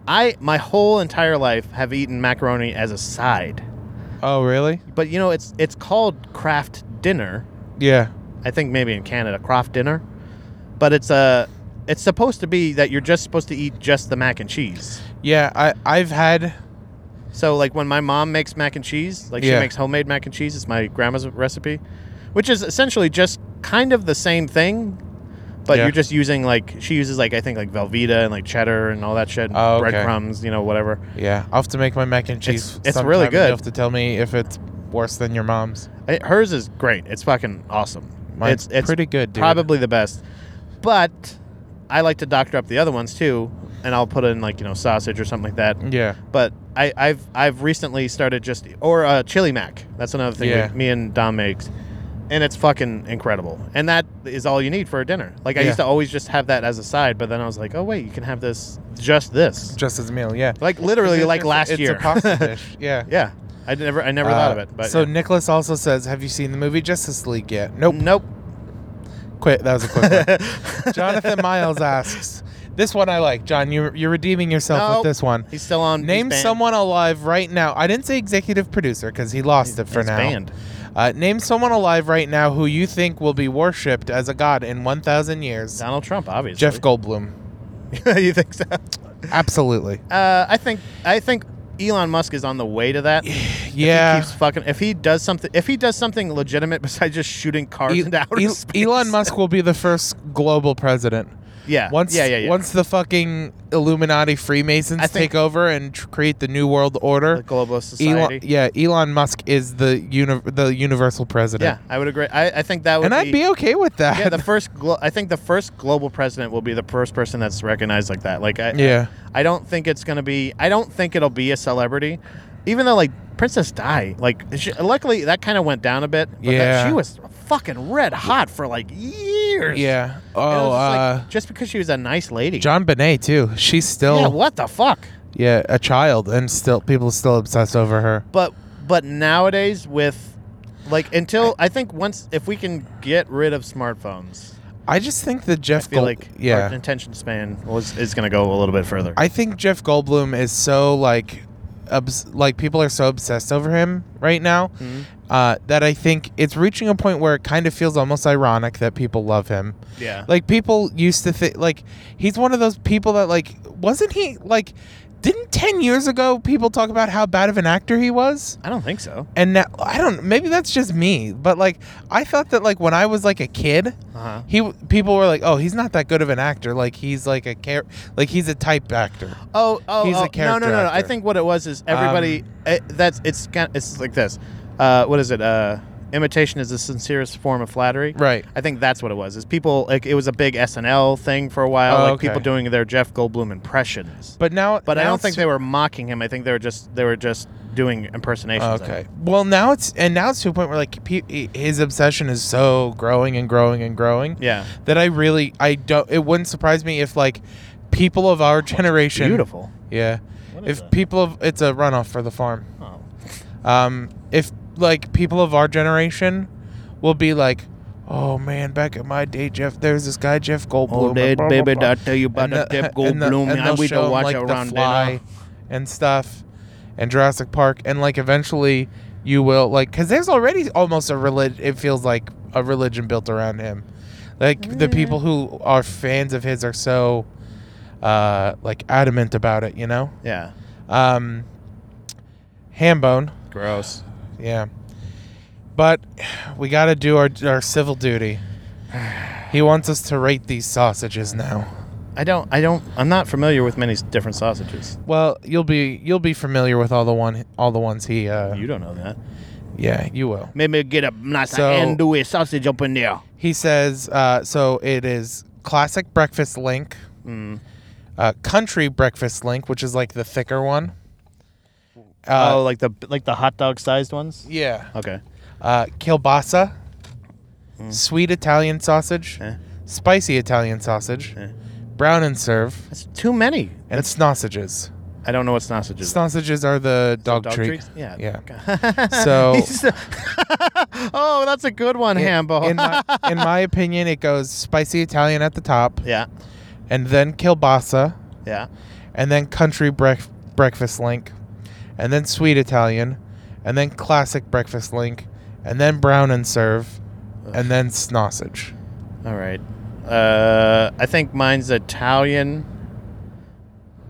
Speaker 2: I my whole entire life have eaten macaroni as a side,
Speaker 1: Oh, really?
Speaker 2: but you know it's it's called craft dinner.
Speaker 1: Yeah.
Speaker 2: I think maybe in Canada craft dinner, but it's a it's supposed to be that you're just supposed to eat just the mac and cheese.
Speaker 1: Yeah, I, I've had.
Speaker 2: So like when my mom makes mac and cheese, like she
Speaker 1: Yeah.
Speaker 2: makes homemade mac and cheese. It's my grandma's recipe, which is essentially just kind of the same thing, but
Speaker 1: Yeah.
Speaker 2: you're just using like she uses like I think like Velveeta and like cheddar and all that shit, and
Speaker 1: Oh, okay.
Speaker 2: breadcrumbs, you know, whatever.
Speaker 1: Yeah, I'll have to make my mac and cheese.
Speaker 2: It's- it's
Speaker 1: sometime,
Speaker 2: really
Speaker 1: and You'll
Speaker 2: good.
Speaker 1: have to tell me if it's worse than your mom's.
Speaker 2: I- hers is great. It's fucking awesome.
Speaker 1: Mine's
Speaker 2: it's it's
Speaker 1: pretty good, dude.
Speaker 2: probably the best, but I like to doctor up the other ones too, and I'll put in like you know sausage or something like that.
Speaker 1: Yeah.
Speaker 2: but I, I've I've recently started just or uh, chili mac. That's another thing
Speaker 1: Yeah.
Speaker 2: we- me and Dom makes, and it's fucking incredible. And that is all you need for a dinner. Like I
Speaker 1: Yeah.
Speaker 2: used to always just have that as a side, but then I was like, oh wait, you can have this just this.
Speaker 1: Just as a meal, yeah.
Speaker 2: Like literally,
Speaker 1: It's-
Speaker 2: like
Speaker 1: it's-
Speaker 2: last
Speaker 1: it's
Speaker 2: year.
Speaker 1: a pasta dish. Yeah.
Speaker 2: yeah, I never I never thought of
Speaker 1: Uh,
Speaker 2: it. But
Speaker 1: so
Speaker 2: yeah.
Speaker 1: Nicholas also says, "Have you seen the movie Justice League yet?" Nope.
Speaker 2: nope. Mm.
Speaker 1: Quit. That was a quick one. Jonathan Miles asks, "This one I like, John. You're you're redeeming yourself
Speaker 2: Nope.
Speaker 1: with this one.
Speaker 2: He's still on. he's
Speaker 1: Name
Speaker 2: banned.
Speaker 1: someone alive right now. I didn't say executive producer because he lost it for
Speaker 2: He's
Speaker 1: now.
Speaker 2: banned.
Speaker 1: Uh, name someone alive right now who you think will be worshipped as a god in 1,000 years.
Speaker 2: Donald Trump, obviously.
Speaker 1: Jeff Goldblum.
Speaker 2: you think so?
Speaker 1: Absolutely.
Speaker 2: Uh, I think I think Elon Musk is on the way to that.
Speaker 1: Yeah.
Speaker 2: If he keeps fucking. If he does something, if he does something legitimate besides just shooting cars
Speaker 1: E-
Speaker 2: into outer
Speaker 1: E-
Speaker 2: space,
Speaker 1: Elon Musk will be the first global president.
Speaker 2: Yeah.
Speaker 1: Once,
Speaker 2: yeah, yeah, yeah.
Speaker 1: once the fucking Illuminati Freemasons
Speaker 2: I think-
Speaker 1: take over and tr- create the new world
Speaker 2: the
Speaker 1: order,
Speaker 2: global
Speaker 1: Elon,
Speaker 2: society.
Speaker 1: yeah, Elon Musk is the uni- the universal
Speaker 2: yeah,
Speaker 1: president.
Speaker 2: I would agree. I, I think that would.
Speaker 1: and I'd be okay with that.
Speaker 2: Yeah, the first. Glo- I think the first global president will be the first person that's recognized like that. Like I.
Speaker 1: Yeah.
Speaker 2: I, I don't think it's gonna be. I don't think it'll be a celebrity, even though like Princess Di, like she, luckily that kind of went down a bit. But that-
Speaker 1: Yeah.
Speaker 2: she was fucking red hot for like years.
Speaker 1: Yeah.
Speaker 2: And it
Speaker 1: Oh,
Speaker 2: was just,
Speaker 1: uh,
Speaker 2: like, just because she was a nice lady.
Speaker 1: John Bonet too. She's still
Speaker 2: Yeah, what the fuck?
Speaker 1: Yeah, a child, and still people still obsess over her.
Speaker 2: But but nowadays with like until I think once if we can get rid of smartphones,
Speaker 1: I just think that
Speaker 2: I
Speaker 1: Jeff
Speaker 2: feel
Speaker 1: Gold-
Speaker 2: like
Speaker 1: yeah,
Speaker 2: our attention span was is going to go a little bit further.
Speaker 1: I think Jeff Goldblum is so like, obs- like people are so obsessed over him right now
Speaker 2: Mhm.
Speaker 1: uh, that I think it's reaching a point where it kind of feels almost ironic that people love him.
Speaker 2: Yeah.
Speaker 1: Like people used to think like he's one of those people that like wasn't he like didn't 10 years ago people talk about how bad of an actor he was?
Speaker 2: I don't think so.
Speaker 1: And now I don't maybe that's just me, but like I thought that like when I was like a kid,
Speaker 2: Uh-huh.
Speaker 1: he w- people were like, "Oh, he's not that good of an actor. Like he's like a char- like he's a type actor."
Speaker 2: Oh, oh,
Speaker 1: He's a
Speaker 2: oh, no,
Speaker 1: character
Speaker 2: no, no, no. I
Speaker 1: actor. Um,
Speaker 2: think what it was is everybody. it, that's it's kind. It's like this. Uh, what is it? Uh, imitation is the sincerest form of flattery.
Speaker 1: Right.
Speaker 2: I think that's what it was. Is people like it was a big SNL thing for a while,
Speaker 1: Oh,
Speaker 2: like
Speaker 1: okay.
Speaker 2: people doing their Jeff Goldblum impressions.
Speaker 1: But now
Speaker 2: But I
Speaker 1: now
Speaker 2: don't
Speaker 1: it's
Speaker 2: think
Speaker 1: ju-
Speaker 2: they were mocking him. I think they were just they were just doing impersonations. of
Speaker 1: Okay.
Speaker 2: him.
Speaker 1: Well, now it's and now it's to a point where like pe- i- his obsession is so growing and growing and growing
Speaker 2: Yeah.
Speaker 1: that I really I don't. It wouldn't surprise me if like people of our generation.
Speaker 2: Beautiful.
Speaker 1: Yeah.
Speaker 2: What is
Speaker 1: If
Speaker 2: that?
Speaker 1: people of it's a runoff for the farm.
Speaker 2: Oh.
Speaker 1: Um, if like people of our generation will be like, oh man, back in my day, Jeff, there's this guy Jeff
Speaker 2: Oh,
Speaker 1: Goldblum. and blah, blah, blah."
Speaker 2: tell you
Speaker 1: And the- and the- and they'll show 'em, like, The Fly and stuff, and Jurassic Park, and like eventually you will like because there's already almost a religion. It feels like a religion built around him. Like the people who are fans of his are so uh, like adamant about it, you know.
Speaker 2: Yeah.
Speaker 1: Um, Hambone,
Speaker 2: Gross.
Speaker 1: yeah. But we got to do our, our civil duty. He wants us to rate these sausages now.
Speaker 2: I don't. I don't. I'm not familiar with many s- different sausages.
Speaker 1: Well, you'll be you'll be familiar with all the one all the ones he uh
Speaker 2: You don't know that.
Speaker 1: yeah, you will.
Speaker 2: Maybe get a nice
Speaker 1: So-
Speaker 2: andouille sausage up in there.
Speaker 1: He says uh so it is classic breakfast link,
Speaker 2: Mm.
Speaker 1: uh country breakfast link, which is like the thicker one.
Speaker 2: oh,
Speaker 1: Uh
Speaker 2: like the like the hot dog sized ones.
Speaker 1: yeah.
Speaker 2: Okay.
Speaker 1: Uh kielbasa, sweet Italian sausage,
Speaker 2: Mm. Eh.
Speaker 1: spicy Italian sausage,
Speaker 2: Eh.
Speaker 1: brown and serve,
Speaker 2: That's too many.
Speaker 1: and sausages.
Speaker 2: I don't know what sausages. are.
Speaker 1: Sausages are the dog,
Speaker 2: dog
Speaker 1: treat.
Speaker 2: treats? Yeah.
Speaker 1: Yeah.
Speaker 2: Okay.
Speaker 1: So-
Speaker 2: He's- oh, that's a good one,
Speaker 1: In-
Speaker 2: Hambo.
Speaker 1: in, my, in my opinion, it goes spicy Italian at the top,
Speaker 2: yeah.
Speaker 1: and then kielbasa,
Speaker 2: Yeah.
Speaker 1: and then country bref- breakfast link, and then sweet Italian, and then classic breakfast link, and then brown and serve, and then sausage.
Speaker 2: All right. Uh, I think mine's Italian.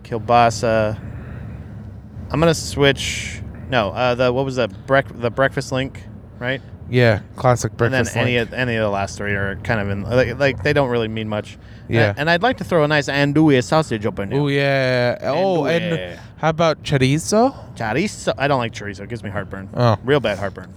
Speaker 2: Kielbasa. I'm gonna switch. No, uh, the what was that? Brec- the breakfast link, right?
Speaker 1: Yeah, classic breakfast
Speaker 2: and then any
Speaker 1: link.
Speaker 2: of, any of the last three are kind of in like, like they don't really mean much.
Speaker 1: Yeah.
Speaker 2: And, and I'd like to throw a nice andouille sausage up in there.
Speaker 1: Oh yeah. Oh,
Speaker 2: Andouille.
Speaker 1: and how about chorizo?
Speaker 2: Chorizo. I don't like chorizo. It gives me heartburn.
Speaker 1: Oh.
Speaker 2: Real bad heartburn.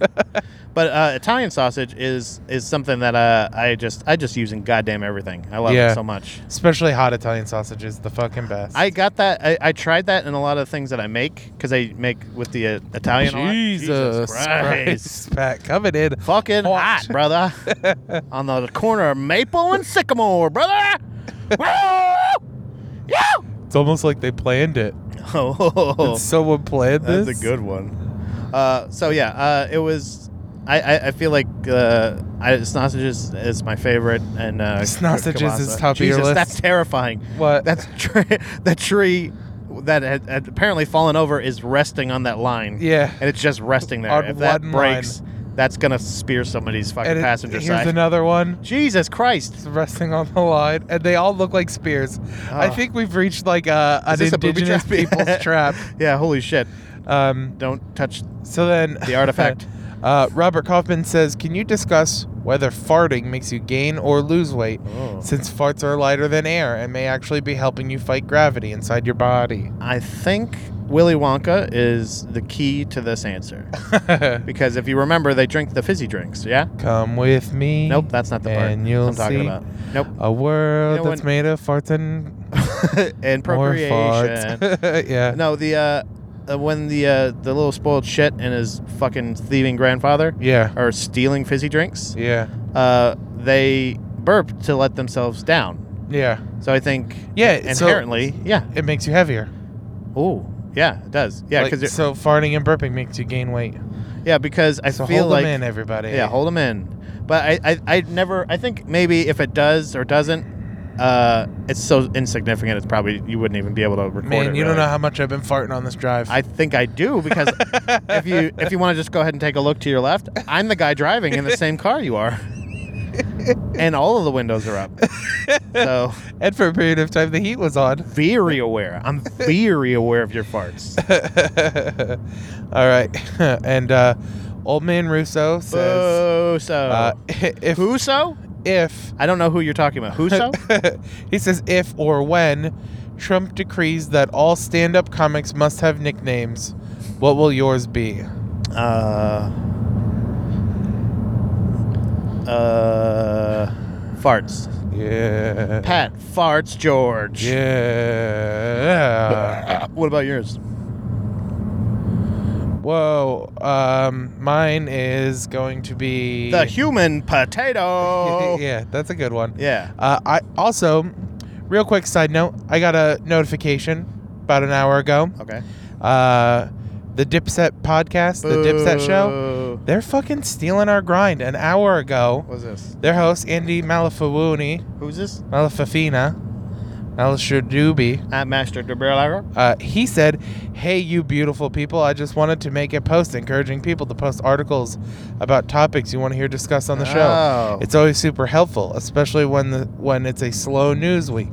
Speaker 2: but uh, Italian sausage is is something that uh, I just I just use in goddamn everything. I love
Speaker 1: Yeah.
Speaker 2: it so much.
Speaker 1: Especially hot Italian sausage is the fucking best.
Speaker 2: I got that. I, I tried that in a lot of things that I make because I make with the uh, Italian. a lot.
Speaker 1: Jesus Christ, Pat, coming in.
Speaker 2: Fucking
Speaker 1: Hot.
Speaker 2: hot, brother. On the corner of Maple and Sycamore, brother. Woo! Yeah.
Speaker 1: It's almost like they planned it.
Speaker 2: Oh,
Speaker 1: Did someone planned this?
Speaker 2: that's a good one. Uh, so yeah, uh, it was. I, I, I feel like uh, I, sausages is my favorite, and uh,
Speaker 1: Sausages is
Speaker 2: kielbasa.
Speaker 1: top of your
Speaker 2: Jesus,
Speaker 1: list?
Speaker 2: That's terrifying.
Speaker 1: What?
Speaker 2: That's tr- the tree that had, had apparently fallen over is resting on that line.
Speaker 1: Yeah.
Speaker 2: and it's just resting there.
Speaker 1: On
Speaker 2: if that
Speaker 1: one
Speaker 2: breaks, that's gonna spear somebody's fucking
Speaker 1: it-
Speaker 2: passenger
Speaker 1: here's
Speaker 2: side.
Speaker 1: another one.
Speaker 2: Jesus Christ!
Speaker 1: It's resting on the line, and they all look like spears. I
Speaker 2: Ah.
Speaker 1: think we've reached like a, an
Speaker 2: Is this a booby
Speaker 1: indigenous
Speaker 2: trap?
Speaker 1: people's trap.
Speaker 2: Yeah, holy shit!
Speaker 1: Um,
Speaker 2: Don't touch.
Speaker 1: so then,
Speaker 2: The artifact.
Speaker 1: uh, Robert Kaufman says, "Can you discuss whether farting makes you gain or lose weight,
Speaker 2: Oh.
Speaker 1: since farts are lighter than air and may actually be helping you fight gravity inside your body?"
Speaker 2: I think Willy Wonka is the key to this answer because if you remember, they drink the fizzy drinks. Yeah.
Speaker 1: Come with me.
Speaker 2: Nope, that's not the part
Speaker 1: And you'll
Speaker 2: I'm talking
Speaker 1: see
Speaker 2: about. Nope.
Speaker 1: a world
Speaker 2: You know
Speaker 1: that's
Speaker 2: when-
Speaker 1: made of farts and
Speaker 2: and
Speaker 1: more
Speaker 2: procreation.
Speaker 1: farts. yeah.
Speaker 2: no, the uh, uh, when the uh, the little spoiled shit and his fucking thieving grandfather
Speaker 1: Yeah.
Speaker 2: are stealing fizzy drinks.
Speaker 1: Yeah.
Speaker 2: uh, they burp to let themselves down.
Speaker 1: Yeah.
Speaker 2: So I think
Speaker 1: Yeah, so-
Speaker 2: inherently, yeah.
Speaker 1: It makes you heavier.
Speaker 2: Oh, yeah, it does. Yeah,
Speaker 1: Like,
Speaker 2: because
Speaker 1: so farting and burping makes you gain weight.
Speaker 2: yeah, because I
Speaker 1: so
Speaker 2: feel
Speaker 1: hold
Speaker 2: like
Speaker 1: them in, everybody.
Speaker 2: yeah, hold them in. But I, I, I never. I think maybe if it does or doesn't, uh, it's so insignificant. It's probably you wouldn't even be able to record
Speaker 1: Man,
Speaker 2: it,
Speaker 1: you don't
Speaker 2: really.
Speaker 1: know how much I've been farting on this drive.
Speaker 2: I think I do because if you if you want to just go ahead and take a look to your left, I'm the guy driving in the same car you are, and all of the windows are up. So
Speaker 1: and for a period of time, the heat was on.
Speaker 2: very aware. I'm very aware of your farts.
Speaker 1: All right, and uh, old man Russo says,
Speaker 2: Boo so
Speaker 1: uh, if
Speaker 2: who so?
Speaker 1: if
Speaker 2: I don't know who you're talking about. Who so?
Speaker 1: he says if or when Trump decrees that all stand-up comics must have nicknames, what will yours be?
Speaker 2: Uh, uh, farts.
Speaker 1: Yeah.
Speaker 2: Pat farts George.
Speaker 1: Yeah.
Speaker 2: What about yours?
Speaker 1: Whoa. Um, mine is going to be
Speaker 2: The human potato.
Speaker 1: yeah, that's a good one.
Speaker 2: Yeah.
Speaker 1: Uh, I also, real quick side note, I got a notification about an hour ago.
Speaker 2: Okay.
Speaker 1: Uh, the Dipset podcast, the Dipset show, they're fucking stealing our grind. An hour ago,
Speaker 2: What's this?
Speaker 1: their host Andy Malafawuni,
Speaker 2: Who's this?
Speaker 1: Malafafina, Malashadubi,
Speaker 2: At Master DeBarrel.
Speaker 1: uh, he said, Hey, you beautiful people, I just wanted to make a post encouraging people to post articles about topics you want to hear discussed on the show.
Speaker 2: Oh.
Speaker 1: It's always super helpful, especially when the, when it's a slow news week.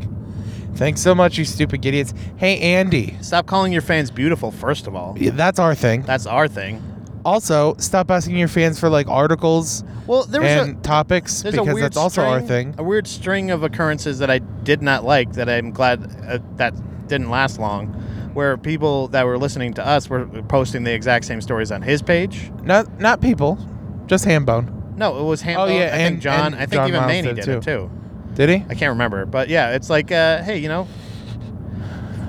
Speaker 1: Thanks so much, you stupid idiots. Hey, Andy,
Speaker 2: Stop calling your fans beautiful, first of all.
Speaker 1: Yeah, that's our thing.
Speaker 2: That's our thing.
Speaker 1: Also, stop asking your fans for like articles
Speaker 2: Well, there was a-
Speaker 1: and topics
Speaker 2: There's
Speaker 1: because
Speaker 2: a weird
Speaker 1: that's also
Speaker 2: string,
Speaker 1: our thing.
Speaker 2: A weird string of occurrences that I did not like that I'm glad uh, that didn't last long, where people that were listening to us were posting the exact same stories on his page.
Speaker 1: Not not people, just Hambone.
Speaker 2: No, it was Ham.
Speaker 1: Oh, yeah,
Speaker 2: I
Speaker 1: and-
Speaker 2: think John.
Speaker 1: and
Speaker 2: I think
Speaker 1: John
Speaker 2: even
Speaker 1: Miles
Speaker 2: Manny
Speaker 1: did
Speaker 2: did
Speaker 1: too.
Speaker 2: it too.
Speaker 1: Did he?
Speaker 2: I can't remember, but yeah, it's like, uh, hey, you know,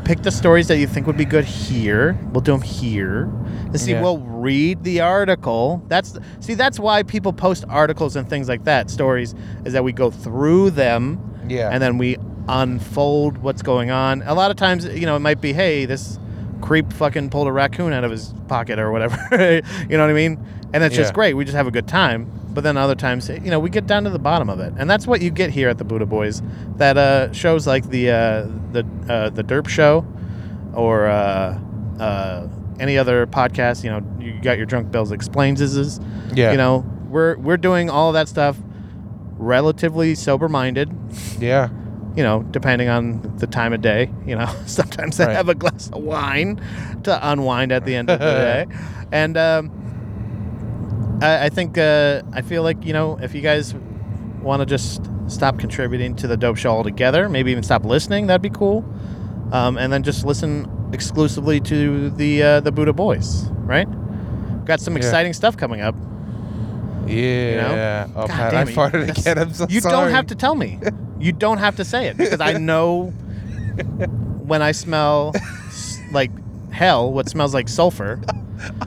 Speaker 2: pick the stories that you think would be good here. We'll do them here, and see.
Speaker 1: Yeah.
Speaker 2: We'll read the article. That's see, that's why people post articles and things like that. Stories is that we go through them.
Speaker 1: Yeah.
Speaker 2: and then we unfold what's going on. A lot of times, you know, it might be, hey, this creep fucking pulled a raccoon out of his pocket or whatever. you know what I mean? And that's
Speaker 1: Yeah.
Speaker 2: just great. We just have a good time. But then other times, you know, we get down to the bottom of it, and that's what you get here at the Buddha Boys. That uh, shows like the uh, the uh, the Derp Show, or uh, uh, any other podcast. You know, you got your Drunk Bills explains is
Speaker 1: yeah.
Speaker 2: You know, we're we're doing all that stuff relatively sober minded
Speaker 1: yeah.
Speaker 2: you know, depending on the time of day, you know, sometimes I
Speaker 1: Right.
Speaker 2: have a glass of wine to unwind at the end of the day. And um, I, I think, uh, I feel like, you know, if you guys want to just stop contributing to the dope show altogether, maybe even stop listening, that'd be cool. Um, and then just listen exclusively to the uh, the Buddha Boys, right? Got some
Speaker 1: Yeah.
Speaker 2: exciting stuff coming up.
Speaker 1: Yeah. Oh,
Speaker 2: God
Speaker 1: Pat, I
Speaker 2: damn it,
Speaker 1: farted
Speaker 2: that's-
Speaker 1: again. I'm so
Speaker 2: you
Speaker 1: sorry.
Speaker 2: don't have to tell me. You don't have to say it because I know when I smell s- like hell, what smells like sulfur.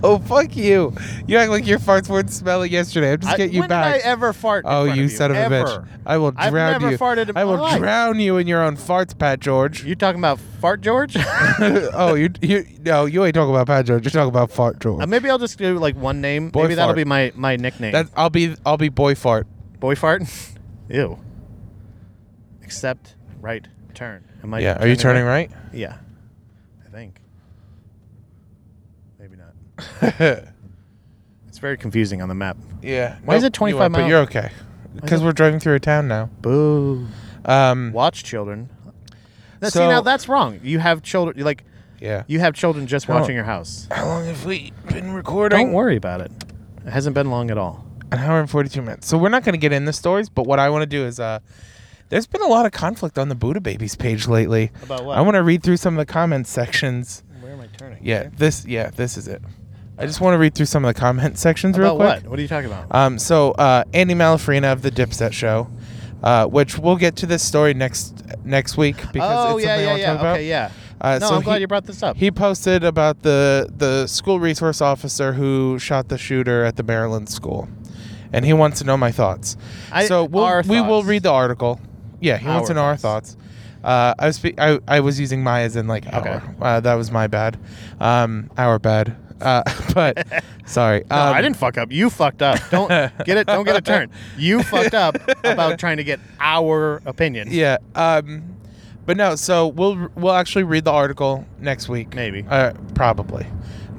Speaker 1: Oh fuck you! You act like your farts weren't smelling yesterday. I'm just
Speaker 2: I,
Speaker 1: getting you
Speaker 2: when
Speaker 1: back.
Speaker 2: did I ever fart? in
Speaker 1: oh,
Speaker 2: front
Speaker 1: you
Speaker 2: of
Speaker 1: son of a bitch!
Speaker 2: Ever.
Speaker 1: I will
Speaker 2: I've
Speaker 1: drown
Speaker 2: never
Speaker 1: you.
Speaker 2: farted in
Speaker 1: I
Speaker 2: my
Speaker 1: will
Speaker 2: life.
Speaker 1: drown you in your own farts, Pat George.
Speaker 2: You talking about fart, George? Uh,
Speaker 1: oh, you you no, you ain't talking about Pat George. You're talking about fart George.
Speaker 2: maybe I'll just do like one name.
Speaker 1: Boy
Speaker 2: maybe that'll
Speaker 1: fart.
Speaker 2: be my my nickname.
Speaker 1: That I'll be I'll be boy fart.
Speaker 2: Boy fart. Ew. Except right turn. Am I?
Speaker 1: yeah. Are you turning right?
Speaker 2: right? Yeah. I think. Maybe not. It's very confusing on the map.
Speaker 1: yeah.
Speaker 2: Why is it
Speaker 1: you
Speaker 2: 25
Speaker 1: went, But
Speaker 2: mile-
Speaker 1: you're okay
Speaker 2: is
Speaker 1: because
Speaker 2: it-
Speaker 1: we're driving through a town now.
Speaker 2: Boo.
Speaker 1: Um.
Speaker 2: Watch children. That, see
Speaker 1: So-
Speaker 2: now that's wrong. You have children. Like
Speaker 1: Yeah.
Speaker 2: you have children just
Speaker 1: No.
Speaker 2: watching your house.
Speaker 1: How long have we been recording?
Speaker 2: Don't worry about it. It hasn't been long at all.
Speaker 1: an hour and 42 minutes. So we're not going to get in the stories, but what I want to do is uh there's been a lot of conflict on the Buddha Babies page lately.
Speaker 2: About what?
Speaker 1: I want to read through some of the comment sections.
Speaker 2: Where am I turning?
Speaker 1: Yeah, this yeah, this is it. I just want to read through some of the comment sections real
Speaker 2: About
Speaker 1: quick.
Speaker 2: what? What are you talking about?
Speaker 1: Um, so uh, Andy Malafrina of the Dipset Show, uh, which we'll get to this story next next week because
Speaker 2: oh
Speaker 1: it's something
Speaker 2: yeah,
Speaker 1: I
Speaker 2: yeah,
Speaker 1: want to
Speaker 2: yeah.
Speaker 1: talk about.
Speaker 2: Okay, yeah.
Speaker 1: Uh,
Speaker 2: no,
Speaker 1: so
Speaker 2: I'm glad
Speaker 1: he-
Speaker 2: you brought this up.
Speaker 1: He posted about the the school resource officer who shot the shooter at the Maryland school, and he wants to know my thoughts.
Speaker 2: I-
Speaker 1: so we'll,
Speaker 2: our
Speaker 1: we will
Speaker 2: thoughts.
Speaker 1: read the article. Yeah, he wants to
Speaker 2: Our
Speaker 1: know
Speaker 2: thoughts.
Speaker 1: our thoughts. Uh, I was spe- I, I was using my as in like
Speaker 2: Okay.
Speaker 1: our. Uh, that was my bad. Um, our bad. Uh, but sorry.
Speaker 2: No,
Speaker 1: um,
Speaker 2: I didn't fuck up. You fucked up. Don't get it. Don't get a turn. You fucked up about trying to get our opinion.
Speaker 1: Yeah. Um, but no. So we'll we'll actually read the article next week.
Speaker 2: Maybe.
Speaker 1: Uh, probably,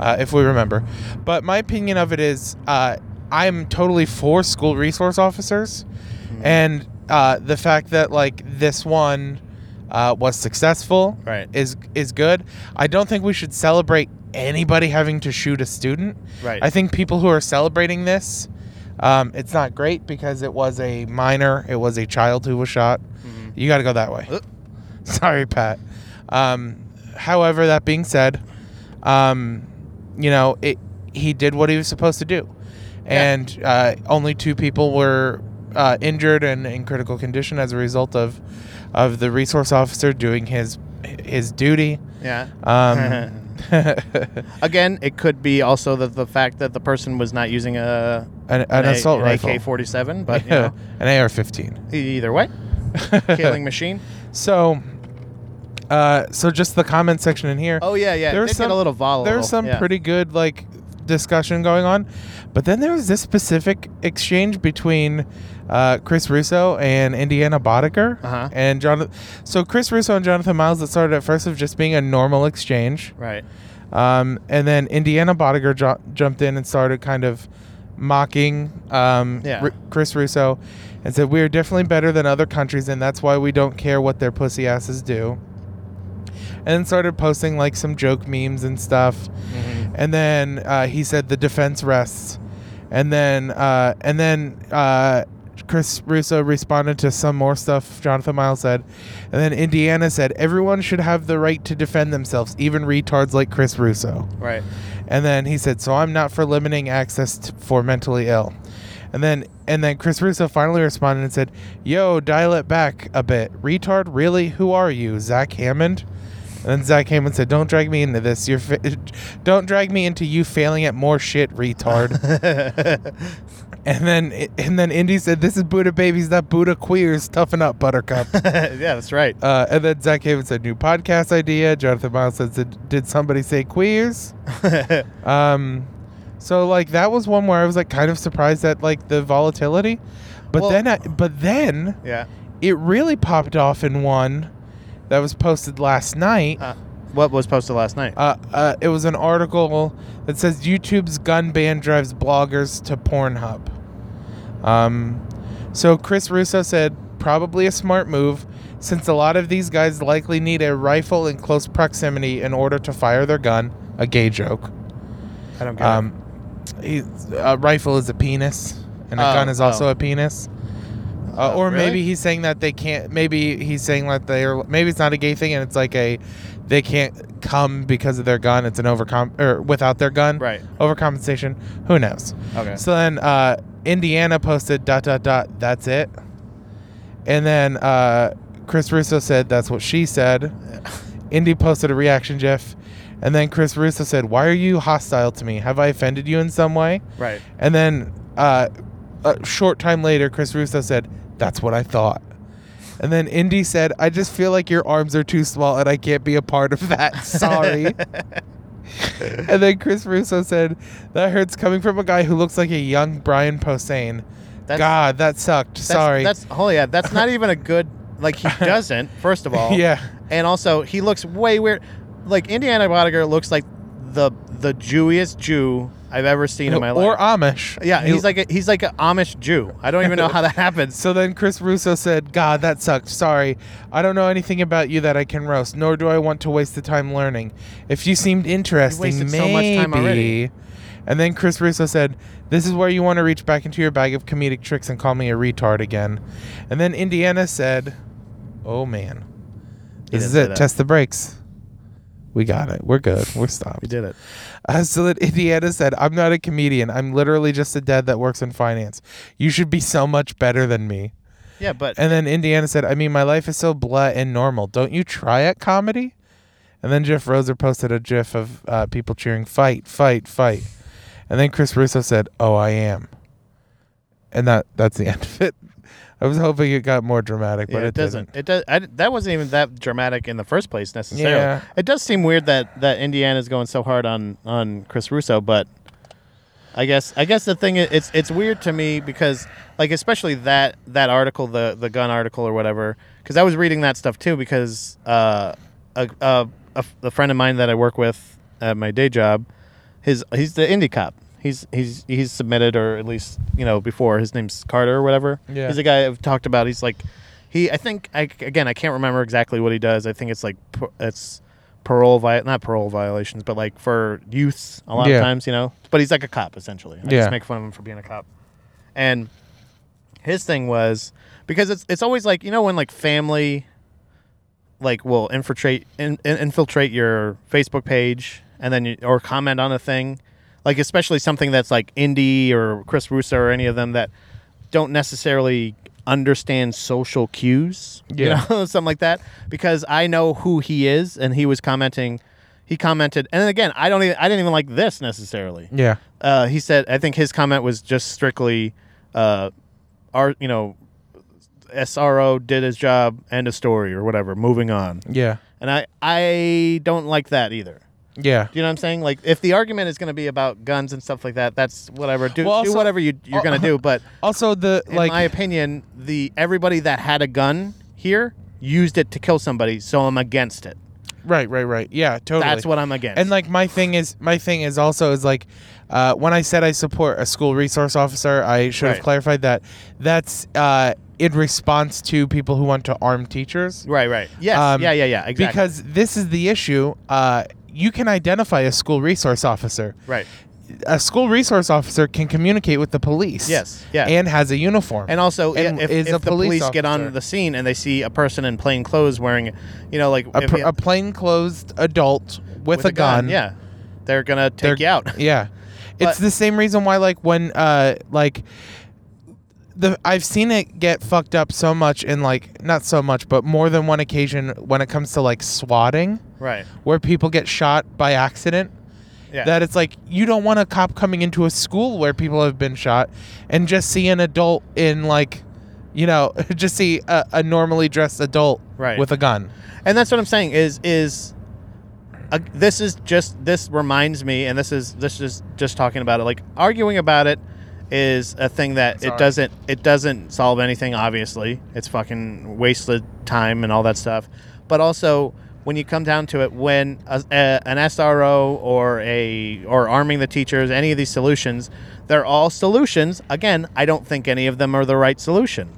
Speaker 1: uh, if we remember. But my opinion of it is, uh, I'm totally for school resource officers,
Speaker 2: Mm-hmm.
Speaker 1: and uh, the fact that like this one uh, was successful
Speaker 2: Right.
Speaker 1: is is good. I don't think we should celebrate anybody having to shoot a student.
Speaker 2: Right.
Speaker 1: I think people who are celebrating this, um, it's not great because it was a minor, it was a child who was shot.
Speaker 2: Mhm.
Speaker 1: You got to go that way.
Speaker 2: Uh.
Speaker 1: Sorry, Pat. Um, however, that being said, um, you know, it he did what he was supposed to do,
Speaker 2: Yeah.
Speaker 1: and uh, only two people were uh, injured and in critical condition as a result of of the resource officer doing his his duty.
Speaker 2: Yeah.
Speaker 1: Um,
Speaker 2: Again, it could be also the, the fact that the person was not using a
Speaker 1: an, an
Speaker 2: A-
Speaker 1: assault rifle,
Speaker 2: AK-47, but you
Speaker 1: Yeah,
Speaker 2: know, e-,
Speaker 1: an AR-15.
Speaker 2: either way, killing machine.
Speaker 1: So, uh, so just the comment section in here.
Speaker 2: Oh yeah, yeah.
Speaker 1: There
Speaker 2: There
Speaker 1: was
Speaker 2: was
Speaker 1: some-
Speaker 2: a little volatile.
Speaker 1: There's some
Speaker 2: yeah.
Speaker 1: pretty good like discussion going on, but then there was this specific exchange between uh, Chris Russo and Indiana Boddicker
Speaker 2: Uh-huh.
Speaker 1: and Jonathan. So Chris Russo and Jonathan Miles that started at first of just being a normal exchange,
Speaker 2: right.
Speaker 1: um, and then Indiana Boddicker jo- jumped in and started kind of mocking um,
Speaker 2: Yeah.
Speaker 1: Ru- Chris Russo and said, We are definitely better than other countries, and that's why we don't care what their pussy asses do. And then started posting like some joke memes and stuff. And then uh, he said, The defense rests. And then, uh, and then, uh, Chris Russo responded to some more stuff Jonathan Miles said. And then Indiana said, Everyone should have the right to defend themselves, even retards like Chris Russo.
Speaker 2: Right.
Speaker 1: And then he said, "So I'm not for limiting access t- for mentally ill." And then and then Chris Russo finally responded and said, "Yo, dial it back a bit, retard. Really, who are you, Zach Hammond?" And then Zach Hammond said, "Don't drag me into this. You're, fa- don't drag me into you failing at more shit, retard." and then and then Indy said, "This is Buddha babies, not Buddha queers. Toughen up, Buttercup."
Speaker 2: yeah, that's right.
Speaker 1: Uh, and then Zach Hammond said, "New podcast idea." Jonathan Miles said, "Did somebody say queers?" Um, so like that was one where I was like kind of surprised at like the volatility, but
Speaker 2: Well-
Speaker 1: then I, but then
Speaker 2: yeah.
Speaker 1: it really popped off in one that was posted last night.
Speaker 2: Uh, what was posted last night?
Speaker 1: Uh, uh, it was an article that says YouTube's gun ban drives bloggers to Pornhub. Um, so Chris Russo said probably a smart move since a lot of these guys likely need a rifle in close proximity in order to fire their gun. A gay joke.
Speaker 2: I don't get it.
Speaker 1: Um, he, a rifle is a penis, and a
Speaker 2: Oh,
Speaker 1: gun is also
Speaker 2: oh.
Speaker 1: a penis. Uh, or
Speaker 2: really?
Speaker 1: maybe he's saying that they can't. Maybe he's saying that they're. Maybe it's not a gay thing, and it's like a, they can't come because of their gun. It's an overcom or without their gun.
Speaker 2: Right.
Speaker 1: Overcompensation. Who knows?
Speaker 2: Okay.
Speaker 1: So then uh, Indiana posted dot dot dot. That's it. And then uh, Chris Russo said that's what she said. Indy posted a reaction gif, and then Chris Russo said, "Why are you hostile to me? Have I offended you in some way?"
Speaker 2: Right.
Speaker 1: And then uh, a short time later, Chris Russo said, "That's what I thought." And then Indy said, "I just feel like your arms are too small, and I can't be a part of that. Sorry." and then Chris Russo said, "That hurts coming from a guy who looks like a young Brian Posehn."
Speaker 2: That's-
Speaker 1: God, that sucked.
Speaker 2: That's-
Speaker 1: Sorry.
Speaker 2: That's oh yeah. That's not even a good. Like he doesn't. First of all.
Speaker 1: yeah.
Speaker 2: And also, he looks way weird. Like Indiana Bodiger looks like the the Jewiest Jew I've ever seen in my
Speaker 1: or
Speaker 2: life.
Speaker 1: Amish.
Speaker 2: yeah,
Speaker 1: He-
Speaker 2: he's like a, he's like an Amish Jew. I don't even know how that happens.
Speaker 1: So then Chris Russo said, God, that sucked. Sorry. I don't know anything about you that I can roast, nor do I want to waste the time learning. If you seemed interesting,
Speaker 2: wasted
Speaker 1: maybe.
Speaker 2: so much time already.
Speaker 1: And then Chris Russo said, This is where you want to reach back into your bag of comedic tricks and call me a retard again. And then Indiana said, Oh man.
Speaker 2: He
Speaker 1: This
Speaker 2: didn't
Speaker 1: is
Speaker 2: say
Speaker 1: it.
Speaker 2: that.
Speaker 1: Test the brakes. We got it. We're good. We're stopped.
Speaker 2: We did it.
Speaker 1: Uh, so that Indiana said, I'm not a comedian. I'm literally just a dad that works in finance. You should be so much better than me.
Speaker 2: Yeah, but
Speaker 1: And then Indiana said, I mean, my life is so blah and normal. Don't you try at comedy? And then Jeff Roser posted a gif of uh, people cheering, fight, fight, fight. And then Chris Russo said, Oh, I am. And that that's the end of it. I was hoping it got more dramatic, but
Speaker 2: Yeah,
Speaker 1: it,
Speaker 2: it doesn't.
Speaker 1: didn't.
Speaker 2: It does. I, that wasn't even that dramatic in the first place necessarily.
Speaker 1: Yeah.
Speaker 2: It does seem weird that that Indiana's going so hard on on Chris Russo, but I guess I guess the thing is, it's it's weird to me because like especially that that article the the gun article or whatever because I was reading that stuff too because uh a, a, a, a friend of mine that I work with at my day job his he's the indie cop. He's he's he's submitted or at least you know before his name's Carter or whatever.
Speaker 1: Yeah.
Speaker 2: He's a guy I've talked about. He's like he I think I again I can't remember exactly what he does. I think it's like par- it's parole vi- not parole violations but like for youths a lot
Speaker 1: Yeah.
Speaker 2: of times you know. But he's like a cop essentially. I
Speaker 1: Yeah.
Speaker 2: just make fun of him for being a cop. And his thing was because it's it's always like you know when like family like will infiltrate in, in- infiltrate your Facebook page and then you, or comment on a thing, like especially something that's like indie or Chris Russo or any of them that don't necessarily understand social cues,
Speaker 1: Yeah.
Speaker 2: you know, something like that. Because I know who he is, and he was commenting. He commented, and again, I don't even I didn't even like this necessarily
Speaker 1: Yeah.
Speaker 2: uh, he said I think his comment was just strictly uh, our you know SRO did his job end of story or whatever moving on
Speaker 1: Yeah.
Speaker 2: and I I don't like that either
Speaker 1: Yeah.
Speaker 2: do you know what I'm saying like if the argument is going to be about guns and stuff like that that's whatever do,
Speaker 1: Well, also-
Speaker 2: do whatever you, you're going to do but
Speaker 1: Also, the
Speaker 2: in
Speaker 1: like
Speaker 2: my opinion the everybody that had a gun here used it to kill somebody so I'm against it
Speaker 1: right, right, right. Yeah, totally.
Speaker 2: that's what I'm against
Speaker 1: And like my thing is, my thing is also is like, uh, when I said I support a school resource officer, I should have
Speaker 2: Right.
Speaker 1: clarified that. That's uh, in response to people who want to arm teachers.
Speaker 2: right right yes
Speaker 1: Um,
Speaker 2: yeah yeah yeah exactly
Speaker 1: Because this is the issue. Uh, you can identify a school resource officer.
Speaker 2: right
Speaker 1: A school resource officer can communicate with the police.
Speaker 2: Yes, yeah.
Speaker 1: And has a uniform.
Speaker 2: And also, yeah,
Speaker 1: And
Speaker 2: if,
Speaker 1: is
Speaker 2: if
Speaker 1: a
Speaker 2: the
Speaker 1: police
Speaker 2: police get
Speaker 1: officer.
Speaker 2: on the scene and they see a person in plain clothes wearing, you know, like
Speaker 1: a,
Speaker 2: if
Speaker 1: pr-
Speaker 2: you-
Speaker 1: a plainclothed adult with, a, gun.
Speaker 2: yeah, they're gonna
Speaker 1: They're-
Speaker 2: take you out.
Speaker 1: Yeah.
Speaker 2: But-
Speaker 1: It's the same reason why like when uh like the I've seen it get fucked up so much in like not so much, but more than one occasion when it comes to like swatting
Speaker 2: right.
Speaker 1: where people get shot by accident.
Speaker 2: Yeah.
Speaker 1: That it's like you don't want a cop coming into a school where people have been shot and just see an adult in like you know, just see a, a normally dressed adult
Speaker 2: Right.
Speaker 1: with a gun.
Speaker 2: and that's what I'm saying is is uh, this is just this reminds me, and this is this is just talking about it. Like arguing about it is a thing that
Speaker 1: Sorry.
Speaker 2: it doesn't it doesn't solve anything. Obviously, it's fucking wasted time and all that stuff. But also, when you come down to it, when a, a, an SRO or a or arming the teachers, any of these solutions, they're all solutions. Again, I don't think any of them are the right solution.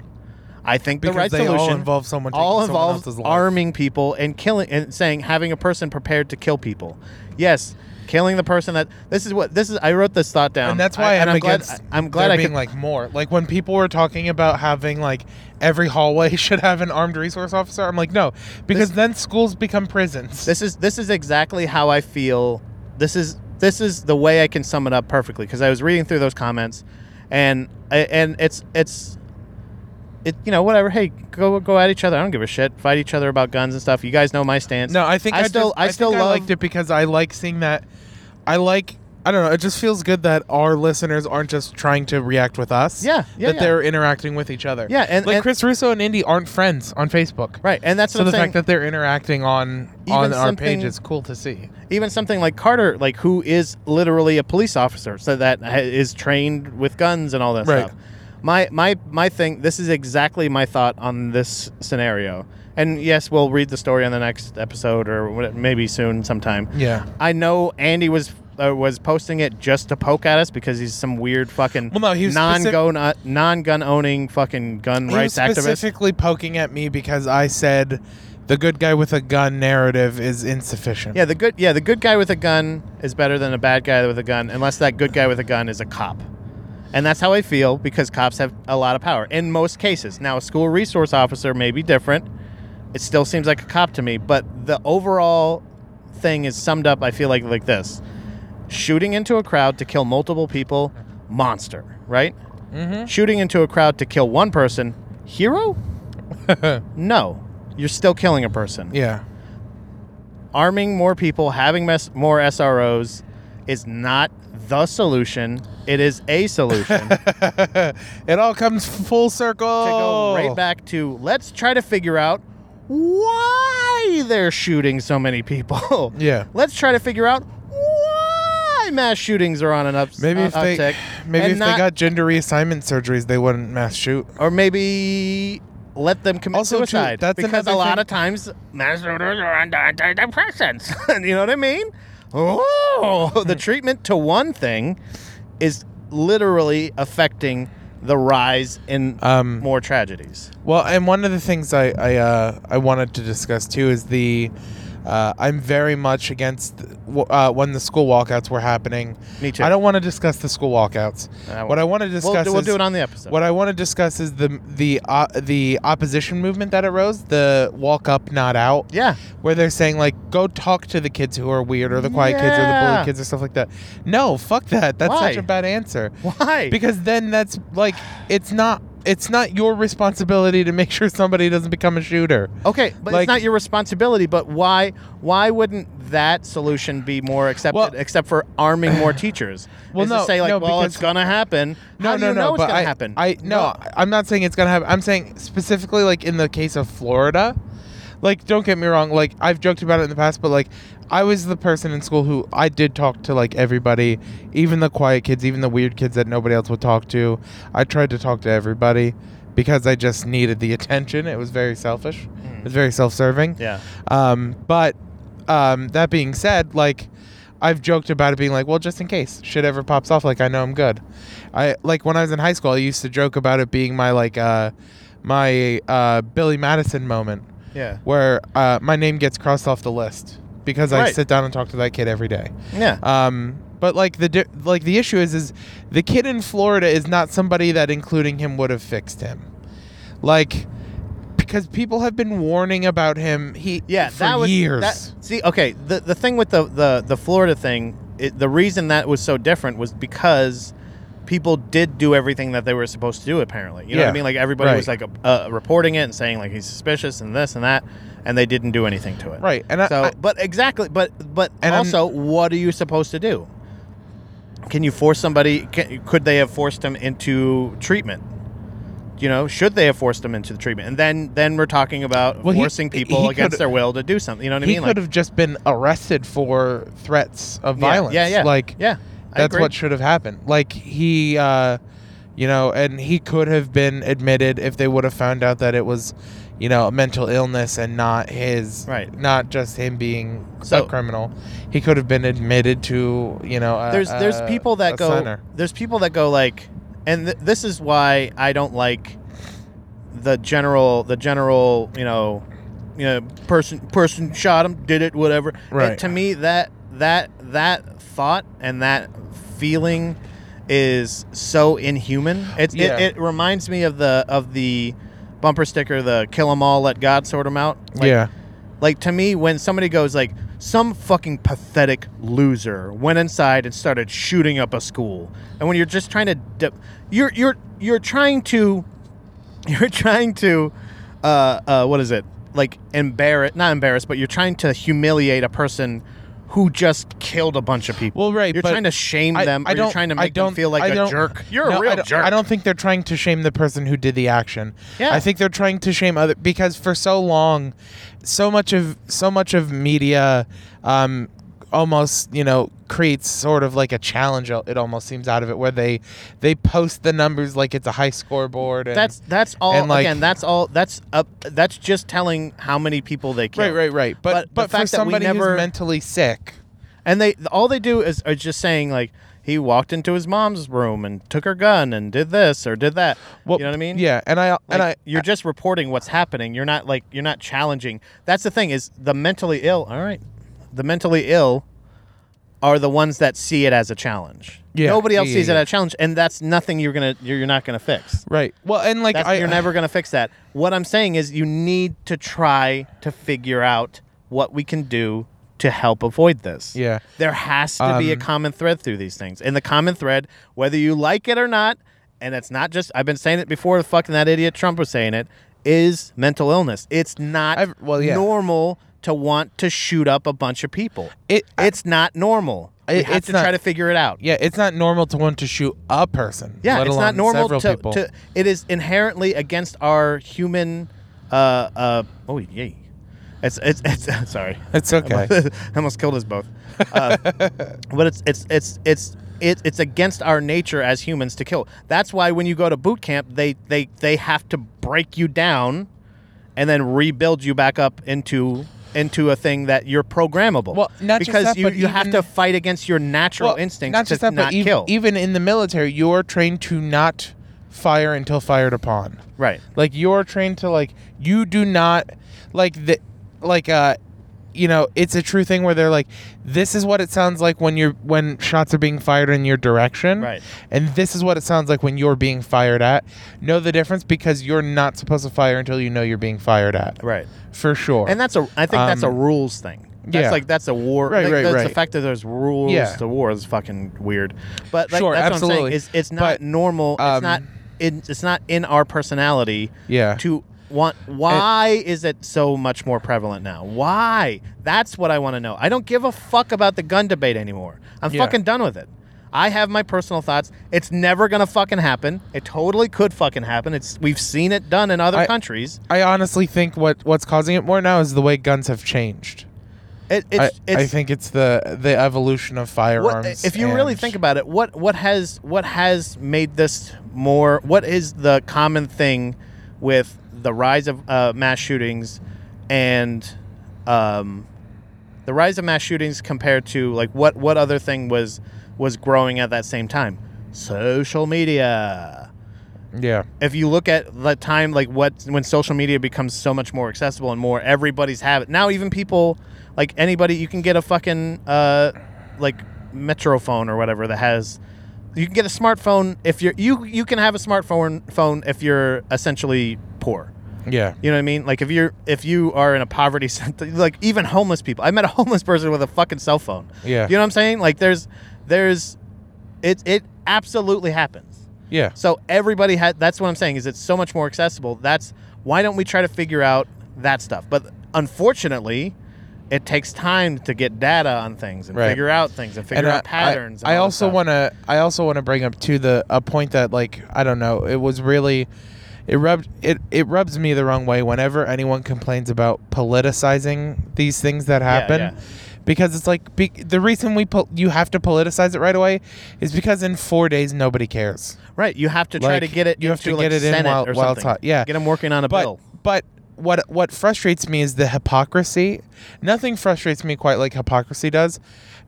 Speaker 2: I think
Speaker 1: Because
Speaker 2: the right
Speaker 1: they
Speaker 2: solution
Speaker 1: all involve someone taking
Speaker 2: all
Speaker 1: someone
Speaker 2: involves
Speaker 1: else's life.
Speaker 2: arming people and killing and saying having a person prepared to kill people. Yes, killing the person that this is what this is. I wrote this thought down,
Speaker 1: and that's why
Speaker 2: I,
Speaker 1: I, am
Speaker 2: and I'm glad.
Speaker 1: against.
Speaker 2: I- I'm glad
Speaker 1: there
Speaker 2: I
Speaker 1: being
Speaker 2: could.
Speaker 1: like more like when people were talking about having like every hallway should have an armed resource officer. I'm like no, because then schools become prisons.
Speaker 2: this is this is exactly how I feel. This is this is the way I can sum it up perfectly because I was reading through those comments, and and it's it's. It, you know whatever hey go go at each other I don't give a shit fight each other about guns and stuff you guys know my stance
Speaker 1: no, I think I,
Speaker 2: I still
Speaker 1: just-
Speaker 2: I
Speaker 1: think
Speaker 2: still love
Speaker 1: liked it because I like seeing that. I like I don't know. It just feels good that our listeners aren't just trying to react with us.
Speaker 2: Yeah, yeah,
Speaker 1: that
Speaker 2: yeah.
Speaker 1: they're interacting with each other.
Speaker 2: Yeah, and-
Speaker 1: like
Speaker 2: and-
Speaker 1: Chris Russo and Indy aren't friends on Facebook.
Speaker 2: right and that's
Speaker 1: So
Speaker 2: what
Speaker 1: the
Speaker 2: I'm saying.
Speaker 1: fact that they're interacting on on
Speaker 2: Even
Speaker 1: our page
Speaker 2: something-
Speaker 1: is cool to see.
Speaker 2: even something like Carter, like who is literally a police officer, so that ha- is trained with guns and all that
Speaker 1: Right.
Speaker 2: stuff. My my my thing. This is exactly my thought on this scenario. And yes, we'll read the story on the next episode or what- maybe soon, sometime.
Speaker 1: Yeah.
Speaker 2: I know Andy was uh, was posting it just to poke at us because he's some weird fucking
Speaker 1: Well, no, he was
Speaker 2: non
Speaker 1: specific-
Speaker 2: gun non gun owning fucking gun
Speaker 1: He was
Speaker 2: rights activist.
Speaker 1: specifically poking at me because I said the good guy with a gun narrative is insufficient.
Speaker 2: Yeah, the good yeah, the good guy with a gun is better than a bad guy with a gun unless that good guy with a gun is a cop. And that's how I feel because cops have a lot of power in most cases. Now, a school resource officer may be different. It still seems like a cop to me, but the overall thing is summed up I feel like like this. Shooting into a crowd to kill multiple people, monster, right?
Speaker 1: Mm-hmm.
Speaker 2: Shooting into a crowd to kill one person, hero? No. You're still killing a person
Speaker 1: yeah.
Speaker 2: arming more people, having mes- more SROs is not the solution. It is a solution to
Speaker 1: it all comes full circle.
Speaker 2: go
Speaker 1: Oh.
Speaker 2: right back to let's try to figure out why they're shooting so many people.
Speaker 1: Yeah.
Speaker 2: let's try to figure out why mass shootings are on an ups-
Speaker 1: Maybe
Speaker 2: uh,
Speaker 1: if they
Speaker 2: uptick,
Speaker 1: maybe
Speaker 2: and
Speaker 1: if they
Speaker 2: not-
Speaker 1: got gender reassignment surgeries, they wouldn't mass shoot.
Speaker 2: or maybe let them commit
Speaker 1: Also, too,
Speaker 2: suicide.
Speaker 1: that's
Speaker 2: because a
Speaker 1: another
Speaker 2: lot
Speaker 1: thing-
Speaker 2: of times mass shooters are on antidepressants. you know what I mean? Oh, the treatment to one thing is literally affecting the rise in
Speaker 1: Um,
Speaker 2: more tragedies.
Speaker 1: Well, and one of the things I I, uh, I wanted to discuss too is the uh, I'm very much against w- uh, when the school walkouts were happening.
Speaker 2: Me too.
Speaker 1: I don't want to discuss the school walkouts.
Speaker 2: I
Speaker 1: what I want to discuss
Speaker 2: Uh, We'll, do- we'll
Speaker 1: is
Speaker 2: do it on the episode.
Speaker 1: what I want to discuss is the the uh, the opposition movement that arose, the walk up, not out.
Speaker 2: yeah,
Speaker 1: where they're saying like go talk to the kids who are weird or the quiet kids or the
Speaker 2: Yeah.
Speaker 1: bully kids or stuff like that no fuck that that's
Speaker 2: Why?
Speaker 1: such a bad answer
Speaker 2: why?
Speaker 1: because then that's like it's not it's not your responsibility to make sure somebody doesn't become a shooter
Speaker 2: Okay, but
Speaker 1: Like-
Speaker 2: it's not your responsibility. But why? Why wouldn't that solution be more accepted?
Speaker 1: Well-
Speaker 2: except for arming more teachers.
Speaker 1: Well,
Speaker 2: Is
Speaker 1: no,
Speaker 2: to say like,
Speaker 1: no,
Speaker 2: well, it's
Speaker 1: because-
Speaker 2: gonna happen.
Speaker 1: no
Speaker 2: How do
Speaker 1: no
Speaker 2: you
Speaker 1: no
Speaker 2: know it's
Speaker 1: but
Speaker 2: gonna
Speaker 1: I,
Speaker 2: happen.
Speaker 1: I no, i'm not saying it's gonna happen i'm saying specifically like in the case of florida like don't get me wrong like i've joked about it in the past but like i was the person in school who i did talk to like everybody even the quiet kids even the weird kids that nobody else would talk to i tried to talk to everybody because i just needed the attention it was very selfish it
Speaker 2: Mm.
Speaker 1: was very self-serving
Speaker 2: Yeah.
Speaker 1: um, but um, that being said, like I've joked about it being like, well, just in case shit ever pops off, like I know I'm good. I like when I was in high school, I used to joke about it being my like uh, my uh, Billy Madison moment
Speaker 2: Yeah.
Speaker 1: where uh, my name gets crossed off the list because I
Speaker 2: Right.
Speaker 1: sit down and talk to that kid every day.
Speaker 2: Yeah.
Speaker 1: Um, but like the di- like the issue is is the kid in Florida is not somebody that including him would have fixed him, like because people have been warning about him. He
Speaker 2: yeah,
Speaker 1: for
Speaker 2: that was
Speaker 1: years.
Speaker 2: that- see, okay, the the thing with the the the Florida thing, it, the reason that was so different was because people did do everything that they were supposed to do. Apparently, you know what
Speaker 1: Yeah,
Speaker 2: I mean? Like everybody was
Speaker 1: right.
Speaker 2: like uh, reporting it and saying like he's suspicious and this and that, and they didn't do anything to it.
Speaker 1: right, and I-
Speaker 2: So,
Speaker 1: Uh, I,
Speaker 2: but exactly, but but
Speaker 1: And I'm-
Speaker 2: also, what are you supposed to do? Can you force somebody? Can, could they have forced him into treatment? You know, should they have forced him into the treatment? And then then we're talking about
Speaker 1: Well, he-
Speaker 2: forcing people
Speaker 1: he
Speaker 2: against
Speaker 1: could-
Speaker 2: their will to do something. You know what I
Speaker 1: he
Speaker 2: mean?
Speaker 1: could have just been arrested for threats of
Speaker 2: yeah,
Speaker 1: violence.
Speaker 2: Yeah, yeah,
Speaker 1: Like
Speaker 2: yeah. I
Speaker 1: that's
Speaker 2: agree.
Speaker 1: what should have happened. Like he, uh, you know, and he could have been admitted if they would have found out that it was, you know, a mental illness and not his,
Speaker 2: Right.
Speaker 1: Not just him being
Speaker 2: So-
Speaker 1: a criminal. He could have been admitted to, you know, a,
Speaker 2: there's there's
Speaker 1: a-
Speaker 2: people that
Speaker 1: Uh, a
Speaker 2: go
Speaker 1: center.
Speaker 2: there's people that go like and th- this is why I don't like the general the general you know you know person person shot him did it whatever And
Speaker 1: Right.
Speaker 2: to me that that that thought and that feeling is so inhuman it's
Speaker 1: Yeah.
Speaker 2: it, it reminds me of the of the bumper sticker the kill 'em all let God sort 'em out Like,
Speaker 1: yeah,
Speaker 2: like to me, when somebody goes like some fucking pathetic loser went inside and started shooting up a school, and when you're just trying to, de- you're you're you're trying to, you're trying to, uh, uh, what is it? Like embarrass, not embarrass, but you're trying to humiliate a person who just killed a bunch of people.
Speaker 1: Well, right,
Speaker 2: You're
Speaker 1: but
Speaker 2: trying to shame
Speaker 1: I-
Speaker 2: them.
Speaker 1: I
Speaker 2: or you're
Speaker 1: don't-
Speaker 2: trying to
Speaker 1: I
Speaker 2: make them
Speaker 1: don't-
Speaker 2: feel like
Speaker 1: I
Speaker 2: a
Speaker 1: don't-
Speaker 2: jerk. You're
Speaker 1: No,
Speaker 2: a real
Speaker 1: I don't,
Speaker 2: jerk.
Speaker 1: I don't think they're trying to shame the person who did the action.
Speaker 2: Yeah.
Speaker 1: I think they're trying to shame other because for so long, so much of so much of media, um, almost you know creates sort of like a challenge. uh, It almost seems out of it where they they post the numbers like it's a high scoreboard. And,
Speaker 2: That's that's all.
Speaker 1: and, like-
Speaker 2: again, that's all. That's up. That's just telling how many people they killed.
Speaker 1: right, right, right.
Speaker 2: But
Speaker 1: But
Speaker 2: the
Speaker 1: but, for
Speaker 2: fact that we
Speaker 1: somebody
Speaker 2: never-
Speaker 1: who's mentally sick,
Speaker 2: And they all they do is are just saying like he walked into his mom's room and took her gun and did this or did that.
Speaker 1: well,
Speaker 2: you know what I mean?
Speaker 1: Yeah, and I
Speaker 2: Like,
Speaker 1: and I
Speaker 2: you're just reporting what's happening. You're not like you're not challenging. That's the thing is the mentally ill. All right, the mentally ill are the ones that see it as a challenge.
Speaker 1: Yeah,
Speaker 2: Nobody else
Speaker 1: yeah,
Speaker 2: sees it
Speaker 1: yeah.
Speaker 2: as a challenge, and that's nothing you're gonna you're, you're not gonna fix.
Speaker 1: right. Well, and like
Speaker 2: That's,
Speaker 1: I
Speaker 2: you're never going to fix that. What I'm saying is, you need to try to figure out what we can do to help avoid this.
Speaker 1: Yeah.
Speaker 2: there has to be a
Speaker 1: Um,
Speaker 2: common thread through these things, and the common thread, whether you like it or not, and it's not just I've been saying it before. Fucking that idiot Trump was saying it is mental illness. It's not
Speaker 1: I've- well, yeah.
Speaker 2: normal to want to shoot up a bunch of people.
Speaker 1: It-
Speaker 2: it's not normal. you
Speaker 1: It-
Speaker 2: have
Speaker 1: it's
Speaker 2: to
Speaker 1: not-
Speaker 2: try to figure it out.
Speaker 1: Yeah, it's not normal to want to shoot a person.
Speaker 2: Yeah,
Speaker 1: let
Speaker 2: it's
Speaker 1: alone
Speaker 2: not normal
Speaker 1: several
Speaker 2: to,
Speaker 1: people.
Speaker 2: to. It is inherently against our human. Uh, uh, oh yay! It's it's, it's sorry.
Speaker 1: It's okay.
Speaker 2: I almost killed us both. Uh, but it's it's it's it's it, it's against our nature as humans to kill. That's why when you go to boot camp, they they they have to break you down, and then rebuild you back up into into a thing that you're programmable.
Speaker 1: Well, not just
Speaker 2: because
Speaker 1: that,
Speaker 2: you
Speaker 1: but
Speaker 2: you have
Speaker 1: even-
Speaker 2: to fight against your natural
Speaker 1: Well,
Speaker 2: instincts
Speaker 1: not just
Speaker 2: to
Speaker 1: that,
Speaker 2: not
Speaker 1: but ev-
Speaker 2: kill.
Speaker 1: even in the military, you're trained to not fire until fired upon.
Speaker 2: right.
Speaker 1: Like you're trained to like you do not like the like uh you know, it's a true thing where they're like this is what it sounds like when you're when shots are being fired in your direction.
Speaker 2: Right.
Speaker 1: And this is what it sounds like when you're being fired at. Know the difference because you're not supposed to fire until you know you're being fired at.
Speaker 2: Right.
Speaker 1: For sure.
Speaker 2: And that's a I think that's a
Speaker 1: Um,
Speaker 2: rules thing. That's
Speaker 1: yeah.
Speaker 2: like that's a war.
Speaker 1: Right,
Speaker 2: like,
Speaker 1: right,
Speaker 2: that's The
Speaker 1: right.
Speaker 2: fact that there's rules
Speaker 1: Yeah.
Speaker 2: to war is fucking weird. But like,
Speaker 1: Sure,
Speaker 2: that's What I'm
Speaker 1: absolutely.
Speaker 2: saying, is it's not
Speaker 1: But,
Speaker 2: normal. It's
Speaker 1: um,
Speaker 2: not. In, it's not in our personality
Speaker 1: yeah.
Speaker 2: to want. Why is it so much more prevalent now? Why? That's what I want to know. I don't give a fuck about the gun debate anymore. I'm
Speaker 1: Yeah.
Speaker 2: fucking done with it. I have my personal thoughts. It's never gonna fucking happen. It totally could fucking happen. It's we've seen it done in other
Speaker 1: I-
Speaker 2: countries.
Speaker 1: I honestly think what what's causing it more now is the way guns have changed.
Speaker 2: It, it's,
Speaker 1: I,
Speaker 2: it's
Speaker 1: I think it's the the evolution of firearms.
Speaker 2: What, uh, if you really
Speaker 1: and-
Speaker 2: think about it, what what has what has made this more? What is the common thing with the rise of uh, mass shootings and um, the rise of mass shootings compared to like what what other thing was was growing at that same time? Social media.
Speaker 1: yeah,
Speaker 2: If you look at the time like what when social media becomes so much more accessible and more everybody's habit now, even people like anybody, you can get a fucking uh, like Metrophone or whatever that has. You can get a smartphone if you're you you can have a smartphone phone if you're essentially poor.
Speaker 1: yeah,
Speaker 2: You know what I mean? Like if you're if you are in a poverty center, like even homeless people. I met a homeless person with a fucking cell phone.
Speaker 1: yeah,
Speaker 2: You know what I'm saying? Like there's there's it it absolutely happens.
Speaker 1: yeah.
Speaker 2: So everybody had. That's what I'm saying. Is it's so much more accessible. That's why don't we try to figure out that stuff? But unfortunately, it takes time to get data on things and
Speaker 1: Right.
Speaker 2: figure out things and figure
Speaker 1: I-
Speaker 2: out patterns.
Speaker 1: I,
Speaker 2: and
Speaker 1: I
Speaker 2: all that
Speaker 1: also
Speaker 2: stuff.
Speaker 1: want to. I also want to bring up too the a point that like I don't know. It was really, it rubbed it it rubs me the wrong way whenever anyone complains about politicizing these things that happen.
Speaker 2: yeah.
Speaker 1: Because it's like be, the reason we pol- you have to politicize it right away is because in four days nobody cares.
Speaker 2: right. You have to try
Speaker 1: like,
Speaker 2: to get it.
Speaker 1: you have
Speaker 2: into,
Speaker 1: to
Speaker 2: like,
Speaker 1: get it in
Speaker 2: Senate
Speaker 1: while-
Speaker 2: or
Speaker 1: while
Speaker 2: something.
Speaker 1: it's hot. Yeah.
Speaker 2: Get them working on a
Speaker 1: but
Speaker 2: bill.
Speaker 1: but what what frustrates me is the hypocrisy. Nothing frustrates me quite like hypocrisy does,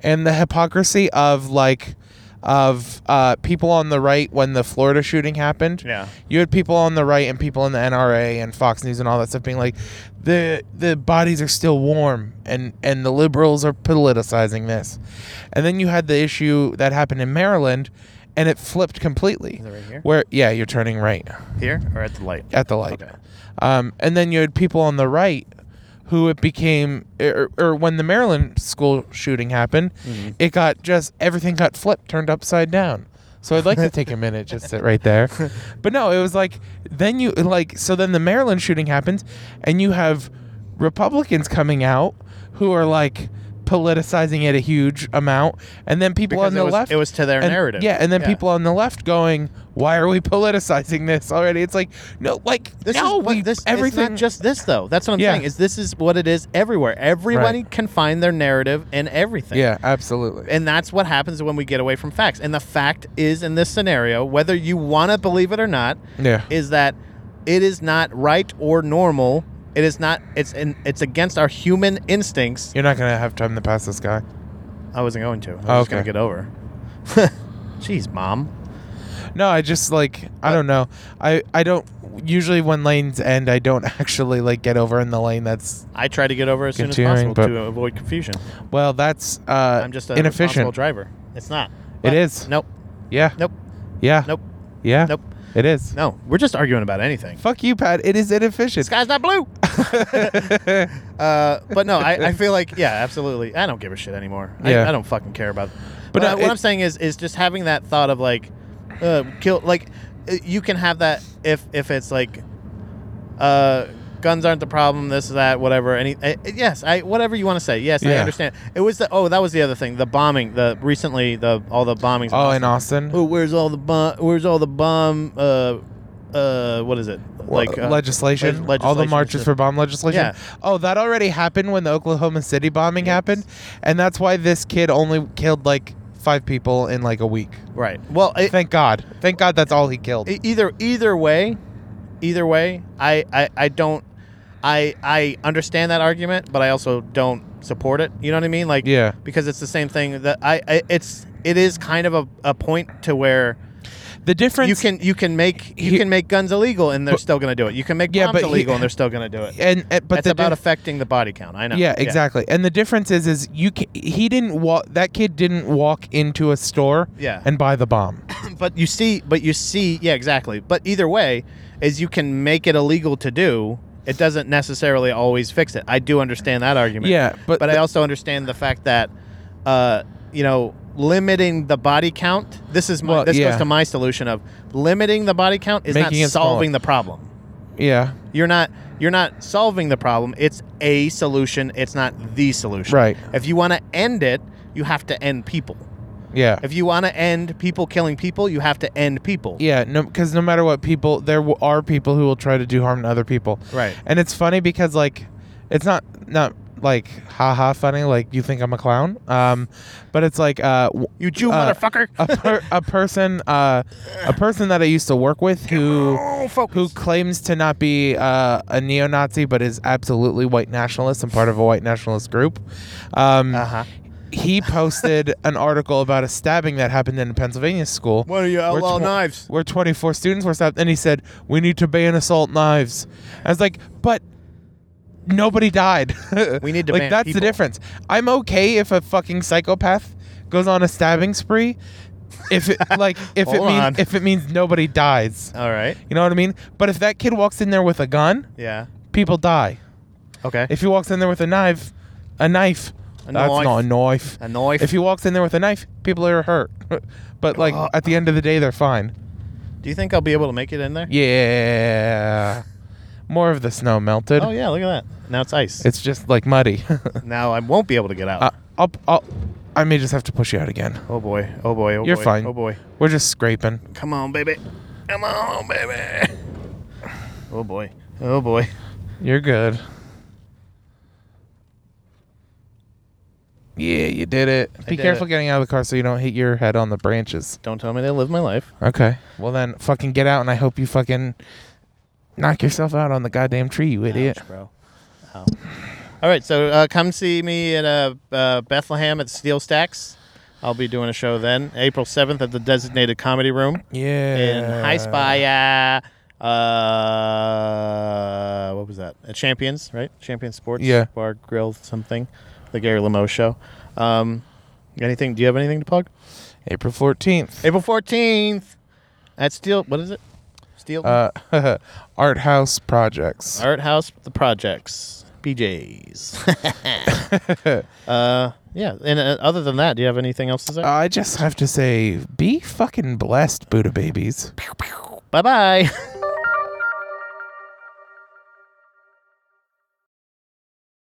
Speaker 1: and the hypocrisy of like of uh, people on the right when the Florida shooting happened.
Speaker 2: Yeah.
Speaker 1: You had people on the right and people in the NRA and Fox News and all that stuff being like, the the bodies are still warm and and the liberals are politicizing this, and then you had the issue that happened in Maryland, and it flipped completely.
Speaker 2: Is it right here?
Speaker 1: Where yeah, you're turning right
Speaker 2: Here or at the light.
Speaker 1: at the light.
Speaker 2: Okay.
Speaker 1: Um, and then you had people on the right who it became, or, or when the Maryland school shooting happened,
Speaker 2: Mm-hmm.
Speaker 1: it got just everything got flipped, turned upside down. So I'd like to take a minute just sit right there, but no, it was like then you like so then the Maryland shooting happens, and you have Republicans coming out who are like politicizing it a huge amount, and then people
Speaker 2: Because
Speaker 1: on
Speaker 2: it
Speaker 1: the
Speaker 2: was-
Speaker 1: left
Speaker 2: it was to their
Speaker 1: and-
Speaker 2: narrative.
Speaker 1: Yeah, and then
Speaker 2: Yeah.
Speaker 1: people on the left going, "Why are we politicizing this already?" It's like, no, like
Speaker 2: This
Speaker 1: no,
Speaker 2: is what
Speaker 1: we,
Speaker 2: this
Speaker 1: everything
Speaker 2: It's not just this though. That's what I'm
Speaker 1: Yeah.
Speaker 2: saying. Is this is what it is everywhere. Everybody can find their narrative in everything.
Speaker 1: yeah, absolutely.
Speaker 2: And that's what happens when we get away from facts. And the fact is, in this scenario, whether you want to believe it or not,
Speaker 1: yeah,
Speaker 2: is that it is not right or normal. It is not. It's in, it's against our human instincts.
Speaker 1: you're not gonna have time to pass this guy.
Speaker 2: I wasn't going to. I was
Speaker 1: Oh,
Speaker 2: just gonna
Speaker 1: okay.
Speaker 2: get over. Jeez, mom.
Speaker 1: No, I just like I don't know. I I don't usually when lanes end, I don't actually like get over in the lane. That's
Speaker 2: I try to get over as soon as
Speaker 1: Continuing,
Speaker 2: possible
Speaker 1: but-
Speaker 2: to avoid confusion.
Speaker 1: well, that's uh,
Speaker 2: I'm just an irresponsible
Speaker 1: inefficient.
Speaker 2: driver. It's not.
Speaker 1: It is.
Speaker 2: Nope.
Speaker 1: Yeah,
Speaker 2: Nope.
Speaker 1: yeah,
Speaker 2: Nope.
Speaker 1: yeah.
Speaker 2: Nope.
Speaker 1: It is.
Speaker 2: No. We're just arguing about anything.
Speaker 1: Fuck you, Pat. It is
Speaker 2: The
Speaker 1: inefficient.
Speaker 2: sky's not blue. Uh, but no, I, I feel like yeah, absolutely. I don't give a shit anymore.
Speaker 1: Yeah.
Speaker 2: I, I don't fucking care about.
Speaker 1: But
Speaker 2: But uh,
Speaker 1: no,
Speaker 2: what
Speaker 1: it-
Speaker 2: I'm saying is, is just having that thought of like, uh, kill. Like, uh, you can have that if if it's like, uh, guns aren't the problem. This, that, whatever. Any, I, I- yes, I whatever you want to say. Yes, I
Speaker 1: Yeah.
Speaker 2: understand. It was the oh, that was the other thing. The bombing. The recently the all the bombings.
Speaker 1: Oh, in Austin,
Speaker 2: oh, where's all the bomb? Where's all the bomb? Uh, uh, what is it? Like uh,
Speaker 1: legislation,
Speaker 2: leg-
Speaker 1: all the
Speaker 2: legislation
Speaker 1: marches
Speaker 2: is-
Speaker 1: for bomb legislation.
Speaker 2: Yeah.
Speaker 1: Oh, that already happened when the Oklahoma City bombing
Speaker 2: Yes.
Speaker 1: happened, and that's why this kid only killed like five people in like a week.
Speaker 2: right. Well, it,
Speaker 1: Thank God. Thank God that's all he killed.
Speaker 2: E- either either way either way I, I i don't i i understand that argument but i also don't support it you know what i mean like
Speaker 1: yeah.
Speaker 2: because it's the same thing that i, I it's it is kind of a, a point to where
Speaker 1: The difference.
Speaker 2: you can you can make you
Speaker 1: he-
Speaker 2: can make guns illegal and they're
Speaker 1: But-
Speaker 2: still going to do it. You can make
Speaker 1: Yeah,
Speaker 2: bombs
Speaker 1: but he-
Speaker 2: illegal and they're still going to do it.
Speaker 1: and, and but
Speaker 2: But it's
Speaker 1: the
Speaker 2: about
Speaker 1: diff-
Speaker 2: affecting the body count. I know.
Speaker 1: Yeah, exactly. And the difference is, is you ca he didn't walk. That kid didn't walk into a store
Speaker 2: Yeah.
Speaker 1: and buy the bomb.
Speaker 2: but you see but you see yeah exactly but either way is you can make it illegal to do it doesn't necessarily always fix it i do understand that argument
Speaker 1: Yeah, but-
Speaker 2: but i also understand the fact that uh you know limiting the body count this is my
Speaker 1: Well,
Speaker 2: this
Speaker 1: yeah.
Speaker 2: goes to my solution of limiting the body count is
Speaker 1: Making
Speaker 2: not
Speaker 1: it smaller.
Speaker 2: solving the problem
Speaker 1: Yeah,
Speaker 2: you're not you're not solving the problem it's a solution it's not the solution
Speaker 1: Right.
Speaker 2: if you want to end it you have to end people
Speaker 1: yeah,
Speaker 2: if you want to end people killing people you have to end people
Speaker 1: yeah. No, because no matter what, people there w- are people who will try to do harm to other people.
Speaker 2: Right.
Speaker 1: And it's funny because like, it's not not like haha funny like you think I'm a clown. Um, but it's like uh. w-
Speaker 2: You Jew
Speaker 1: uh,
Speaker 2: motherfucker.
Speaker 1: a, per- a person, uh, a person that I used to work with, who
Speaker 2: Oh, focus.
Speaker 1: who claims to not be uh, a neo-Nazi but is absolutely white nationalist and part of a white nationalist group. Um,
Speaker 2: Uh-huh.
Speaker 1: He posted an article about a stabbing that happened in a Pennsylvania school.
Speaker 2: What are you,
Speaker 1: where
Speaker 2: outlaw
Speaker 1: tw-
Speaker 2: knives?
Speaker 1: Where 24 students were stabbed, and he said, "We need to ban assault knives." I was like, "But." Nobody died.
Speaker 2: We need to
Speaker 1: like
Speaker 2: ban
Speaker 1: that's
Speaker 2: people.
Speaker 1: the difference. I'm okay if a fucking psychopath goes on a stabbing spree, if it like if it
Speaker 2: Hold on.
Speaker 1: means if it means nobody dies.
Speaker 2: All right.
Speaker 1: You know what I mean? But if that kid walks in there with a gun,
Speaker 2: Yeah.
Speaker 1: people die.
Speaker 2: Okay.
Speaker 1: If he walks in there with a knife, a knife,
Speaker 2: A
Speaker 1: that's
Speaker 2: knife.
Speaker 1: not a knife.
Speaker 2: A knife.
Speaker 1: If he walks in there with a knife, people are hurt. but like
Speaker 2: Oh.
Speaker 1: at the end of the day, they're fine.
Speaker 2: Do you think I'll be able to make it in there?
Speaker 1: Yeah. More of the snow melted.
Speaker 2: Oh yeah. Look at that. Now it's ice.
Speaker 1: It's just like muddy.
Speaker 2: now I won't be able to get out.
Speaker 1: uh, I'll, I'll, I may just have to push you out again.
Speaker 2: oh boy. Oh boy. Oh
Speaker 1: You're
Speaker 2: boy.
Speaker 1: fine.
Speaker 2: Oh boy.
Speaker 1: We're just scraping.
Speaker 2: Come on, baby. Come on, baby. Oh boy. Oh boy.
Speaker 1: You're good. Yeah, you did it. Be
Speaker 2: did
Speaker 1: careful
Speaker 2: it.
Speaker 1: getting out of the car so you don't hit your head on the branches.
Speaker 2: Don't tell me to live my life.
Speaker 1: Okay. Well then, fucking get out, and I hope you fucking knock yourself out on the goddamn tree, you idiot.
Speaker 2: Ouch, bro. Ow. All right, so uh, come see me at uh, uh, Bethlehem at Steel Stacks. I'll be doing a show then, April seventh at the designated comedy room
Speaker 1: Yeah.
Speaker 2: in High Spy. Uh, uh, what was that? At Champions, right? Champions Sports
Speaker 1: Yeah.
Speaker 2: Bar Grill something, the Gary Lemo show. Um, anything? Do you have anything to plug?
Speaker 1: April fourteenth.
Speaker 2: April fourteenth at Steel. What is it? Steel
Speaker 1: Uh, art house projects.
Speaker 2: Art House, the projects, BJ's. uh, yeah. And uh, other than that, do you have anything else to say?
Speaker 1: Uh, I just have to say, be fucking blessed, Buddha babies.
Speaker 2: bye bye.